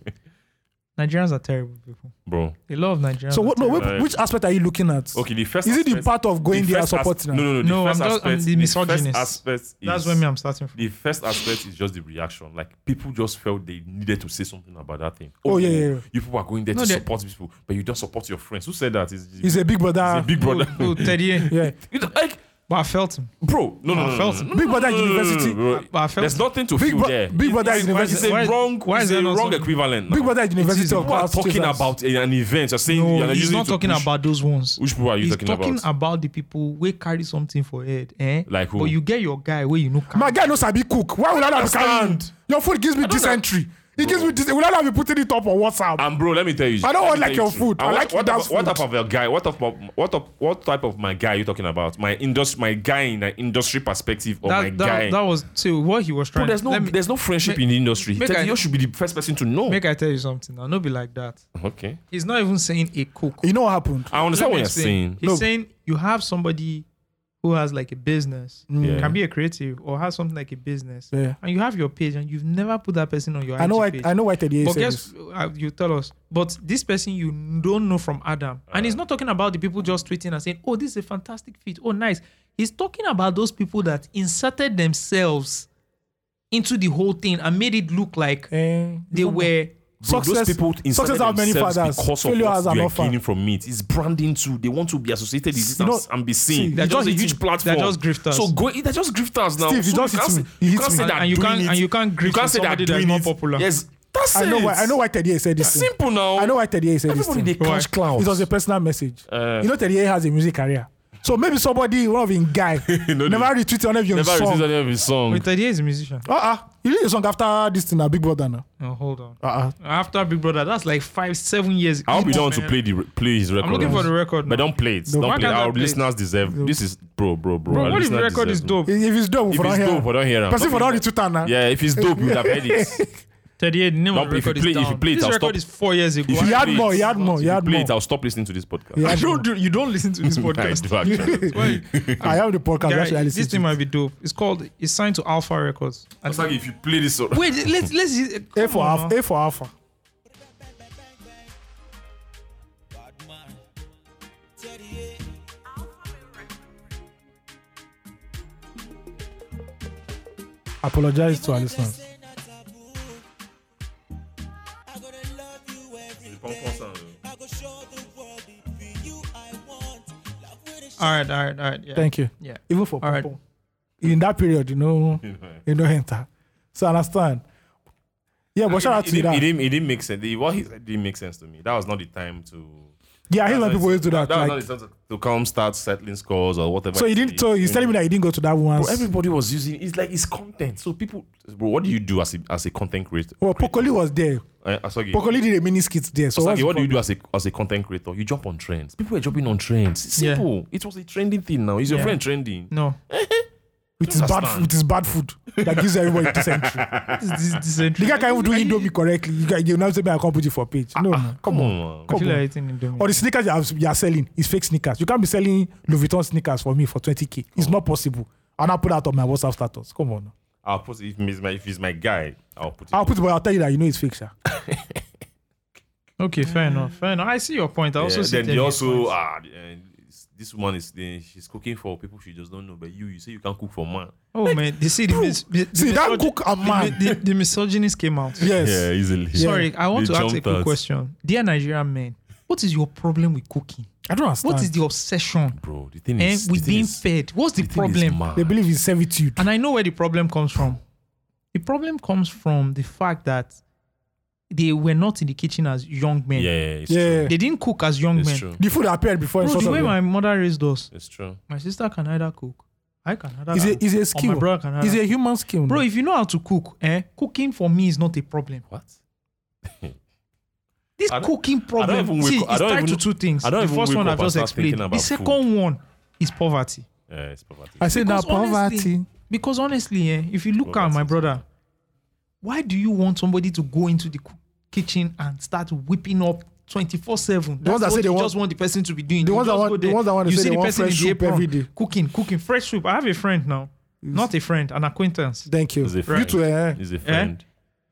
Nigerians are terrible people.
bro.
A lot of Nigerians.
So
are
what? No,
terrible.
whi- which aspect are you looking at?
Okay, the first
Is it the
aspect-
part of going
the
there and
first as-
supporting? her?
No, no, no. The
No, I'm
first
just-
aspect,
I'm the misogynist.
first aspect
That's
is-
where me I'm starting from.
The first aspect is just the reaction. Like people just felt they needed to say something about that thing.
Oh, yeah, yeah, yeah.
You people are going there
No,
to
they-
support people, but you don't support your friends. Who said that? Is
He's a Big Brother.
big brother?
Oh, oh, Teddy. eh?
Yeah.
You know, like,
But I felt him.
bro, no, no,
I
no,
felt
no,
him.
no,
Big Brother
no, no, no, no,
University.
no, bro.
But I felt
There's nothing to
Big
feel
Bro-
there.
Big Brother
It's- it's-
University.
It's a
Why-
wrong.
why is
it's
there
a
not
wrong
something?
equivalent. now.
Big Brother University
It's-
of
People are
Christ
talking
Jesus.
about an event. You're saying
No,
you're
he's
using it
not
to
talking
push-
about those ones.
Which people are you
He's
talking
talking
about?
the people who carry something for head, eh?
Like who?
But you get your guy where you know.
My guy knows I be cook. Why would I not be
Understand.
carrying? Your food gives me
don't know.
dysentery. He gives me this. Will I not be putting it up on WhatsApp?
And bro, let me tell you.
I don't
let
want
me
like
tell you
your food.
And
I
what-
like
what,
that
type of- what
food.
type of your guy? What type of what of, what type of my guy are you talking about? My industry, my guy in an industry perspective, or Oh my
That,
guy.
that, that was so what he was trying.
Bro, there's no
let me,
there's no friendship in the industry.
make I-
You should be the first person to know.
make I tell you something. I'll not be like that.
Okay,
He's not even saying a cook.
You know what happened?
I
Let
understand
me
what you're
explain.
saying.
He's
No.
saying you have somebody who has like a business,
Yeah.
can be a creative or has something like a business,
Mm. Yeah.
and you have your page and you've never put that person on your
I know.
IG
Why,
page.
I know why Teddy
but
said
guess
this.
uh, you tell us. But this person you don't know from Adam, and he's not talking about the people just tweeting and saying, "Oh, this is a fantastic fit. Oh, nice." He's talking about those people that inserted themselves into the whole thing and made it look like
Eh,
they were.
Bro,
Success-
those people inserted
success have many
themselves
fathers.
because of
Failure
what
has an
you are
offer.
gaining from it. It's branding too. They want to be associated with it
You
and,
know-
and be
see,
seen.
you
they're
just
just a
hit
huge
me.
platform.
They're just grifters.
So go, they're just grifters now.
Steve, you
so
just
can't
hit
say-
me. You
You
hit
can't
me.
say
And-
that
and you
doing
can't-
it.
and you can't grift with
say they're
somebody that is
doing
not
it.
popular.
Yes, that's
I know
it.
why. I know why Teddy said this. thing.
Simple now.
I know why Teddy said this.
Everybody
thing.
they
Why?
catch clouds.
It was a personal message.
Uh.
you know, Teddy has a music career. So maybe somebody, one of his guy,
No,
never retweeted one of your
never
song.
released any of his song.
With idea is a musician.
Uh-uh. You did a song after this thing, now, Big Brother now.
Oh, hold on.
Uh-uh.
After Big Brother, that's like five, seven years.
I hope you
ago,
don't want to
man.
play the play his record.
I'm looking for the record.
But
now.
don't play it.
No.
Why
Don't play it.
can't I
Our
play it?
listeners deserve. This is bro, bro, bro.
Bro,
Our
what if the
listeners
record is
deserve-
dope?
If it's dope,
If
for
it's
don't hear.
dope, I don't hear. am.
Person for
Talking
not retweet now.
Yeah, if it's dope, you would have heard it.
Thirty-eight. the name
No,
of the
if you
record
play-
is
if you
down.
play it,
this
I'll
record
stop.
is four years ago.
If
I
He
you
had
play
more.
it,
He had more. He
If you
had
play
more.
it, I'll stop listening to this podcast.
Yeah.
I don't do, you don't listen to this
I
podcast.
do actually.
Why?
I have the podcast.
Guy,
Yeah, actually, I listen
this
to
thing
it.
might be dope. It's called. It's signed to Alpha Records. And-
It's like if you play this. song-
wait, let's let's.
A
come
for
on
Alpha.
now.
A for Alpha. Apologize to our listeners.
All right, all right, all right. Yeah.
Thank you.
Yeah.
Even for
All right.
Popo. In that period, you know, you know, enter. So understand. Yeah, but shout out
It
to you
didn't- It
that.
didn't. It didn't make sense. The- What he said didn't make sense to me. That was not the time to.
Yeah, I hate when people used to do that.
That was
like,
not the time to- to come start settling scores or whatever.
so you
it
didn't.
is,
So
you
he's telling
know.
me that he didn't go to that one.
Bro, everybody was using it's like it's content. So people, bro, what do you do as a as a content creator?
Well, Pokoli was there.
Uh, Asagi,
Pokoli did a mini skit there. So what's
Asagi,
the
what do you do as a as a content creator? You jump on trends. People were jumping on trends. It's
Yeah.
Simple. It was a trending thing. Now is your
Yeah.
friend trending?
No,
with his bad
understand.
with his bad food that gives everybody dysentery.
this, this, this
The guy can't even do Indomie correctly. You guys, you now say me I can't put it for page.
Ah,
No, man.
Come on, man.
I
Come
feel
on.
like eating Indomie.
Or the sneakers you are, you are selling is fake sneakers. You can't be selling Louis Vuitton sneakers for me for 20k. It's not possible. And I'll put that on my WhatsApp status. Come on.
I'll put if he's my if he's my guy, I'll put it.
I'll put it, but I'll tell you that you know it's fake, sha.
Okay, fair enough. Fair enough. I see your point. I
Yeah,
also see
then they
Demi's
also
point.
ah, eh, it's- this woman is eh, she's cooking for people she just don't know. But you, you say you can't cook for man.
Oh man, they see the, mis- the, the
See, that
misogy-
cook a
the-
man.
The, the misogynist came out.
Yes.
easily.
Sorry, I want
They
to ask a
jumped
quick
us.
question. Dear Nigerian men, what is your problem with cooking?
I don't understand.
What is the obsession
bro. The thing
eh,
is, the
with
thing
being
is,
fed? What's the,
the thing is
problem?
mad.
They believe it's servitude.
And I know where the problem comes from. The problem comes from the fact that they were not in the kitchen as young men.
Yeah, it's
Yeah.
true.
They didn't cook as young men.
It's true.
The food appeared before in
Bro,
front
the
of
way
them.
my mother raised us,
It's true.
my sister can either cook. I can either
It's
cook,
a, it's a
Or my
skill.
brother can either
It's a human skill.
Bro, if you know how to cook, eh, cooking for me is not a problem.
What?
This
I don't-
cooking
I don't
problem
even
see,
wake
is
up- I don't
tied to
even-
two things.
I don't
The
even
first
wake
one
up
I've
and
just
start thinking
explained. The
about
second
food.
one is poverty.
Yeah, it's poverty.
I said that
Because honestly-
poverty.
Because honestly, eh, if you look at
Poverty
my
is-
brother, why do you want somebody to go into the coo- kitchen and start whipping up 24 7? That's
ones that
what
say they
you
want-
just want the person to be doing.
the
You
ones that
just
want-
go
the
there,
ones that want to
you
say
see
they
the
want
person in
fresh
the
soup
apron
every day.
Cooking, cooking, fresh soup. I have a friend now. Not a friend, an acquaintance.
Thank you.
It's a
You
friend.
too, eh?
It's a friend.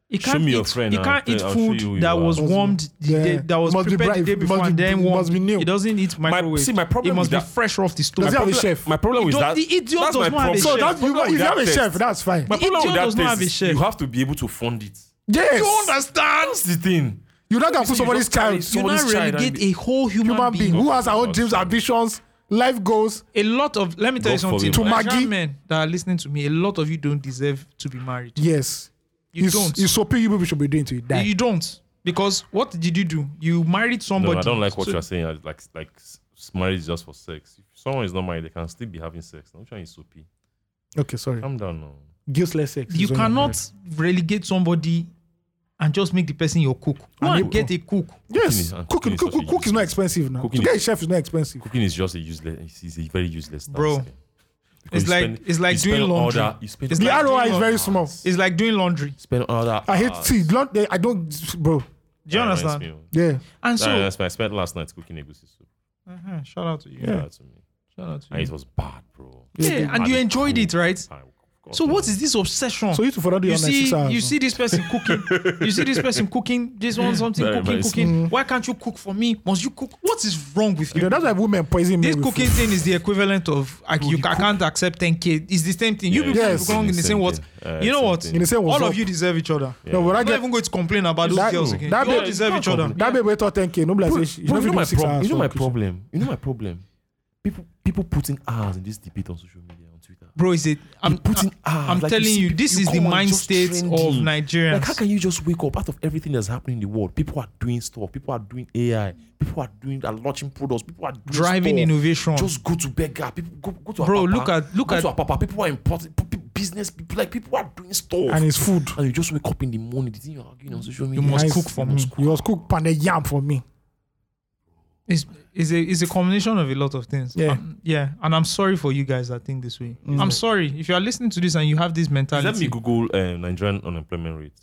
He
Show
can't
me
eat,
your friend
He
and
can't
I'll
eat
tell- I'll show you who
food
you
that
are.
was
Must-
warmed the
yeah.
day, that was
Must be
prepared
bright-
the day
must
before
be-
and then warmed.
must be new.
He doesn't eat microwave.
see, my problem
It must
with
be
that-
fresh off the stove.
Does he have a
problem-
chef?
My problem
He
is
don't-
that
the idiot
that's
does
my
not have a
problem.
chef.
So that's,
My
you,
problem
if you
with
have a
that
chef,
test-
that's fine.
My problem
idiot
with that
does not
test
have a
is
chef.
You have to be able to fund it.
Yes.
understand? That's the thing.
You're not going to
So
put
you
somebody's
don't carry
child,
you
somebody's
now
child and
relegate
be-
a whole human,
human being who has our own dreams, ambitions, life goals.
A lot of let me tell you
God forbid,
something.
To
Maggie.
Nigerian men that are listening to me, a lot of you don't deserve to be married.
Yes.
You
it's,
don't.
It's something you people should be doing to die.
You don't. Because what did you do? You married
No,
somebody.
I don't like what
So-
you're saying. I- Like, like s- marriage is just for sex. If someone is not married, they can still be having sex. Now, Which one is soapy?
okay, sorry.
Calm down now.
Guiltless sex.
Um, You
is only
cannot relegate somebody and just make the person your cook. Go
And
and,
it-
get a cook.
Yes,
is- and cooking
cooking,
is
cook,
such a
cook, cook is not
useless-
expensive now.
cooking
to
is-
get a chef is not expensive.
Cooking is just a useless. It's a very useless task.
Bro,
Because
it's
you
like-
spend-
it's like
you spend
doing
all
laundry.
that- you spend
It's
all
The
like
that-
ROI
doing
is
all-
very small.
It's like doing laundry.
spend all that.
I hate
hours.
tea. Don't I don't bro.
Do you
That reminds
understand?
me of-
Yeah.
that
And so,
reminds me, I spent last night cooking egusi soup.
uh-huh, shout out to you.
Yeah. To me.
Shout out to
And
you.
it was bad, bro. Ah,
Yeah, and you enjoyed it, right?
I- God,
So what is this obsession?
So you two for that do
you
online
see,
six hours.
you see this person cooking. you see this person cooking. This one something
Very
cooking,
nice.
cooking. Why can't you cook for me? Must you cook? What is wrong with you?
Yeah, that's why women poison
this
men with
cooking
food.
thing is the equivalent of like you, I can't accept 10k. It's the same thing. You
Yeah,
people
it's
belong in the same what?
thing. Uh,
you know
same
what?
thing.
In the same
All
was
of you deserve each other.
No, but I
I'm not
get
even going to complain about those
That-
girls again.
that
you all
bit-
deserve each other.
that baby thought 10k. No bless
Bro,
you.
bro,
don't
you know
fit
my
do six
problem.
hours
You know
for
my
kitchen.
problem. You know my problem. People people putting hours in this debate on social media on Twitter.
Bro, is it? I'm
putting hours.
I'm
Like, you
telling
see
you,
people-
this is
go
the
on,
mind
just
state of
trendy.
Nigerians.
Like, how can you just wake up out of everything that's happening in the world? People are doing stuff. People are doing AI. People are doing are launching products. People are doing
Driving
stuff.
innovation.
Just go to beggar. People go, go to
Bro,
Apapa.
look at- look
go
at-
to Apapa. People are important. p- p- Business people like people are doing stuff.
And it's food.
and you just wake up in the morning. The thing you're arguing on social media.
You must
Nice. Mm.
cook for
You
me.
must cook- You must cook pounded yam for
Mm.
me.
It's, it's, a, it's a combination of a lot of things.
Yeah.
Um, yeah. And I'm sorry for you guys that think this way.
Mm.
I'm sorry. If you are listening to this and you have this mentality.
Let me Google uh, Nigerian unemployment rates.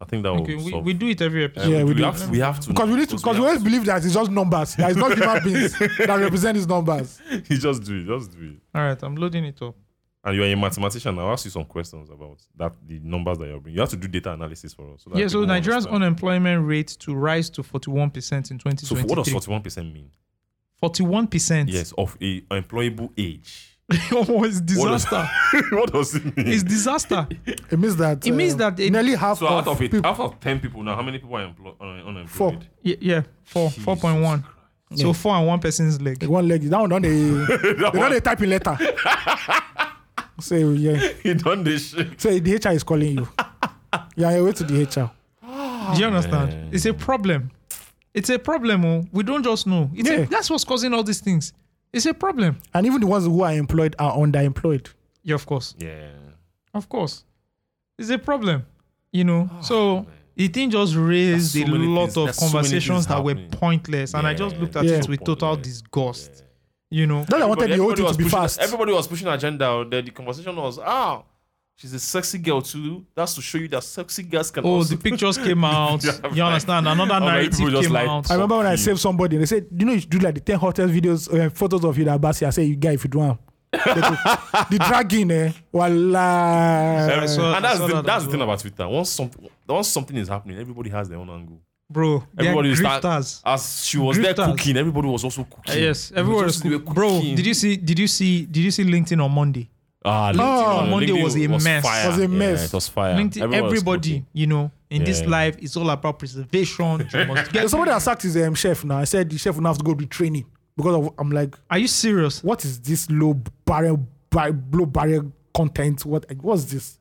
I think that will
Okay, we,
solve-
we do it every episode.
Uh,
Yeah, we
we,
do.
have to, we have to
Because we need to, because we always
have
believe that it's just numbers. That it's not human beings that represent these numbers.
to- just do it, just do it.
All right, I'm loading it up.
And you are a mathematician. I'll ask you some questions about that the numbers that you're bringing. You have to do data analysis for us. So that
yeah, so
people
Nigeria's
understand.
unemployment rate to rise to 41% in 2023.
So for what does forty one percent mean?
41%?
Yes, of a employable age.
oh,
What does-
it's disaster.
what does it mean?
it's disaster.
It means that um,
It means that it-
nearly half
so
of,
out of it,
people,
out of ten people now, how many people are employed, un- unemployed?
Yeah, yeah 4, 4.1. So 4 and 1 person's leg.
the one leg is down on the
That
they
one-
don't they type in letter. so yeah,
he done this shit.
so the HR is calling you. Yeah, you wait to the HR.
Do you
Oh,
understand? It's a problem. It's a problem. Oh. We don't just know. It's a,
Yeah.
that's what's causing all these things. It's a problem.
And even the ones who are employed are underemployed.
Yeah, of course.
Yeah.
Of course. It's a problem. You know? so it didn't just raised
There's
a
Oh, so many
lot
things-
of
there's so many
conversations
things
that were
happening.
pointless. And I just
Yeah.
looked at
Yeah.
it with total
Pointless.
disgust. You know?
Not that I wanted the whole
Everybody
thing
was
to be
pushing-
fast.
Everybody was pushing agenda. out there. The conversation was, ah, she's a sexy girl too. That's to show you that sexy girls can.
Oh,
also
the pictures came out.
Yeah,
you understand? Another
many
narrative
people just
came
like-
out.
I remember when I
Fuck you.
saved somebody, they said, "You know, you should do like the ten hottest videos, uh, photos of you that Basi." I say, "You guy, if you do one." the dragging, eh?
Sorry,
Voila.
sorry. saw-
and
I
that's
saw
the,
that
that's
as
the thing
well.
about Twitter. Once something once something is happening, everybody has their own angle.
Bro, they're
Everybody start-
grifters.
as she was there
Grifters.
cooking, everybody was also
Uh,
cooking.
yes,
They
everyone
just-
was
they were
cool. Bro,
cooking.
did you see did you see did you see LinkedIn on Monday?
Ah, LinkedIn
Oh,
on-
Monday
LinkedIn
was a mess.
fire.
Was a
Yeah,
mess.
it was fire.
LinkedIn,
Everyone was
everybody,
cooking.
you know, in this
Yeah.
life, it's all about preservation. You must get-
There's somebody that sacked his um, chef now. I said the chef will now have to go retraining because of, I'm like,
Are you serious?
what is this low barrel, bar, low barrel content? What what's this?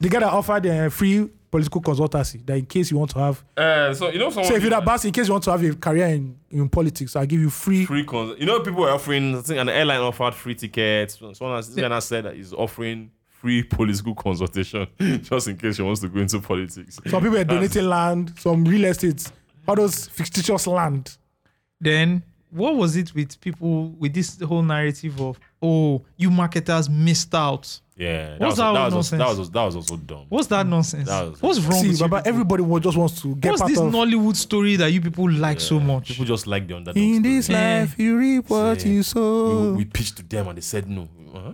The guy that offered uh, free political consultancy that in case you want to have,
Uh, so you know someone.
so if you're that boss, in case you want to have a career in, in politics, I give you free.
free cons- you know people were offering. I think an airline offered free tickets. Someone has, this guy now said that he's offering free political consultation just in case she wants to go into politics.
Some people are donating land, some real estates, all those fictitious land.
Then what was it with people with this whole narrative of oh you marketers missed out?
Yeah, that
What's
was,
that
that, was also, that
nonsense?
was that was also dumb.
What's that nonsense?
That was-
What's wrong
See,
with you
Baba,
people?
everybody wa- just wants to get
What's
part
this
of.
Nollywood story that you people like so much?
People just like the underdog.
in
story.
this
Eh.
life, you reap what
Yeah.
you
we,
sow.
we pitched to them and they said no. Huh?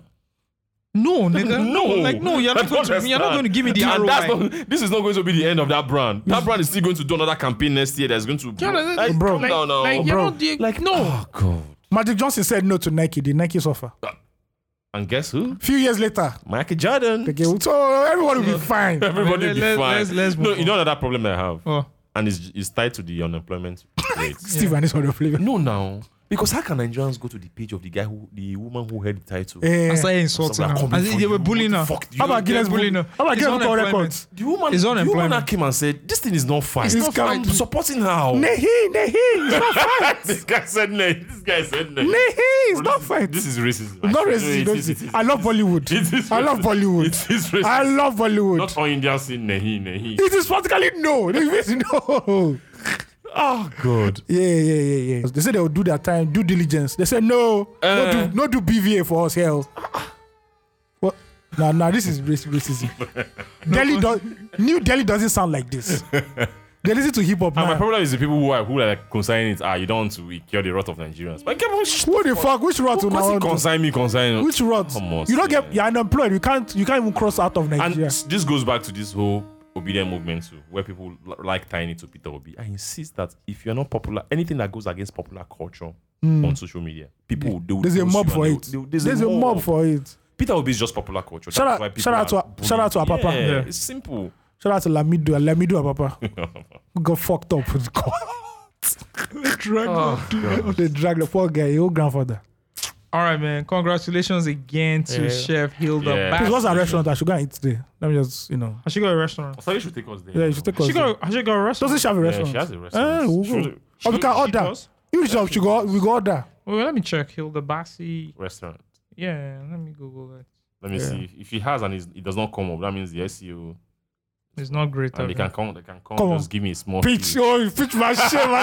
No, nigga,
no,
like no, you're
I
not going
don't
to, you're not
understand.
going to give me the
And that's
ROI.
not- this is not going to be the end of that brand. That brand is still going to do another campaign next year. That's going to
Yeah, like-
Like,
Bro.
come down now.
Like, you're
Bro.
not, you- no,
oh god.
Magic Johnson said no to Nike. The Nike suffer.
And guess who?
Few years later,
Michael Jordan.
they gave, so everyone will be fine.
Everybody
Let-
be
let-
fine.
let's- let's
no,
move
you know another problem I have,
Oh,
and it's, it's tied to the unemployment rate.
Steve and this one of living.
no, now
Because how can Nigerians go to the page of the guy who the woman who held the title?
I
Eh,
started insulting
Some are
her.
coming
And
for
they were
you.
bullying her.
Fuck you.
how about Guinness
They're bullying
Book?
her.
How about
It's
Guinness Book of
unemployment.
Records?
The woman,
It's
the woman
unemployment.
that came and said, "This thing is not fine.
It's
not fine.
scam.
I'm supporting her."
Nehi, Nehi, it's not fine.
this guy said nay. This guy said nay.
Nehi,
Bro,
it's not
this is-
fine.
This is racism.
Not
Actually,
racist.
it
don't
is,
you?
it is,
I
it
love
is. It
Bollywood.
is
I love
racist.
Bollywood.
It is racist.
I love Bollywood.
Not all Indians say nehi nehi.
It is practically no. It is no. Ah,
Oh God.
Yeah, yeah, yeah, yeah. They said they will do their time, due diligence. They said no,
Uh.
not, do, not do BVA for us, hell. What? Nah, nah, this is rac- racism. Delhi does, New Delhi doesn't sound like this. They listen to hip hop
And my
now.
problem is the people who are who are like consigning it. Ah, you don't want to cure the wrath of Nigerians. But come on, sh-
What the fuck? Which route
of course
now?
you consign me, consign.
Which route?
Come on,
You don't get.
man.
You're unemployed. You can't. You can't even cross out of
And
Nigeria.
s- this goes back to this whole obedient movement too, where people li- like tying it to Peter Obi. I insist that if you're not popular, anything that goes against popular culture on social media, people will do.
Hmm. There's a mob for it.
They, will-
There's a mob for it.
Peter Obi is just popular culture.
Shout
That's
out-
why people
shout out
are
to- shout out to
bullied.
Apapa.
Yeah,
Yeah.
It's simple.
Shout out to Lamido. Lamido, Papa.
Oh,
Who got fucked up. with God.
Oh.
they dragged the poor guy, your grandfather.
All right, man. Congratulations again to
Yeah.
Chef Hilda.
Yeah.
Bass.
Please, what's our restaurant? I should go and eat there. Let me just, you know.
Has she got a restaurant?
Sorry, should take us there.
Yeah, you should take us.
She
there.
got. Has she got a restaurant?
Doesn't she have a
Yeah,
restaurant?
she has a
Eh,
restaurant.
we'll go.
Should-
Or we
should-
can
she
order.
does?
You shop, she go, we go order.
Wait, let me check. Hilda Bassi.
Restaurant.
Yeah, let me Google that.
Let me
Yeah.
see. If he has and it's- it does not come up, that means the E SEO
It's not great.
and they
okay.
can come. They can come.
Come on.
just give me a small
Pitch,
fee.
oh, you pitch my shit, my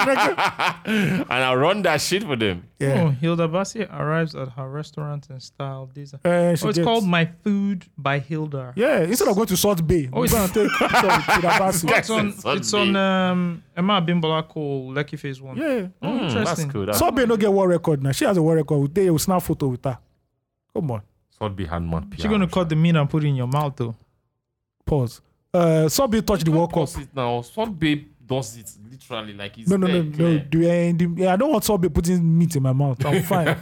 nigga.
and I'll run that shit for them.
Oh,
Yeah.
Hilda Bassi arrives at her restaurant in style. These are-
Uh, she
oh, it's
gets-
called My Food by Hilda.
Yeah, instead of going to Salt Bay,
Oh,
we're
it's-
going to take picture with Kidabasi.
Yeah.
It's on.
Sunday.
It's on. Um, Emma Bimbola Cole, Lucky Phase One.
Yeah.
Oh,
Hmm,
interesting.
That's cool. That's
Salt Bay no get world record now. She has a world record. We take- We'll snap photo with her. Come on.
Salt Bay had mad
She's gonna cut the meat and put it in your mouth though.
Pause. Uh, Salt Bay touched the World Cup.
Cup. It now. Salt Bay does it literally like it's
No, no, no,
there,
no.
clear.
Do, eh, the- yeah, I don't want Salt Bay putting meat in my mouth. I'm fine.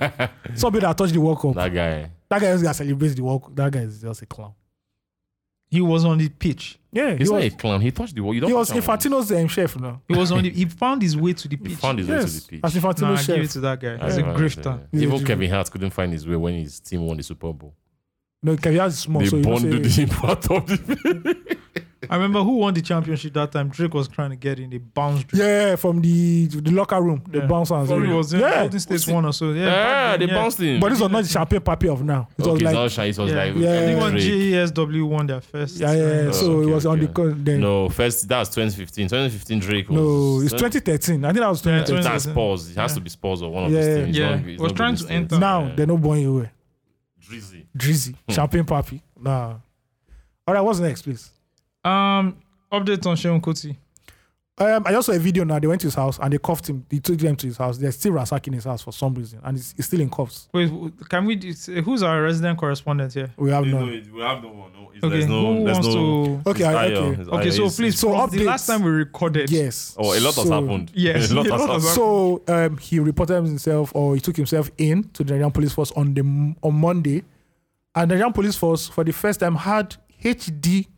Salt Bay that touched the World Cup.
That guy.
That guy is gonna celebrate the World Cup. That guy is just a clown.
He was on the pitch.
Yeah,
He's
he
not a
was,
clown. He touched the wall. You don't
he was
touch that one.
Infantino's um, chef now.
He was on the. He found his way to the pitch.
He found his way
Yes,
to the
as
pitch.
Infantino's
Nah, give it
chef.
to that guy. He's
I
a
know, I
grifter.
know.
Yeah.
Even Kevin Hart couldn't find his way when his team won the Super Bowl.
No, Kevin Hart is small,
they
so you know,
bonded
say-
him out of the.
I remember who won the championship that time. Drake was trying to get in. They bounced. Drake.
yeah, from the the locker room, the
Yeah.
bouncer. and
Sorry,
everything.
was in
yeah,
Golden State one or so. Yeah,
yeah,
back
they
then, yeah.
bounced him.
but this was not the champagne party of now. It was
okay,
like
so Shai was
yeah.
like,
Yeah.
I think
yeah,
when GESW E won their first.
yeah, yeah.
Oh,
so it
okay,
was on the
okay.
co- then. No,
No, first that's 2015. 2015 Drake. was,
it's 2013. I think that was
Yeah,
2013.
That's
2013.
Spurs. It has to be Spurs or one of
Yeah.
these things.
Yeah.
It's not- it's
Was
not
trying
good
to
things.
enter.
now
Yeah.
they're not born away.
Drizzy.
Drizzy,
Hmm.
champagne party. Nah. All right, what's next, please?
Um, update on Sheon Kuti.
Um, I just saw a video now. They went to his house and they cuffed him. They took them to his house. They're still ransacking his house for some reason, and he's, he's still in cuffs.
Wait, wh- can we? do- Who's our resident correspondent here?
We have
No,
none.
it- we have no one. No, it's-
Okay,
there's no,
who
there's
wants
no,
to?
Okay,
it's
I-
Ayo,
okay.
it's
Okay,
Ayo,
so
it's-
please,
so
from the
updates.
last time we recorded.
Yes.
Oh, a lot has
So-
happened.
Yes,
a lot
a lot
has
has
happened.
So um, he reported himself, or he took himself in to the Nigerian Police Force on the on Monday, and the Nigerian Police Force for the first time had HD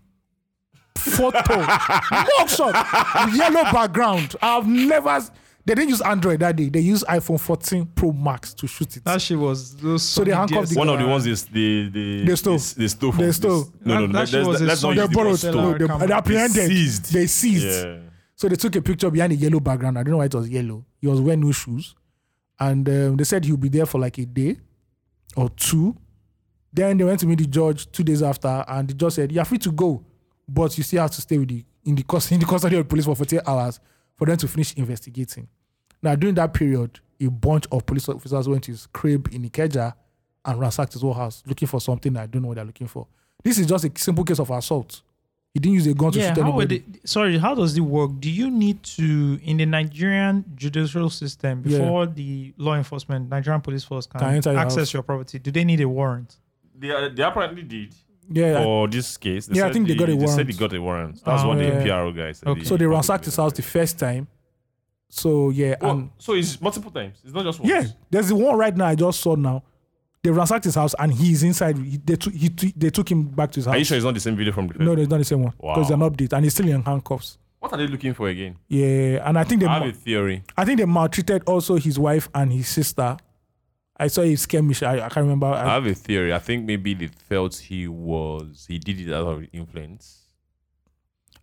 photo mugshot with yellow background. I've never. s- They didn't use Android that day. They used iPhone 14 Pro Max to shoot it.
That shit was those.
So they handcuffed the
One of the ones is the the
They stole.
They stole. from
They
this-
stole.
No, no,
That-
no.
that shit
let's-
was a
let's not
song.
they
use the word
borrowed.
Stella
stole.
no, They,
Cameron.
they apprehended.
They seized.
They seized.
Yeah.
So they took a picture behind a yellow background. I don't know why it was yellow. He was wearing no shoes. And um, they said he'll be there for like a day or two. Then they went to meet the judge two days after, and the judge said, You're free to go, but you still have to stay with the in the custody, in the custody of the police for 48 hours for them to finish investigating. Now, during that period, a bunch of police officers went to his crib in Ikeja and ransacked his whole house looking for something. I don't know what they're looking for. This is just a simple case of assault. He didn't use a gun to
Yeah,
shoot
how were
anybody.
they, sorry, how does it work? Do you need to in the Nigerian judicial system
Yeah.
before the law enforcement, Nigerian police force can,
Can enter your
access
house.
your property? Do they need a warrant?
They, are- they apparently did
yeah, I-
for this case.
Yeah, I
said
think they got a
They said
warrant.
they got a warrant. That's
Ah,
what
yeah.
the PRO guy said.
Okay.
The-
So they ransacked his house the first time. So yeah,
Well,
and
so it's multiple times. It's not just once.
yeah, there's the one right now I just saw now. They ransacked his house and he's inside. He- They took he took- they took him back to his house.
Are you sure it's not the same video from the
No, no, it's not the same one.
Wow.
Because it's an update and he's still in handcuffs.
What are they looking for again?
Yeah, and I think they
I
ma-
have a theory.
I think they maltreated also his wife and his sister. I saw a skirmish. I, I can't remember.
I
I,
have a theory. I think maybe they felt he was he did it out of influence.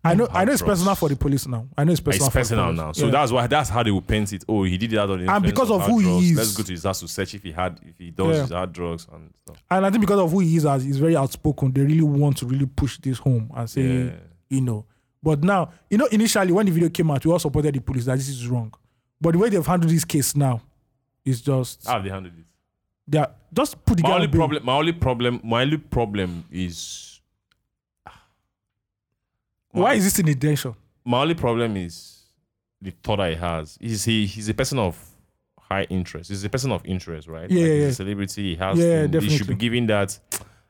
I know. I know it's
Hard drugs.
personal for the police now. I know it's
It's
personal. for the
personal
police.
now, so
Yeah.
that's why that's how they will paint it. Oh, he did it out of influence
because of
hard
who he
drugs.
is.
Let's go to his house to search if he had if he does
Yeah.
his hard drugs and stuff.
and I think because of who he is, as he's very outspoken, they really want to really push this home and say,
Yeah.
you know. But now, you know, initially when the video came out, we all supported the police that this is wrong. But the way they've handled this case now is just
How have they handled it?
they are, just put the guy
Ah. my
on
only
bail.
problem my only problem my only problem is
Why is this in detention?
my only problem is the thought I has. He's he he's a person of high interest. He's a person of interest, right?
Yeah,
Like,
yeah,
he's
yeah.
a celebrity. He has.
Yeah,
thing. He should
definitely.
be giving that.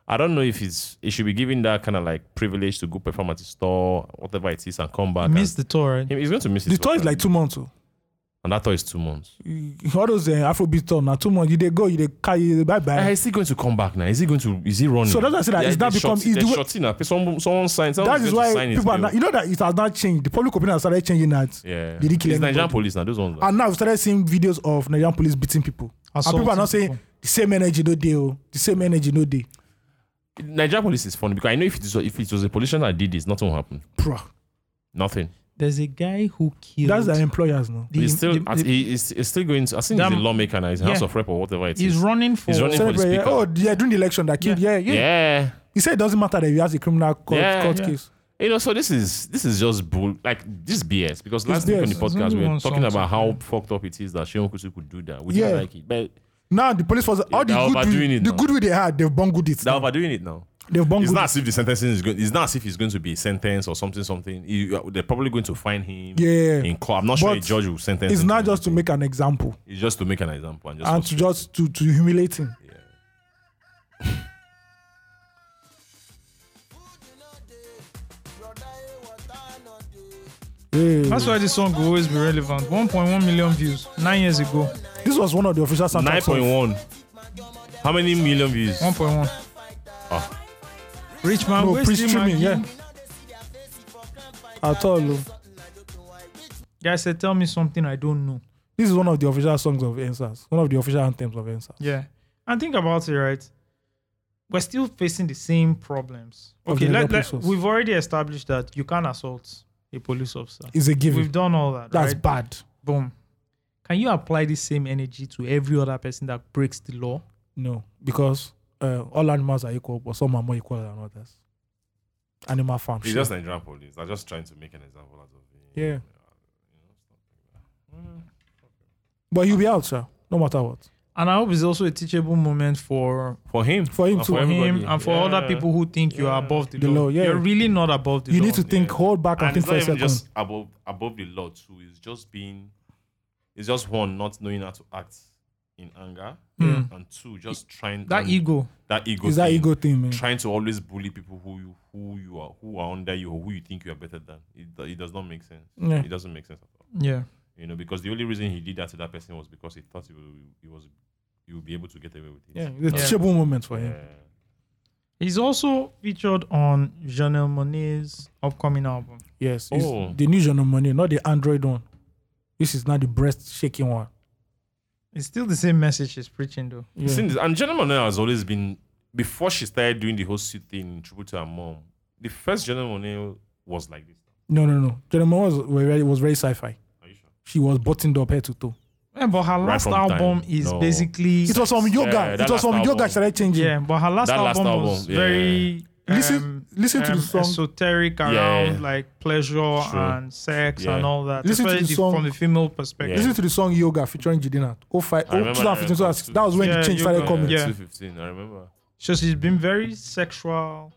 I don't know if it's. He should be giving that kind of like privilege to go perform at the store, whatever it is, and come back.
I missed
and,
the tour. Right?
He- he's going to miss
The
it.
tour is like two months. oh.
and that tour is two months.
All those uh, Afrobeat tour now two months. You they go, you they carry bye bye.
Uh, is he going to come back now? Is he going to? Is he running?
So that's why I said that it's now become- it's the way-
shorting up. Someone someone signed.
that
someone going
is
to
why
sign his
people are
bill.
not, you know that it has not changed. The public opinion has started changing that.
yeah.
Did he kill
It's Nigerian
anybody?
police now. Those ones. are-
And now we started seeing videos of Nigerian police beating people. and people are not saying
Assaulting
the same energy no day, oh, the same energy no day.
Nigerian police is funny because I know if it is if it was a politician that did this, nothing will happen.
Bruh.
Nothing.
There's a guy who killed.
That's their employers now.
the-
he's still
the-
at-
the-
he is he's still going to I think he's a
Damn.
lawmaker now, he's House
Yeah.
of Rep or whatever it is.
he's running for.
He's running for- the
Celebrate, yeah.
speaker.
Oh, yeah, during the election that killed. Yeah, yeah.
yeah.
He said it doesn't matter that he has a criminal court,
Yeah,
court
yeah.
case.
You know, so this is this is just bull like this BS because last week on the
BS.
podcast we
Everyone
were talking
sounds
about how
like-
fucked up it is that Sheon Kusu could do that. We didn't
Yeah.
like it. But
Now the police was all the
they're
good,
overdoing it
the
now.
good way they had, they've bungled it.
they're
now.
overdoing it now.
They've
It's
bungled
not
it.
as if the sentencing is going it's not as if it's going to be a sentence or something, something. You- they're probably going to find him
Yeah.
in court. I'm not sure
But
a judge will sentence
It's
him
not
to
just to make an example
it's just to make an example and just
and
for-
to just to, to humiliate him. Yeah.
That's why this song will always be relevant. 1.1 million views nine years ago.
This was one of the official
Nine
soundtracks.
point
of-
one. How many million views?
1.1.
Ah.
Rich man,
No,
wasting
pre streaming,
Maggi.
yeah. At all. oh.
Guy said, "Tell me something I don't know."
This is one of the official songs of NSAS. One of the official anthems of NSAS.
Yeah. And think about it, right? We're still facing the same problems.
Of
Okay,
the
let,
other
let-
police
we've already established that you can assault a police officer.
It's a
We've
given.
done all that.
That's
right?
bad.
Boom. Can you apply the same energy to every other person that breaks the law?
No, because uh, all animals are equal, but some are more equal than others. Animal farm.
It's
shit.
just Nigerian police. They're just trying to make an example out of him.
Yeah. But he'll be out, sir. No matter what.
And I hope it's also a teachable moment for
Oh, For him.
For him
And
too.
for him
everybody.
and for other
Yeah.
people who think you are above the,
The
law.
law, yeah.
You're really not above the
You
law.
need to think,
Yeah.
hold back and,
And
think
it's
for
not
a
even
second.
just above above the law too. It's just being it's just one not knowing how to act in anger.
Hmm.
And two, just trying
that
and
ego.
that ego
It's that
thing.
ego thing, man.
Trying to always bully people who you who you are who are under you or who you think you are better than. It, do- it does not make sense.
Yeah.
It doesn't make sense at all.
Yeah.
You know, because the only reason he did that to that person was because he thought he, will- he was he would be able to get away with it.
Yeah, the
Yeah.
teachable moment for him.
Yeah.
He's also featured on Janelle Monae's upcoming album.
Yes. it's
Oh.
The new genre money, not the Android one. This is not the breast shaking one.
It's still the same message he's preaching, though.
Yeah.
Since, and Jenna Monet has always been before she started doing the whole suit thing tribute to her mom. The first Jenna Monet was like this.
No, no, no. Gentleman was was very, was very sci-fi.
Are you sure?
She was buttoned up head to toe.
Yeah, but her last
from
album
time.
is
No.
basically
It was from yoga.
Yeah, that
it was
last
from yoga.
album.
she Started changing.
yeah, but her last
That last
album was
album, yeah.
very
Listen,
um,
listen to
um,
the song.
esoteric around
Yeah.
like pleasure
True.
and sex
Yeah.
and all that.
Listen to the
especially the-
song.
from the female perspective.
Listen to the song Yoga featuring Oh, Jidina. 05,
I remember
2015,
that.
2016. That was when
Yeah,
the change started
Yoga.
coming.
Yeah.
Two fifteen. I remember.
So she's been very sexual,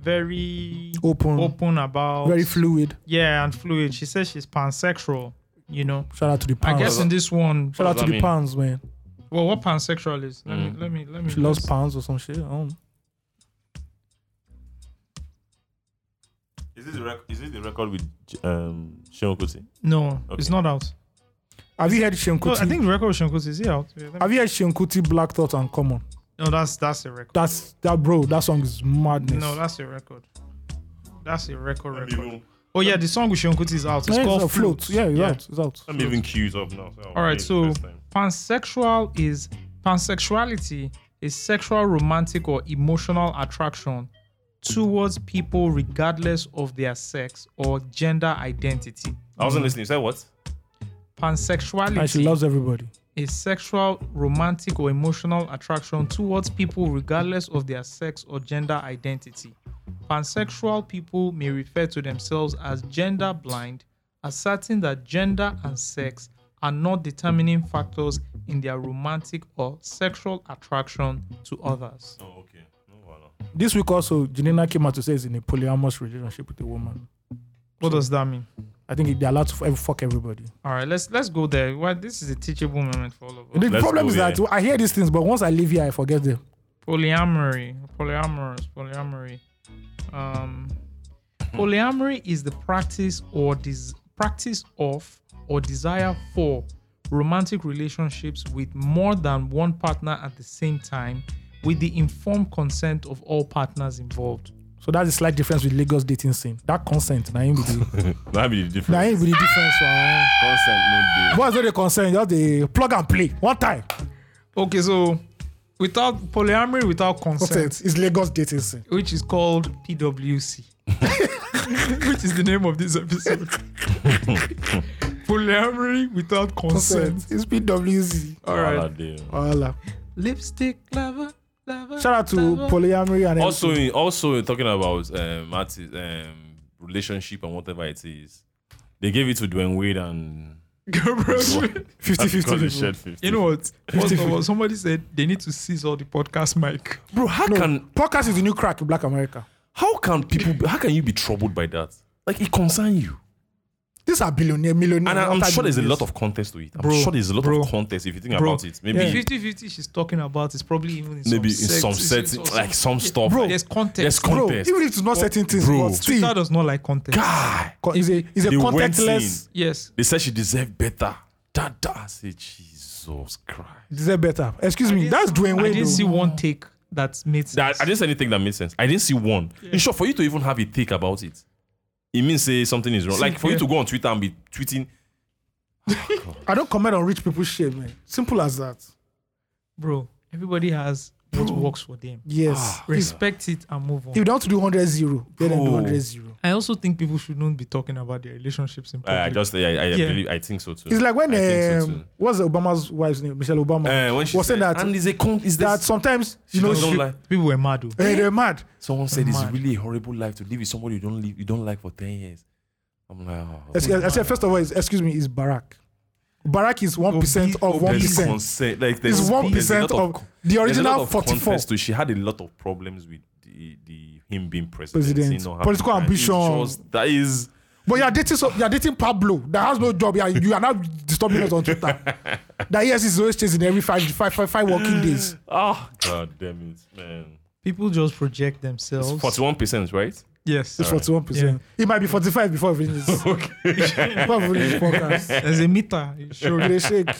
very
Open,
open about
very fluid.
yeah, and fluid. She says she's pansexual. You know,
Shout out to the
I
pans.
guess in this one,
Shout
What
out
does that
to the
mean?
pans, man.
well, what pansexual is? Let
Mm.
me let me let me.
She loves
let's-
pounds or some shit. I don't know.
Is this the record? Is this the record with um Sheon Kuti?
No, it's
Okay.
not out.
Have you heard Shem
No,
Kuti?
I think the record with Shankus is here out. Yeah, let me-
Have you heard Shem Kuti Black Thought and Common?
No, that's that's a record.
That's that bro. That song is madness.
No, that's a record. That's a record record. Oh yeah, the song with Sean Kuti is out. It's
Yeah,
called
a float. Yeah, it's out. It's out.
I'm even queued up now. So I'll
All
play
right,
it
so
first time.
pansexual is pansexuality is sexual, romantic, or emotional attraction towards people regardless of their sex or gender identity.
I wasn't listening. You said what?
And she
Pansexuality
loves everybody.
is sexual, romantic, or emotional attraction towards people regardless of their sex or gender identity. Pansexual people may refer to themselves as gender blind, asserting that gender and sex are not determining factors in their romantic or sexual attraction to others.
Oh, okay. No, wow.
This week also, Janina came out to say is in a polyamorous relationship with a woman.
What does that mean?
I think they're allowed to f- fuck everybody.
All right, let's let's go there. Well, this is a teachable moment for all of us.
The
Let's
problem
go
is that
here.
I hear these things, but once I leave here, I forget them.
polyamory polyamorous polyamory um polyamory is the practice or des- practice of or desire for romantic relationships with more than one partner at the same time with the informed consent of all partners involved
So that's a slight difference with Lagos dating scene. That consent, na him be the,
That'd be the
na
difference.
him be the difference. Uh,
Consent, no deal.
what's not the consent? Just the plug and play. One time.
okay so without polyamory without consent
Consent is Lagos dating scene.
which is called PWC, which is the name of this episode. Polyamory without consent.
Consent is PWZ.
All
Wala
right.
deal.
Voila.
Lipstick lover, lover.
Shout out to polyamory and
Also, in, also in talking about um, artist, um, relationship and whatever it is, they gave it to Dwayne Wade and
Gabriel Smith.
50
Colin
50.
Shedfield.
You know what? First of all, somebody said they need to seize all the podcast mic.
bro, how can
Podcast is the new crack in Black America.
how can people how can you be troubled by that? Like it concerns you,
These are billionaire, millionaire.
and I, am
after
sure there's a
billionaires.
lot of context to it. I'm
Bro,
sure there's a lot
bro,
of context if you think
bro.
about it. Maybe
50 50 she's talking about is probably even in
maybe in some
some sect-
setting,
it's-
like some stuff.
Bro,
There's
there's
context.
Bro,
context.
even if it's not certain things,
Bro.
but
Twitter
still,
does not like context.
God,
co- it's a, it's a
they went
contextless.
in.
Yes.
They said she deserved better. That that I say Jesus Christ.
Is that better? Excuse me, that's Dwayne
I
Wade.
didn't
though.
see one take that made sense.
That- I didn't say anything that made sense. I didn't see one. In short, for you to even have a take about it, it means say something is wrong. Like for you to go on Twitter and be tweeting,
I don't comment on rich people's shit, man. Simple as that.
bro, everybody has what works for them.
Yes. It's-
Respect it and move
if you
on.
don't want to do 100 0, then do
Bro.
100 0.
I also think people should not be talking about their relationships in public.
I I uh, just I, I
Yeah.
believe I think so too.
It's like when,
I think so
um,
too.
what's Obama's wife's name? Michelle Obama.
Uh, when she
was saying
said-
Eh, that,
and is a con- is
that
this,
sometimes, you
she
know,
doesn't
she-
like-
people were mad. though.
eh, they're mad.
Someone said it's
Mad.
really a horrible life to live with somebody you don't live you don't like for ten years. I'm like, oh,
I said, I said, first of all, is, excuse me, is Barack. Barack is 1% of
there's
1%.
consent. Like there's
Is
there's a
1%
lot
of the
there's a lot
original
of
44.
context To it. she had a lot of problems with the, the him being president.
President.
you know, having-
Political
and it's
ambition.
just- that is
But you're dating, so, you're dating Pablo that has no job. You are, you are now disturbing us on Twitter. that yes is always chasing every five, five, five, five working days.
oh god damn it, man.
People just project themselves.
Forty one percent, right?
Yes.
It's 41%. It might be 45 before we finish this. Before we finish this podcast.
As a meter, it
Sure,
showed.
they shake.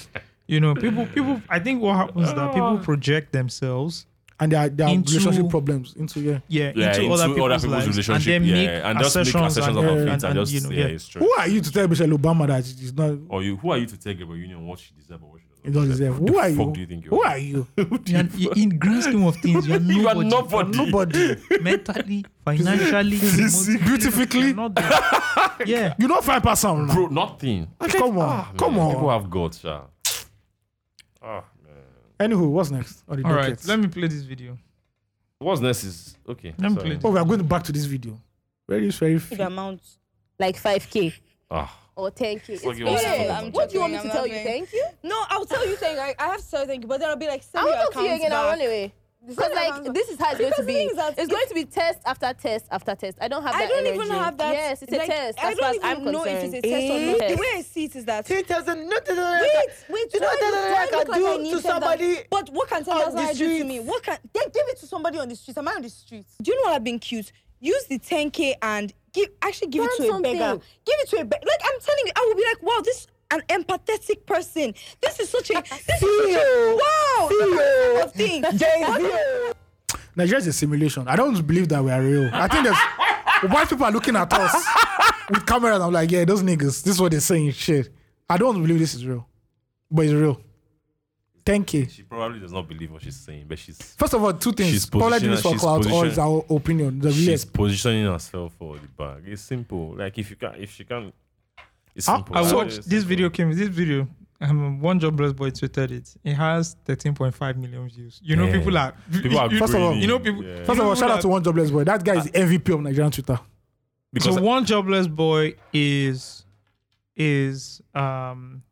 you know, people, people. I think what happens is that
Oh.
people project themselves,
And there are, there are
Into-
relationship problems. Into, yeah.
yeah,
Yeah,
into, other people's, lives,
relationship,
and then
yeah,
make
and just make assertions
and,
about it,
and,
and,
and,
just
you know,
yeah,
yeah.
it's true.
Who are you to tell Michelle Obama that she's not,
Or you, who are you to take about union what she deserves or what she
she
doesn't
doesn't
deserve?
deserve?
The
Who are
fuck
you?
do you think you
Who
are?
are you?
And in grand scheme of things, you are nobody.
You are nobody.
Nobody.
mentally, financially, emotionally,
Beautifully.
you're not there. yeah.
You don't find person. now.
Bro, nothing.
Come on.
Ah,
Come
man,
on.
People have got sha. Ah, man.
Anywho, what's next? On the
All right,
docket?
let me play this video.
What's next is okay.
Let me
sorry.
play this.
oh, we are going back to this video. Very, very.
big amount, like 5K
Ah,
or 10K. It's
like you want
painful.
to-
I'm
what do you want me to
joking,
tell
I'm
you?
laughing.
Thank you?
No, I'll tell you things. I, I have to tell you things, but then I'll be like,
I
send
will
your
talk to you
accounts
again. I'll
back.
run away. Because
Send your
like
accounts
this is how it's going
Because
to
the
be.
thing is that
It's
if-
going to be test after test after test. I don't have that
I don't even
energy.
have that.
Yes, it's a
like,
test.
I
As far
don't
as
even
I'm
know
concerned.
if it's a test or not. The
Yes.
way I see it is that.
Ten thousand, not ten thousand.
Wait, wait,
you know
why do- why
that I
look
can
like I
do
need
to
10,000?
somebody.
But what can
on
tell
the
us do to
street?
me? What can then give it to somebody on the street? Am I on the street? Do you know what I've been cute? Use the 10k and give actually give it
Find
to a beggar.
something.
Give it to a beggar. Like I'm telling you, I will be like, wow, this an empathetic person. This is such a this is such a wow kind of thing.
Nigeria is a simulation. I don't believe that we are real. I think there's white people are looking at us. with cameras. I'm like, yeah, those niggas, this is what they're saying. Shit. I don't want to believe this is real, but it's real. 10K.
She probably does not believe what she's saying, but she's
First of all, two things.
She's
Paula did
positioning-
this for
she's
clout or
positioning-
is our opinion. The
she's
real.
positioning herself for the bag. It's simple. Like if you can, if she can, it's
I-
simple.
Ah, I
It's
watched
simple.
this video came. This video, um, one jobless boy tweeted it. It has 13.5 million views. You know,
Yeah.
people are.
People are
you,
First of all-
greedy.
you know, people.
Yeah.
you
First
know Ah.
of all,
people
shout out
are-
to one jobless boy. That guy is MVP of Nigerian Twitter.
Because
So one jobless boy is is um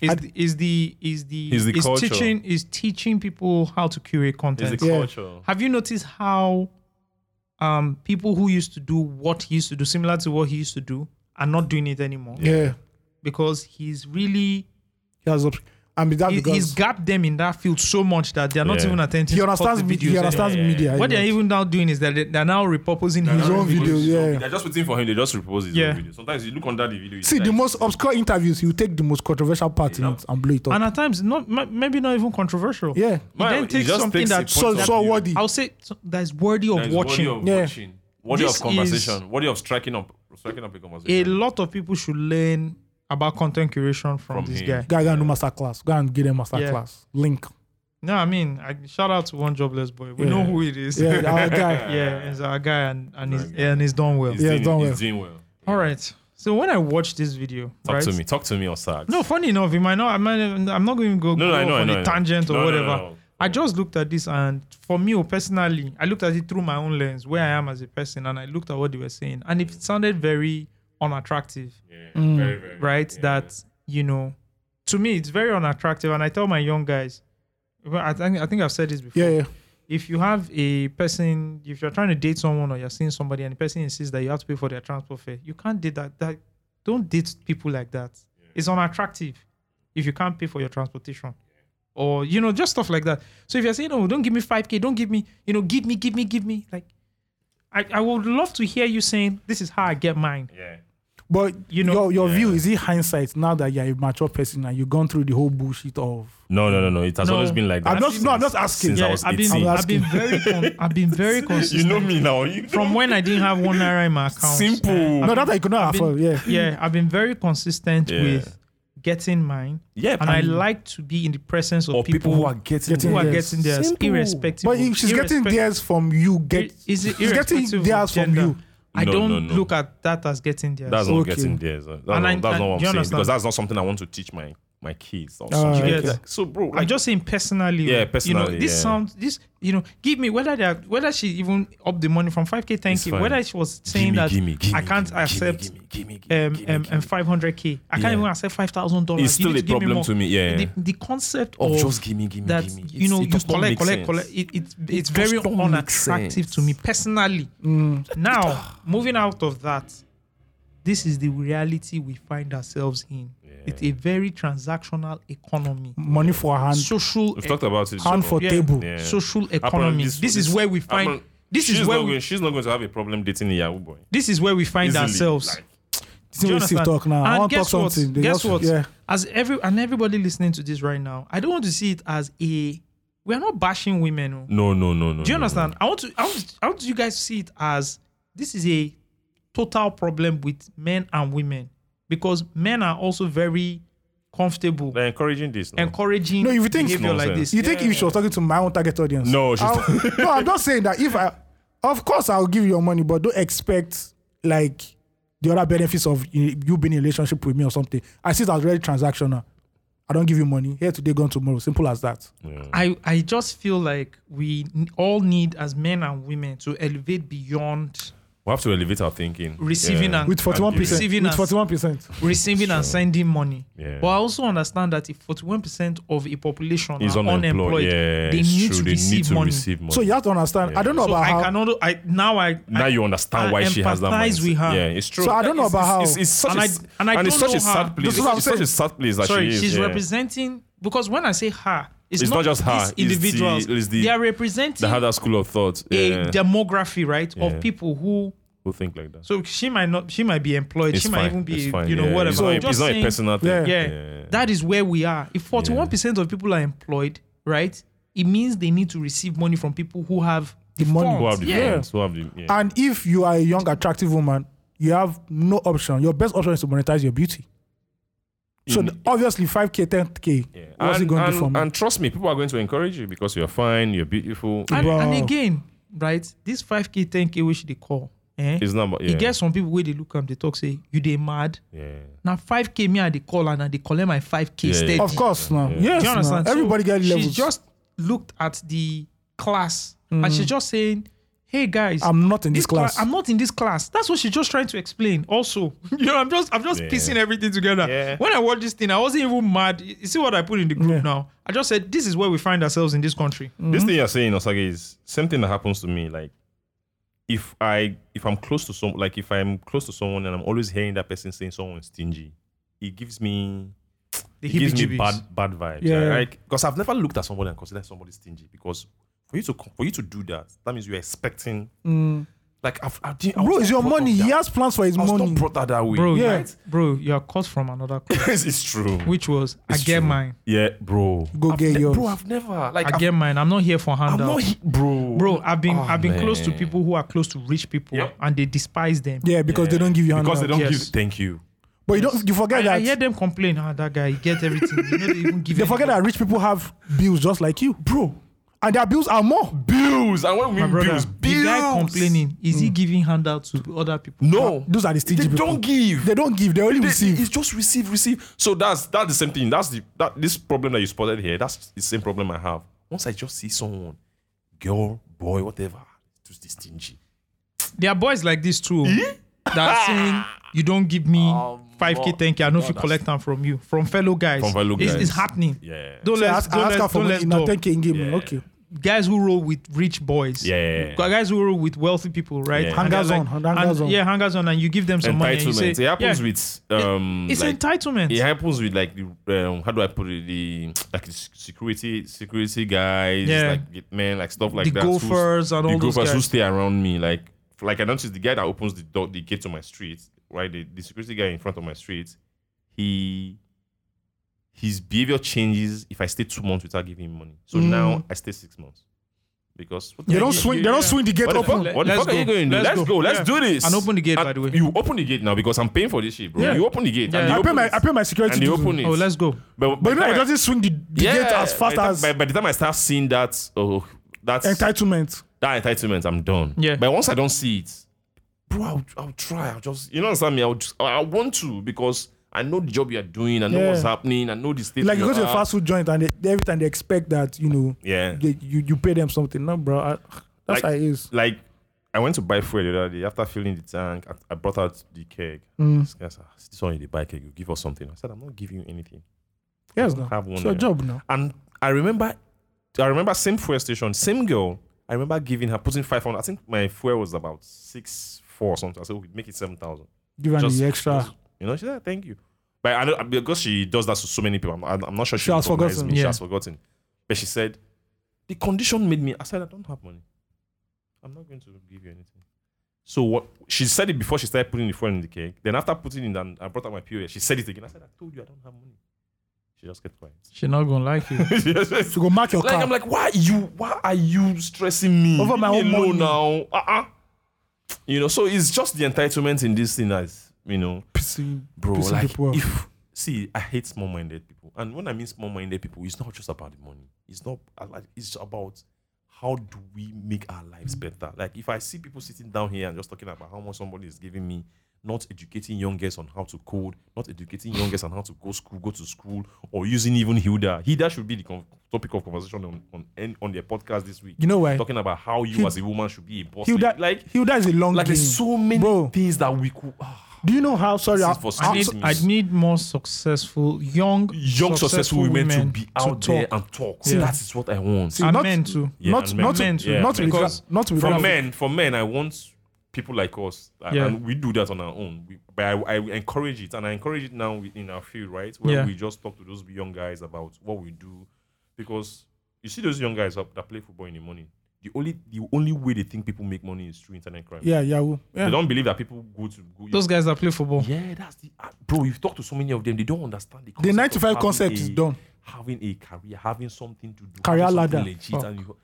is
I-
the, is the is the
Is the
is
culture.
teaching is teaching people how to curate
it's the
content.
Yeah.
culture.
Have you noticed how um people who used to do what he used to do, similar to what he used to do, are not doing it anymore
Yeah.
because he's really
He has up. And that
he,
because
he's gapped them in that field so much that they're not
Yeah.
even attentive.
he
to cut
understands,
the
me-
videos eh?
he understands
anymore.
media.
What they're
you know.
even now doing is that they- they're now repurposing his
His own
own.
video, yeah.
They're just waiting for him. They just repose his
Yeah.
own video. Sometimes you look under the video. it's
See, the
like-
most obscure interviews, you take the most controversial part in
Yeah.
it and blow it up.
And at times, not m- maybe not even controversial.
yeah.
He
Man,
then
it
takes
just
something
takes
that-
a point
So,
of
so
view.
worthy.
I'll say so- that is worthy of
That is
watching.
Worthy of
Yeah.
watching. Worthy
This
of conversation. Worthy of striking up, striking up a
A
conversation.
lot of people should learn about content curation
From
from, this
him.
guy.
Guys, go and do master class. Go and get a master
Yeah.
class. Link.
No, I mean, I, shout out to one jobless boy. We
Yeah.
know who it is.
Yeah, our guy.
yeah, he's our guy, and and he's,
Yeah.
and he's done well.
He's
Yeah,
doing,
don't worry.
he's doing well.
All right. So when I watched this video,
Talk
right?
to me. Talk to me, Osag.
No, funny enough, it might not. I might, I'm not going to go,
No, no,
go
I know,
off
I
on
know,
a
I know.
tangent or
No, no,
whatever.
no, no.
I just looked at this, and for me oh, personally, I looked at it through my own lens, where I am as a person, and I looked at what they were saying, and it sounded very unattractive,
very, very.
right? That you know, to me, it's very unattractive, and I tell my young guys, well, I think I think I've said this before.
Yeah, yeah.
If you have a person, if you're trying to date someone or you're seeing somebody, and the person insists that you have to pay for their transport fare, you can't date that. That don't date people like that. It's unattractive if you can't pay for your transportation or you know just stuff like that so if you're saying oh don't give me 5k don't give me you know give me give me give me like I, I would love to hear you saying this is how I get mine.
Yeah.
But
You know-
your, your view is it hindsight now that you're a mature person and you've gone through the whole bullshit of
No, no, no, no. It has
No.
always been like that.
I'm not-
since-
no, I'm not asking.
Since I
Yeah,
was
I've been,
18.
I'm
I've been very con- I've been very
you
consistent
know me now. You
from when I didn't have one naira in my account.
Simple.
no that I could not
I've been-
afford. Yeah,
yeah, I've been very consistent
Yeah.
with getting mine,
yeah,
and I like to be in the presence of
Or people who are getting
Getting
who are
theirs.
getting theirs,
Simple.
irrespective.
but
of-
if she's getting
irrespect-
theirs from you. Get
Is it
she's getting
irrespective of
theirs from
gender?
you.
I
No,
don't
no, no.
look at that as getting theirs.
That's not
Okay.
getting there. so That's,
And
not,
I-
that's
and
not what
you
I'm saying
understand? Uh,
because that's not something I want to teach my my kids or
Ah,
something.
okay.
Yeah, like, so, bro,
I'm
like,
just saying personally.
Yeah,
You know,
personally,
this
yeah.
sounds this. You know, give me whether they are, whether she even up the money from five k, thank
It's
you.
fine.
Whether she was saying that I can't accept um um five hundred k, I can't
Yeah.
even accept five thousand dollars.
It's still a problem to me. Yeah,
The, the concept
Oh,
of
just gimme, gimme,
that
gimme.
you
It's-
know you
it does
collect,
not
collect,
make
collect,
sense.
It, it's it's
does
very
not make
unattractive to me personally.
Mm.
Now, moving out of that, this is the reality we find ourselves in. It's a very transactional economy,
Money for hand,
social, e-
we've talked about it.
hand
before.
for table.
Yeah.
social
Apparently,
economy. This, is where we find.
apparently,
this
she's
is where
not
we,
going, she's not going to have a problem dating a Yahoo boy.
this is where we find
Easily,
ourselves.
like,
See what Steve talk now. I
And
want to talk
guess what?
something. They
guess
just-
what?
Yeah.
As every and everybody listening to this right now, I don't want to see it as a. We are not bashing women. oh.
no, no, no, no.
Do you
no,
understand? I want to. I want, I want you guys to see it as this is a total problem with men and women because men are also very comfortable
No. They're encouraging this. Now.
encouraging
No, if you think
behavior like this.
you think if she was talking to my own target audience?
No, she's
I'll- no. I'm not saying that. If I, of course, I'll give you your money, but don't expect like the other benefits of you you being in a relationship with me or something. I see it as very transactional. I don't give you money here today, gone tomorrow. Simple as that.
Mm,
I, I just feel like we n- all need as men and women to elevate beyond
we have to elevate our thinking.
Receiving
yeah.
and-
With 41 percent.
Receiving
With
us.
41 percent.
receiving and sending money.
Yeah.
But I also understand that if 41% of a population
Is
are
unemployed.
unemployed,
Yeah,
they
it's
need
true.
to
they
receive
need to
money.
receive money.
So you have to understand. I don't know
So
about
I
how.
cannot. I now I
now
I,
you understand
I
why she has that
empathize
mindset.
with her.
Yeah, it's true.
So I don't know
It's-
about how.
It's, it's such
And
a,
I-
s-
and I
it's
don't
such a
know
sad
her.
place.
This is what I'm
It's such a
saying.
sad place that
Sorry,
she is.
she's
yeah.
representing because when I say her, it's,
It's not just her,
these
it's the-
individuals.
it's the-
they are
They
representing
had that school of thought.
a
Yeah.
demography, right,
Yeah.
of people who.
Who think like that?
So she might not. She might be employed.
It's
she
fine,
might even
it's
be,
fine,
you know,
yeah.
whatever.
It's not,
I'm
a-
just
it's not a
saying-
personal thing.
Yeah.
Yeah,
Yeah.
that is where we are. If forty-one percent of people are employed, right, it means they need to receive money from people who have the,
money.
funds.
Who have the
yeah.
friends? Who have the? Yeah.
And if you are a young, attractive woman, you have no option. Your best option is to monetize your beauty. So the- obviously, 5k, 10k,
Yeah.
what's
Mm. and,
it going
and,
to do for me?
and trust me, people are going to encourage you because you're fine, you're beautiful.
And, and
Wow.
again, right, this 5K, 10K, which they call, eh?
It's not. Yeah.
You get some people where they look and they talk, say, you they mad.
Yeah.
Mm-hmm.
Now 5K, me and they call and I they collect my 5K
Yeah, yeah.
steady.
Of course, now. Yes,
Do you
now.
understand? So
everybody get levels.
She just looked at the class and she's just saying, "Hey guys,
Mm. I'm not in this
cla-
class."
I'm not in this class." That's what she's just trying to explain. Also, you know, I'm just I'm just
Yeah.
piecing everything together.
Yeah.
When I watched this thing, I wasn't even mad. You see what I put in the group
Yeah.
now? I just said, "This is where we find ourselves in this country."
This thing you're saying, Osage, is same thing that happens to me. Like, if I if I'm close to some, like if I'm close to someone and I'm always hearing that person saying someone's stingy, it gives me
The
it gives me
heebie-jeebies.
bad bad vibes.
Yeah.
Yeah. Like, because I've never looked at someone and considered somebody stingy. Because for you to co- for you to do that, that means you're expecting. Like, I've, I've, I was
Mm. Bro,
not
it's your
brought up
money.
that-
He has plans for his
I was
money.
not brought up that way.
bro.
Yeah.
Yeah, bro, you are cut from another, class,
it's, it's true.
which was
It's
I get
true.
mine.
Yeah, bro.
Go
I've
get
ne-
yours.
Bro, I've never like
I
I've-
get mine. I'm not here for
I'm
handouts.
not, he- bro.
Bro, I've been
Ah,
I've been close to
man.
people who are close to rich people
Yeah.
and they despise them.
yeah, because they don't give you
because
handouts.
they don't
Yes.
give. Thank you.
But you don't. You forget
I, I hear
that.
them complain, ah, that guy, he get everything. You know, they even give
They forget that rich people have bills just like you, bro, and their bills are more.
Bills. I want to
my
mean
brother.
bills.
The
Bills.
guy complaining, is
Mm.
he giving handout to other people?
No,
Those are the stingy
they
people.
don't give.
They don't give. They only
They-
receive.
It's just receive, receive. So that's that's the same thing. That's the that this problem that you spotted here. That's the same problem I have. Once I just see someone, girl, boy, whatever, just this stingy.
There are boys like this too. that are saying you don't give me
Um,
five k, ten k. I know if you collect them from you, from fellow guys.
From fellow
It's,
guys.
it's happening.
Yeah.
Don't
So I
let
ask, I
don't
ask her
let
for
don't
money
let
in a
talk.
10k in game.
Yeah.
Okay.
guys who roll with rich boys.
Yeah.
Guys who roll with wealthy people, right?
Yeah.
And they're
Hangers on,
and-
hangers on.
Yeah, hangers on, and you give them some money. and you say-
Entitlement. It happens
yeah.
with um.
It's
like-
entitlement.
It happens with like the um, how do I put it the like the sec- security security guys
Yeah.
like the men like stuff like
The
that who's-
gophers and
the
all those
gophers who
guys.
stay around me like like I noticed the guy that opens the door the gate to my street right the, the security guy in front of my street he his behavior changes if I stay two months without giving him money so
Mm.
now I stay six months because what the
They
heck
don't
are you
swing. They don't swing the gate
what the
open.
fuck, what the
Let's
fuck are you
go.
going to do?
Let's
Let's
go.
go. Let's
Yeah.
do this.
And open the gate,
And
by the way.
You open the gate now because I'm paying for this shit, bro.
Yeah.
You open the gate.
Yeah.
And they
I
I pay
open
my.
it.
I pay my security.
And they
dues.
open it.
Oh, let's go.
But,
But you know,
by
it
the time-
doesn't swing the, the
yeah,
gate as fast
by, the-
as
by, by the time I start seeing that, oh, that's
entitlement.
that entitlement, I'm done.
Yeah.
But once I don't see it, bro, I'll, I'll try. I'll just, you know what I'm saying? I'll just, I I want to because I know the job you're doing. I know
Yeah.
what's happening. I know the state.
Like you go to a
are.
fast food joint and they, they- every time they expect that you know
Yeah.
they, you you pay them something. No, bro, I,
Like-
that's how it is.
Like, I went to buy fuel the other day. After filling the tank, I, I brought out the keg.
Mm.
This guy said, "Ah, "This one in the bike keg. You give us something." I said, "I'm not giving you anything."
Yes,
I
no.
have one
It's your
there.
job now.
And I remember, I remember same fuel station, same girl. I remember giving her putting five hundred. I think my fuel was about six four or something. I said we make it seven thousand.
Give her
Just-
the extra.
just- you know, she said thank you. But I know because she does that to so many people. I'm, I'm- I'm not sure she,
She has
recognized
forgotten.
Me. She
Yeah.
has forgotten. But she said the condition made me. I said I don't have money. I'm not going to give you anything. So what she said it before she started putting the fuel in the cake. Then after putting it and I brought out my POS, she said it again. I said I told you I don't have money. She just kept quiet.
She's not gonna like you.
She just-
to go mark your
like
car.
I'm like, why you? Why are you stressing me
Over my
Leave me
own
alone now? Uh-uh. You know, so it's just the entitlement in this thing as you know,
Pissing-
bro.
pissing
Like,
people off.
if see, I hate small-minded people, and when I mean small-minded people, it's not just about the money. It's not I like it's about how do we make our lives better. Like if I see people sitting down here and just talking about how much somebody is giving me. Not educating young girls on how to code, not educating young girls on how to go school, go to school, or using even Hilda. Hilda should be the con- topic of conversation on on, en- on their podcast this week.
You know why?
Talking about how you
Hil-
as a woman should be a boss.
Hilda,
like
Hilda is a long
like
game.
there's so many
Bro.
things that we could. ah.
Do you know how? Sorry,
This
I,
is for
I
I,
need,
Excuse me.
I need more successful young,
young successful, women, to be out there
talk.
and talk. See,
Yeah.
that is what I want.
See,
and
not-
men too.
Yeah,
not
and
not
men.
to,
Yeah,
not to
men.
be gra-
Because
not to be
for
graphic.
men, for men, I want people like us, uh,
Yeah.
and we do that on our own. We, but I, I encourage it, and I encourage it now in our field, right? Where
Yeah.
we just talk to those young guys about what we do, because you see those young guys up that play football in the morning. The only the only way they think people make money is through internet crime.
Yeah, yeah, we-
They
yeah.
don't believe that people go to go,
Those guys that play football.
Yeah, that's the ah, bro. You've talked to so many of them; they don't understand the.
The
Concept
nine to
of
five
having
concept is
a-
done.
Having a career, having something to do,
Career
having something
ladder.
legit,
Fuck.
and you,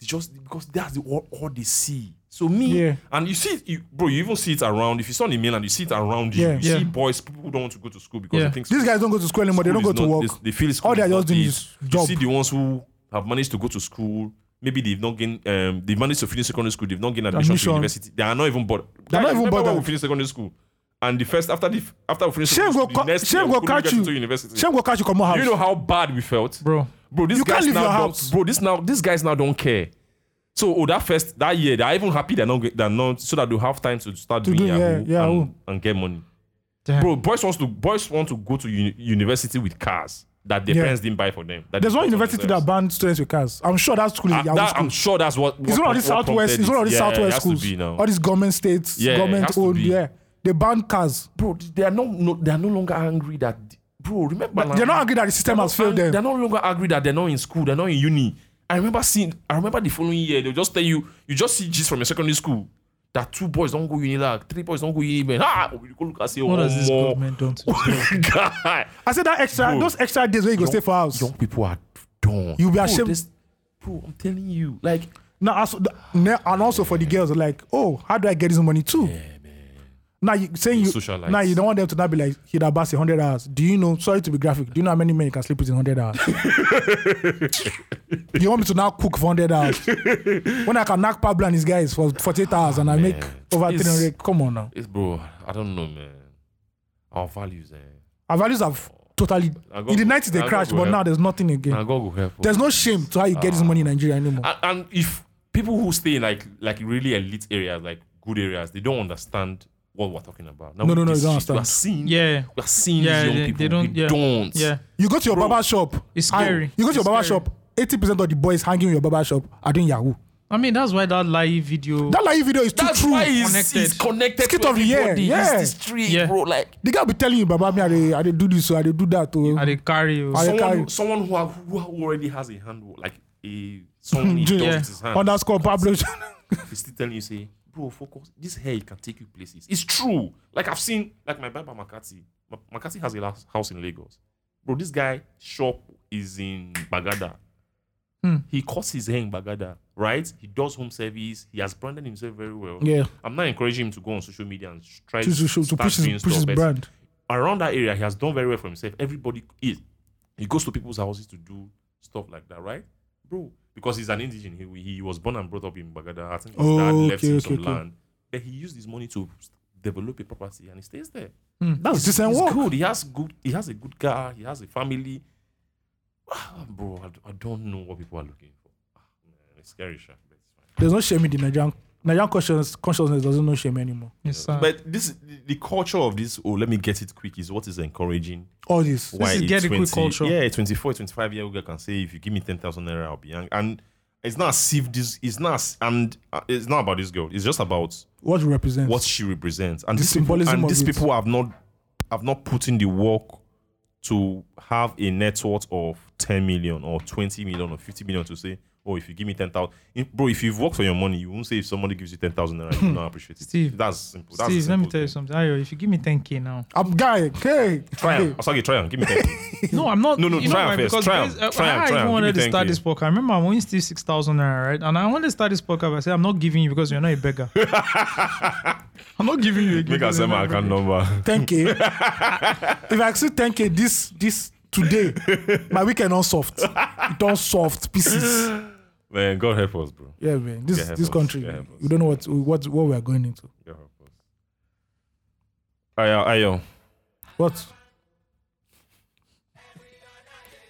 They just because that's the, all, all they see. So me
Yeah.
and you see, it- you, bro, you even see it around. If you saw the mail and you see it around you,
Yeah.
you see
Yeah.
boys people who don't want to go to school because
Yeah.
they think
These guys don't go to school anymore. They don't go
school
to
is not-
work.
They, they feel school
All they are
not
just doing
it.
is
You
job.
see the ones who have managed to go to school. Maybe they've not gained. Um, they've managed to finish secondary school. They've not gained admission,
Admission.
to university. They are not even bothered.
They're not
Guys,
even
remember when
bothered.
We finished secondary school, and the first after the after we finished
Shame
secondary
go,
school, the
ca-
next year
shame
we
go
couldn't
catch
get
you.
into university.
Shame go catch you. Come on, house.
you know how bad we felt,
bro.
bro. These
You can't
guys
leave
now
your
don't-
house.
bro. This now these guys now don't care. So oh, that first that year, they're even happy they're not get- they're not so that they have time to start
To
doing
do-
Yahoo
yeah, oh. Yahoo.
And, and get money.
Damn.
Bro, boys wants to boys want to go to uni- university with cars that their
Yeah.
parents didn't buy for them. that
There's
they bought
one
for
university that
themselves.
banned students with cars. I'm sure that school is
Ah,
Yahoo
that-
school.
I'm sure that's what.
It's one
what-
of these
what
southwest.
prompted
It's one of
it.
these
Yeah, it has
southwest
to
schools.
be now.
All these government states,
Yeah, it has
government
to
owned.
be.
Yeah, they ban cars.
bro, they are not, no, they are no longer angry that, bro. Remember,
But they're not angry that the system has failed them.
They're no longer angry that they're not in school, they're not in uni. I remember seeing, I remember the following year, they'll just tell you, you just see gist from your secondary school that two boys don't go unilag, three boys don't go unilag. Ah, you go look and say, "Oh,
What does this
Oh,
"Omo."
government done to
God,
I said that extra,
Bro.
those extra days where you go stay for house.
young people are done.
You'll be
Bro,
ashamed.
this- Bro, I'm telling you, like,
Now, also, th- ne- and also for the girls, like, oh, how do I get this money too? Now you saying you
Socialize.
now you don't want them to not be like hit that a hundred hours. Do you know? Sorry to be graphic. Do you know how many men you can sleep with in hundred hours? you want me to now cook for hundred hours when I can knock Pablo and his guys for forty eight hours and I make over
It's-
three hundred? Come on now,
it's bro, I don't know, man. Our values, eh?
our values have totally
I got
in the
go-
nineties they
I got
crashed,
go
but
help.
now there's nothing
Now
again.
God will help. us.
There's no shame to how you get this money in
Ah.
Nigeria anymore.
and, and if people who stay in like like really elite areas, like good areas, they don't understand what we're talking about. Now,
No, no, no,
this
they don't
shit, We are
understand.
seeing,
Yeah.
we are seeing
Yeah,
these young
they- they
people.
don't- yeah.
don't.
Yeah.
You go to your barber shop.
it's
and-
scary.
You go to your
It's
barber
scary.
shop. Eighty percent of the boys hanging in your barber shop are doing Yahoo.
I mean, that's why that live video.
That live video is too
That's
true.
why he's
Connected.
connected, he's connected
Skit
to
of the year,
everybody.
yeah.
He's the street,
Yeah.
bro. Like
the guy be telling you, Baba, me, I dey- I dey do this, so I dey do that. Oh.
I they carry you.
I-
someone, who,
can't-
someone who, have, who already has a hand, like a someone he does
Yeah.
with his hand.
Underscore Pablo.
He's still telling you, say, bro, focus. This hair it can take you places. It's true. Like I've seen, like my barber Makati. Ma- Makati has a las- house in Lagos. Bro, this guy shop is in Bagada.
Hmm.
He cuts his hair in Bagada, right? He does home service. He has branded himself very well.
Yeah.
I'm not encouraging him to go on social media and s- try
to, to, to,
start
push his,
doing
push his
stuff, but
brand.
Around that area, he has done very well for himself. Everybody is. He goes to people's houses to do stuff like that, right? Bro, because he's an indigenous. He, he was born and brought up in Bagada. I think his
Oh,
dad left
okay,
him
okay,
some
okay.
land. But he used his money to develop a property and he stays there.
That's decent
He's
work.
good. He has good he has a good car. He has a family. Ah, Bro, I, d- I don't know what people are looking for. Ah, man, it's scary, sha, but it's fine.
There's no shame in the Nigerian. Nigerian consciousness, consciousness doesn't know shame anymore.
It's uh, sad.
But this the- the culture of this. Oh, let me get it quick. Is what is encouraging.
All this.
Why
is
a
get it quick culture.
Yeah, 24, 25 year old girl can say, if you give me ten thousand naira, I'll be young. And it's not as if this. It's not as, and uh, it's not about this girl. It's just about
What you represent.
what she represents. And
The
these people,
symbolism
and
of
these
it.
people have not have not put in the work to have a net worth of 10 million or 20 million or 50 million to say, oh, if you give me 10,000, If- bro, if you've worked for your money, you won't say if somebody gives you 10,000 naira, you will not appreciate it.
Steve.
that's simple. That's
Steve, let me
simple
tell you
thing.
something. Ayo, if you give me 10k now.
I'm guy. Hey.
Try
hey.
and, sorry, try and give me 10.
No, I'm not.
No, no,
you know
try am
why?
first,
Because
try am,
based- uh,
try am,
I
try
even
am, give
wanted to
me
start
10K.
this podcast. I remember I'm owing Steve 6,000 naira, right? And I wanted to start this podcast. but I said, I'm not giving you because you're not a beggar. I'm not giving you a
Make us
because you're
send
not
my
a
account
beggar.
number.
10k. if I see 10k this this today, my weekend on soft. It on soft pieces.
Man, God help us, bro.
Yeah, man. This
Yeah, help
this
us.
country,
Yeah, help us.
we don't know what what what we are going into.
God help us. Ayo, ayo.
What?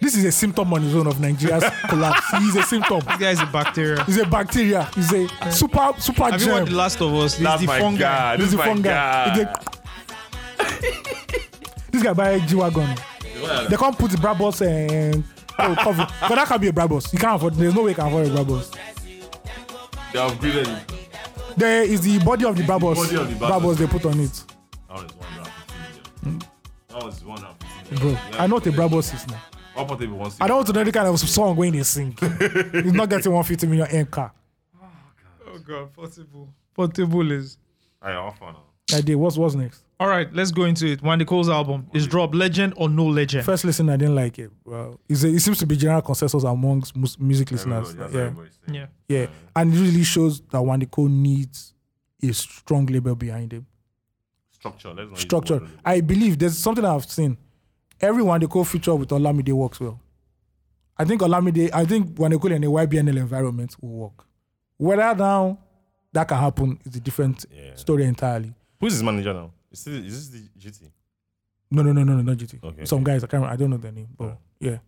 This is a symptom on his own of Nigeria's collapse. He's a symptom.
This guy is a bacteria.
He's a bacteria. He's a super super
Have you watched The
germ.
Last of Us? This
That's
the
my
fungi.
guy.
This is a
my
fungi.
guy.
He's a- this guy buy G wagon. They can't put Brabus and oh, cover. But that can be a Brabus. You can't afford. There's no way you can afford a Brabus.
They have greeted him.
There is the body of the Brabus.
body of the Brabus.
Brabus they put on it,
That was 150 That was 150
bro. I know what a Brabus is now.
How about everyone?
I don't want to know the kind of song when they sing. He's not getting 150 million in car.
Oh, God. Portable. Portable is.
Ayo, how far now?
I did. What's what's next?
All right, let's go into it. Wendy Cole's album is dropped. Legend or no legend?
First listen, I didn't like it. Well, it's a, it seems to be general consensus amongst mus- music listeners.
That's what
yeah,
everybody's saying.
yeah.
yeah, and it really shows that Wande Cole needs a strong label behind him.
Structure. Let's not use the word
Structure.
label.
I believe there's something I've seen. Every Wande Cole feature with Olamide works well. I think Olamide. I think Wande Cole in a YBNL environment will work. Whether now that can happen is a different
Yeah.
story entirely.
Who's his manager now? Is this, is this the GT?
No, no, no, no, no, not GT.
Okay.
Some guys, I can't. I don't know their name, but yeah,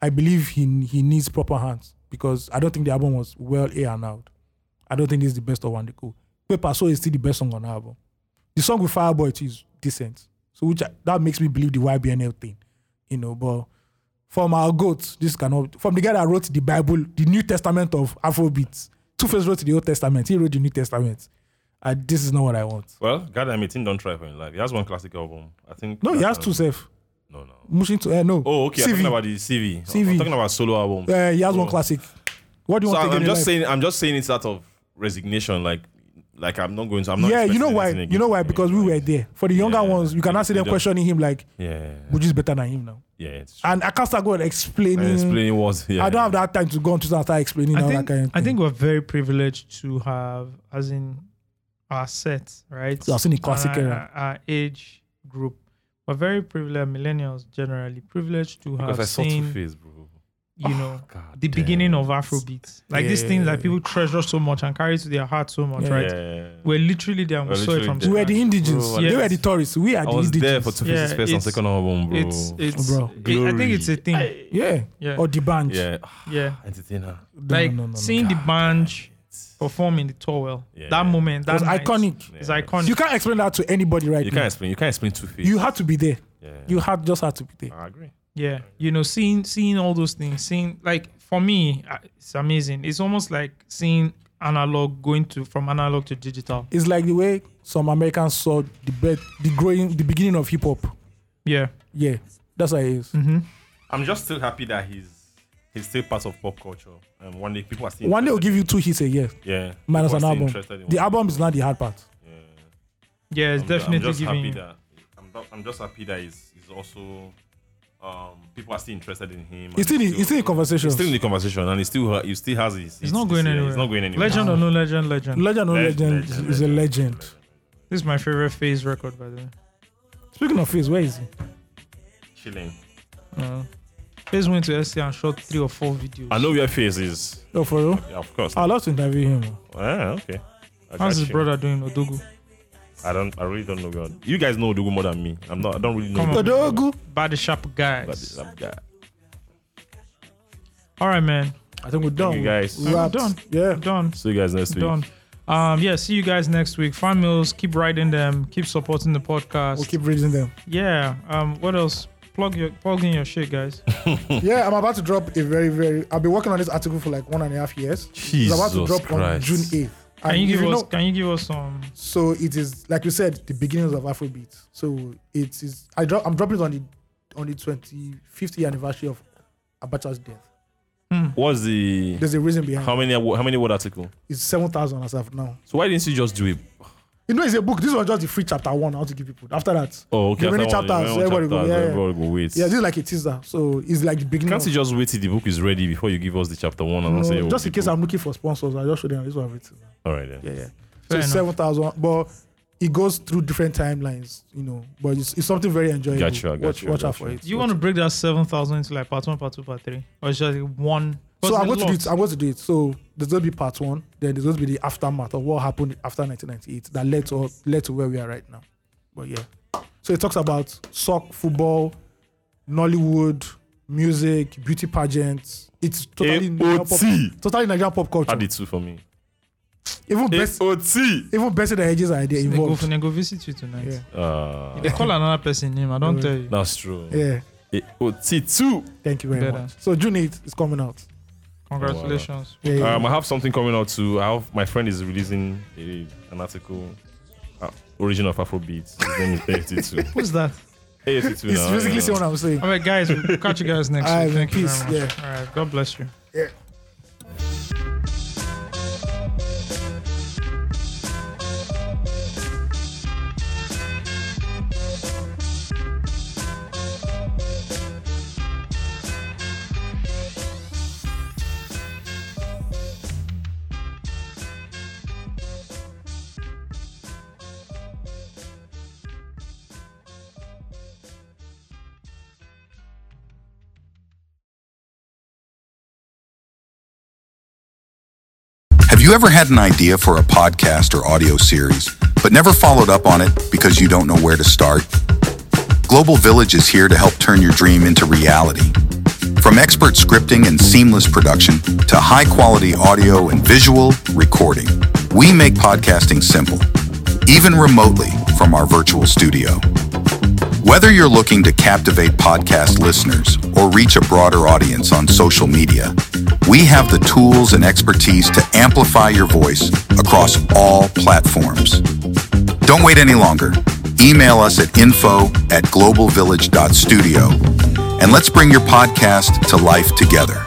I believe he he needs proper hands because I don't think the album was well aired and out. I don't think this is the best of one. Cool. Paper So is still the best song on the album. The song with Fireboy too is decent, so which I, that makes me believe the YBNL thing, you know. But from our goats, this cannot. From the guy that wrote the Bible, the New Testament of Afrobeats. Two Face wrote the Old Testament. He wrote the New Testament. Uh, this is not what I want.
Well, God damn it, Tim don't try for your life. He has one classic album. I think.
No, he
that,
has
um,
two self.
No, no.
Mushin to eh, no.
Oh, okay. I'm
CV.
talking about the CV. I'm-
CV.
I'm talking about solo album.
Uh, he has one
Oh.
classic. What do you
So
want
I'm,
to
I'm just
take in your life?
saying, I'm just saying it's out of resignation. Like, like I'm not going to. I'm not.
yeah, you
expecting
know why?
anything again
You know
from
why?
him,
Because we were
like-
there. For the younger
Yeah.
ones, you cannot see
They
them
don't-
questioning him like,
Yeah,
Buji's better than him now.
yeah. It's true.
And I can't start going explaining.
And explaining what. Yeah,
I don't have that time to go on Twitter and start explaining all
I
that
think,
kind of
I
thing.
think we're very privileged to have, as in our set, right?
So I've seen the classic
our,
era.
Our, our age group. We're very privileged, millennials generally, privileged to
Because
have
I saw two
seen,
face, bro.
you know,
God
the
damn.
beginning of Afrobeat. Like these things that
Yeah.
people treasure so much and carry to their heart so much,
Yeah.
right?
Yeah.
We're literally there and we
We're
saw it from
literally
we were
the
the indigens.
Bro,
I-
They were the tourists. We are
I
the
was
indigens.
there for Two Face's
Yeah,
first and
it's-
second album, bro.
It's it's
Bro. Oh.
it- I think it's a thing.
yeah.
Yeah.
Or the band.
yeah, ah,
Yeah.
entertainer.
No,
Like
no, no, no.
seeing the band perform in the towel.
Yeah.
That moment,
It was
that night
iconic.
Is
Yeah.
iconic.
You can't explain that to anybody right
You
now.
can't explain. You can't explain two face.
You had to be there.
yeah.
You had just had to be there.
I agree.
yeah you know seeing seeing all those things seeing like for me I- it's amazing it's almost like seeing analog going to from analog to digital
It's like the way some Americans saw the birth, the growing, the beginning of hip hop.
yeah
Yeah, that's how it is.
Mm-hmm.
I'm just still happy that he's he's still part of pop culture. And one day people are still
One day we'll
interested
give you two hits a year,
in- yeah
minus
People are
an
still
album.
interested in
The
Wande.
album is not the hard part.
Yeah.
yeah it's
I'm ju-
definitely
I'm just
giving
happy
you
that I'm, not- I'm just happy that he's, he's also um people are still interested in him. and
It's still, it's still in conversation.
He's still in the conversation and he still he still has his.
it's not going anywhere
He's not going anywhere.
legend or no legend legend
legend or
Legend,
legend
legend,
is a
legend,
legend.
this is my favorite phase record by the way
Speaking of Fizz, where is he?
Chilling.
phase went to SC and shot three or four videos
I know where Face is.
Oh, for real?
Yeah, of course.
I'd love to interview him.
Ah, okay. I got
how's his
you.
brother doing Odogu
I don't. I really don't know God. You guys know Odogu more than me. I'm not. I don't really know.
Come on.
Odogu.
by the sharp
But
guys
I'm guy.
all right man
I think we're done.
you, guys.
We're wrapped.
done.
Yeah.
done
See you guys next week.
done um yeah see you guys next week fan mails keep writing them keep supporting the podcast
We'll keep reading them.
Yeah. Um. What else? Plug your plug in your shit, guys.
yeah, I'm about to drop a very, very. I've been working on this article for like one and a half years. it's about to
Jesus
drop on
Christ.
June 8th.
Can
And
you
if
give us?
know-
Can you give us some?
So it is like we said, the beginnings of Afrobeat. So it is I drop I'm dropping it on the on the 25th year anniversary of Abacha's death.
What's the
There's a reason behind
how
it.
many how many word article?
It's 7,000 as of now.
So why didn't you just do it?
You know, it's a book. This was just the free chapter one. I want to give people. After that,
Oh, okay.
The many
after one-
chapters,
many
everybody go, yeah, yeah.
everybody go wait.
yeah, this is like a teaser. So it's like the beginning.
Can't
of-
you just wait till the book is ready before you give us the chapter one and
No,
I'll say oh,
just
the
in case
book-
I'm looking for sponsors, I just show them this one. Written.
All right then.
Yeah, yeah. So
Fair
it's
enough.
7,000, but it goes through different timelines, you know. But it's, it's something very enjoyable.
Gotcha,
watch
gotcha,
watch out
gotcha.
for it.
Do you want to break that seven thousand into like part one, part two, part three, or it's just like one?
So I'm
Because
going to do
it's
it. I'm going to do it. So there's going to be part one. Then there's going to be the aftermath of what happened after 1998 that led to led to where we are right now. But yeah, so it talks about sock football, Nollywood, music, beauty pageants. It's totally Nigerian pop,
AOT.
totally Nigerian pop culture.
Add the two for me. Eh,
Even best,
AOT.
even best of the edges are there
They go,
involved.
they go visit you tonight.
Yeah.
Uh,
They call another person name. I don't tell you.
that's true.
Yeah,
AOT two.
thank you very
Better.
much. So June 8th is coming out.
Congratulations.
Yeah, yeah.
Um, I have something coming out too. I have my friend is releasing a, an article. Uh, origin of Afrobeat. His name is AOT two.
Who's that?
AOT two.
Ah,
it's basically saying what I'm saying.
All right, guys. We'll catch you guys next
All right,
week. Thank
peace,
you very much. All right. God bless you.
Have you ever had an idea for a podcast or audio series, but never followed up on it because you don't know where to start? Global Village is here to help turn your dream into reality. From expert scripting and seamless production to high quality audio and visual recording, we make podcasting simple, even remotely from our virtual studio. Whether you're looking to captivate podcast listeners or reach a broader audience on social media, we have the tools and expertise to amplify your voice across all platforms. Don't wait any longer. Email us at info at globalvillage.studio and let's bring your podcast to life together.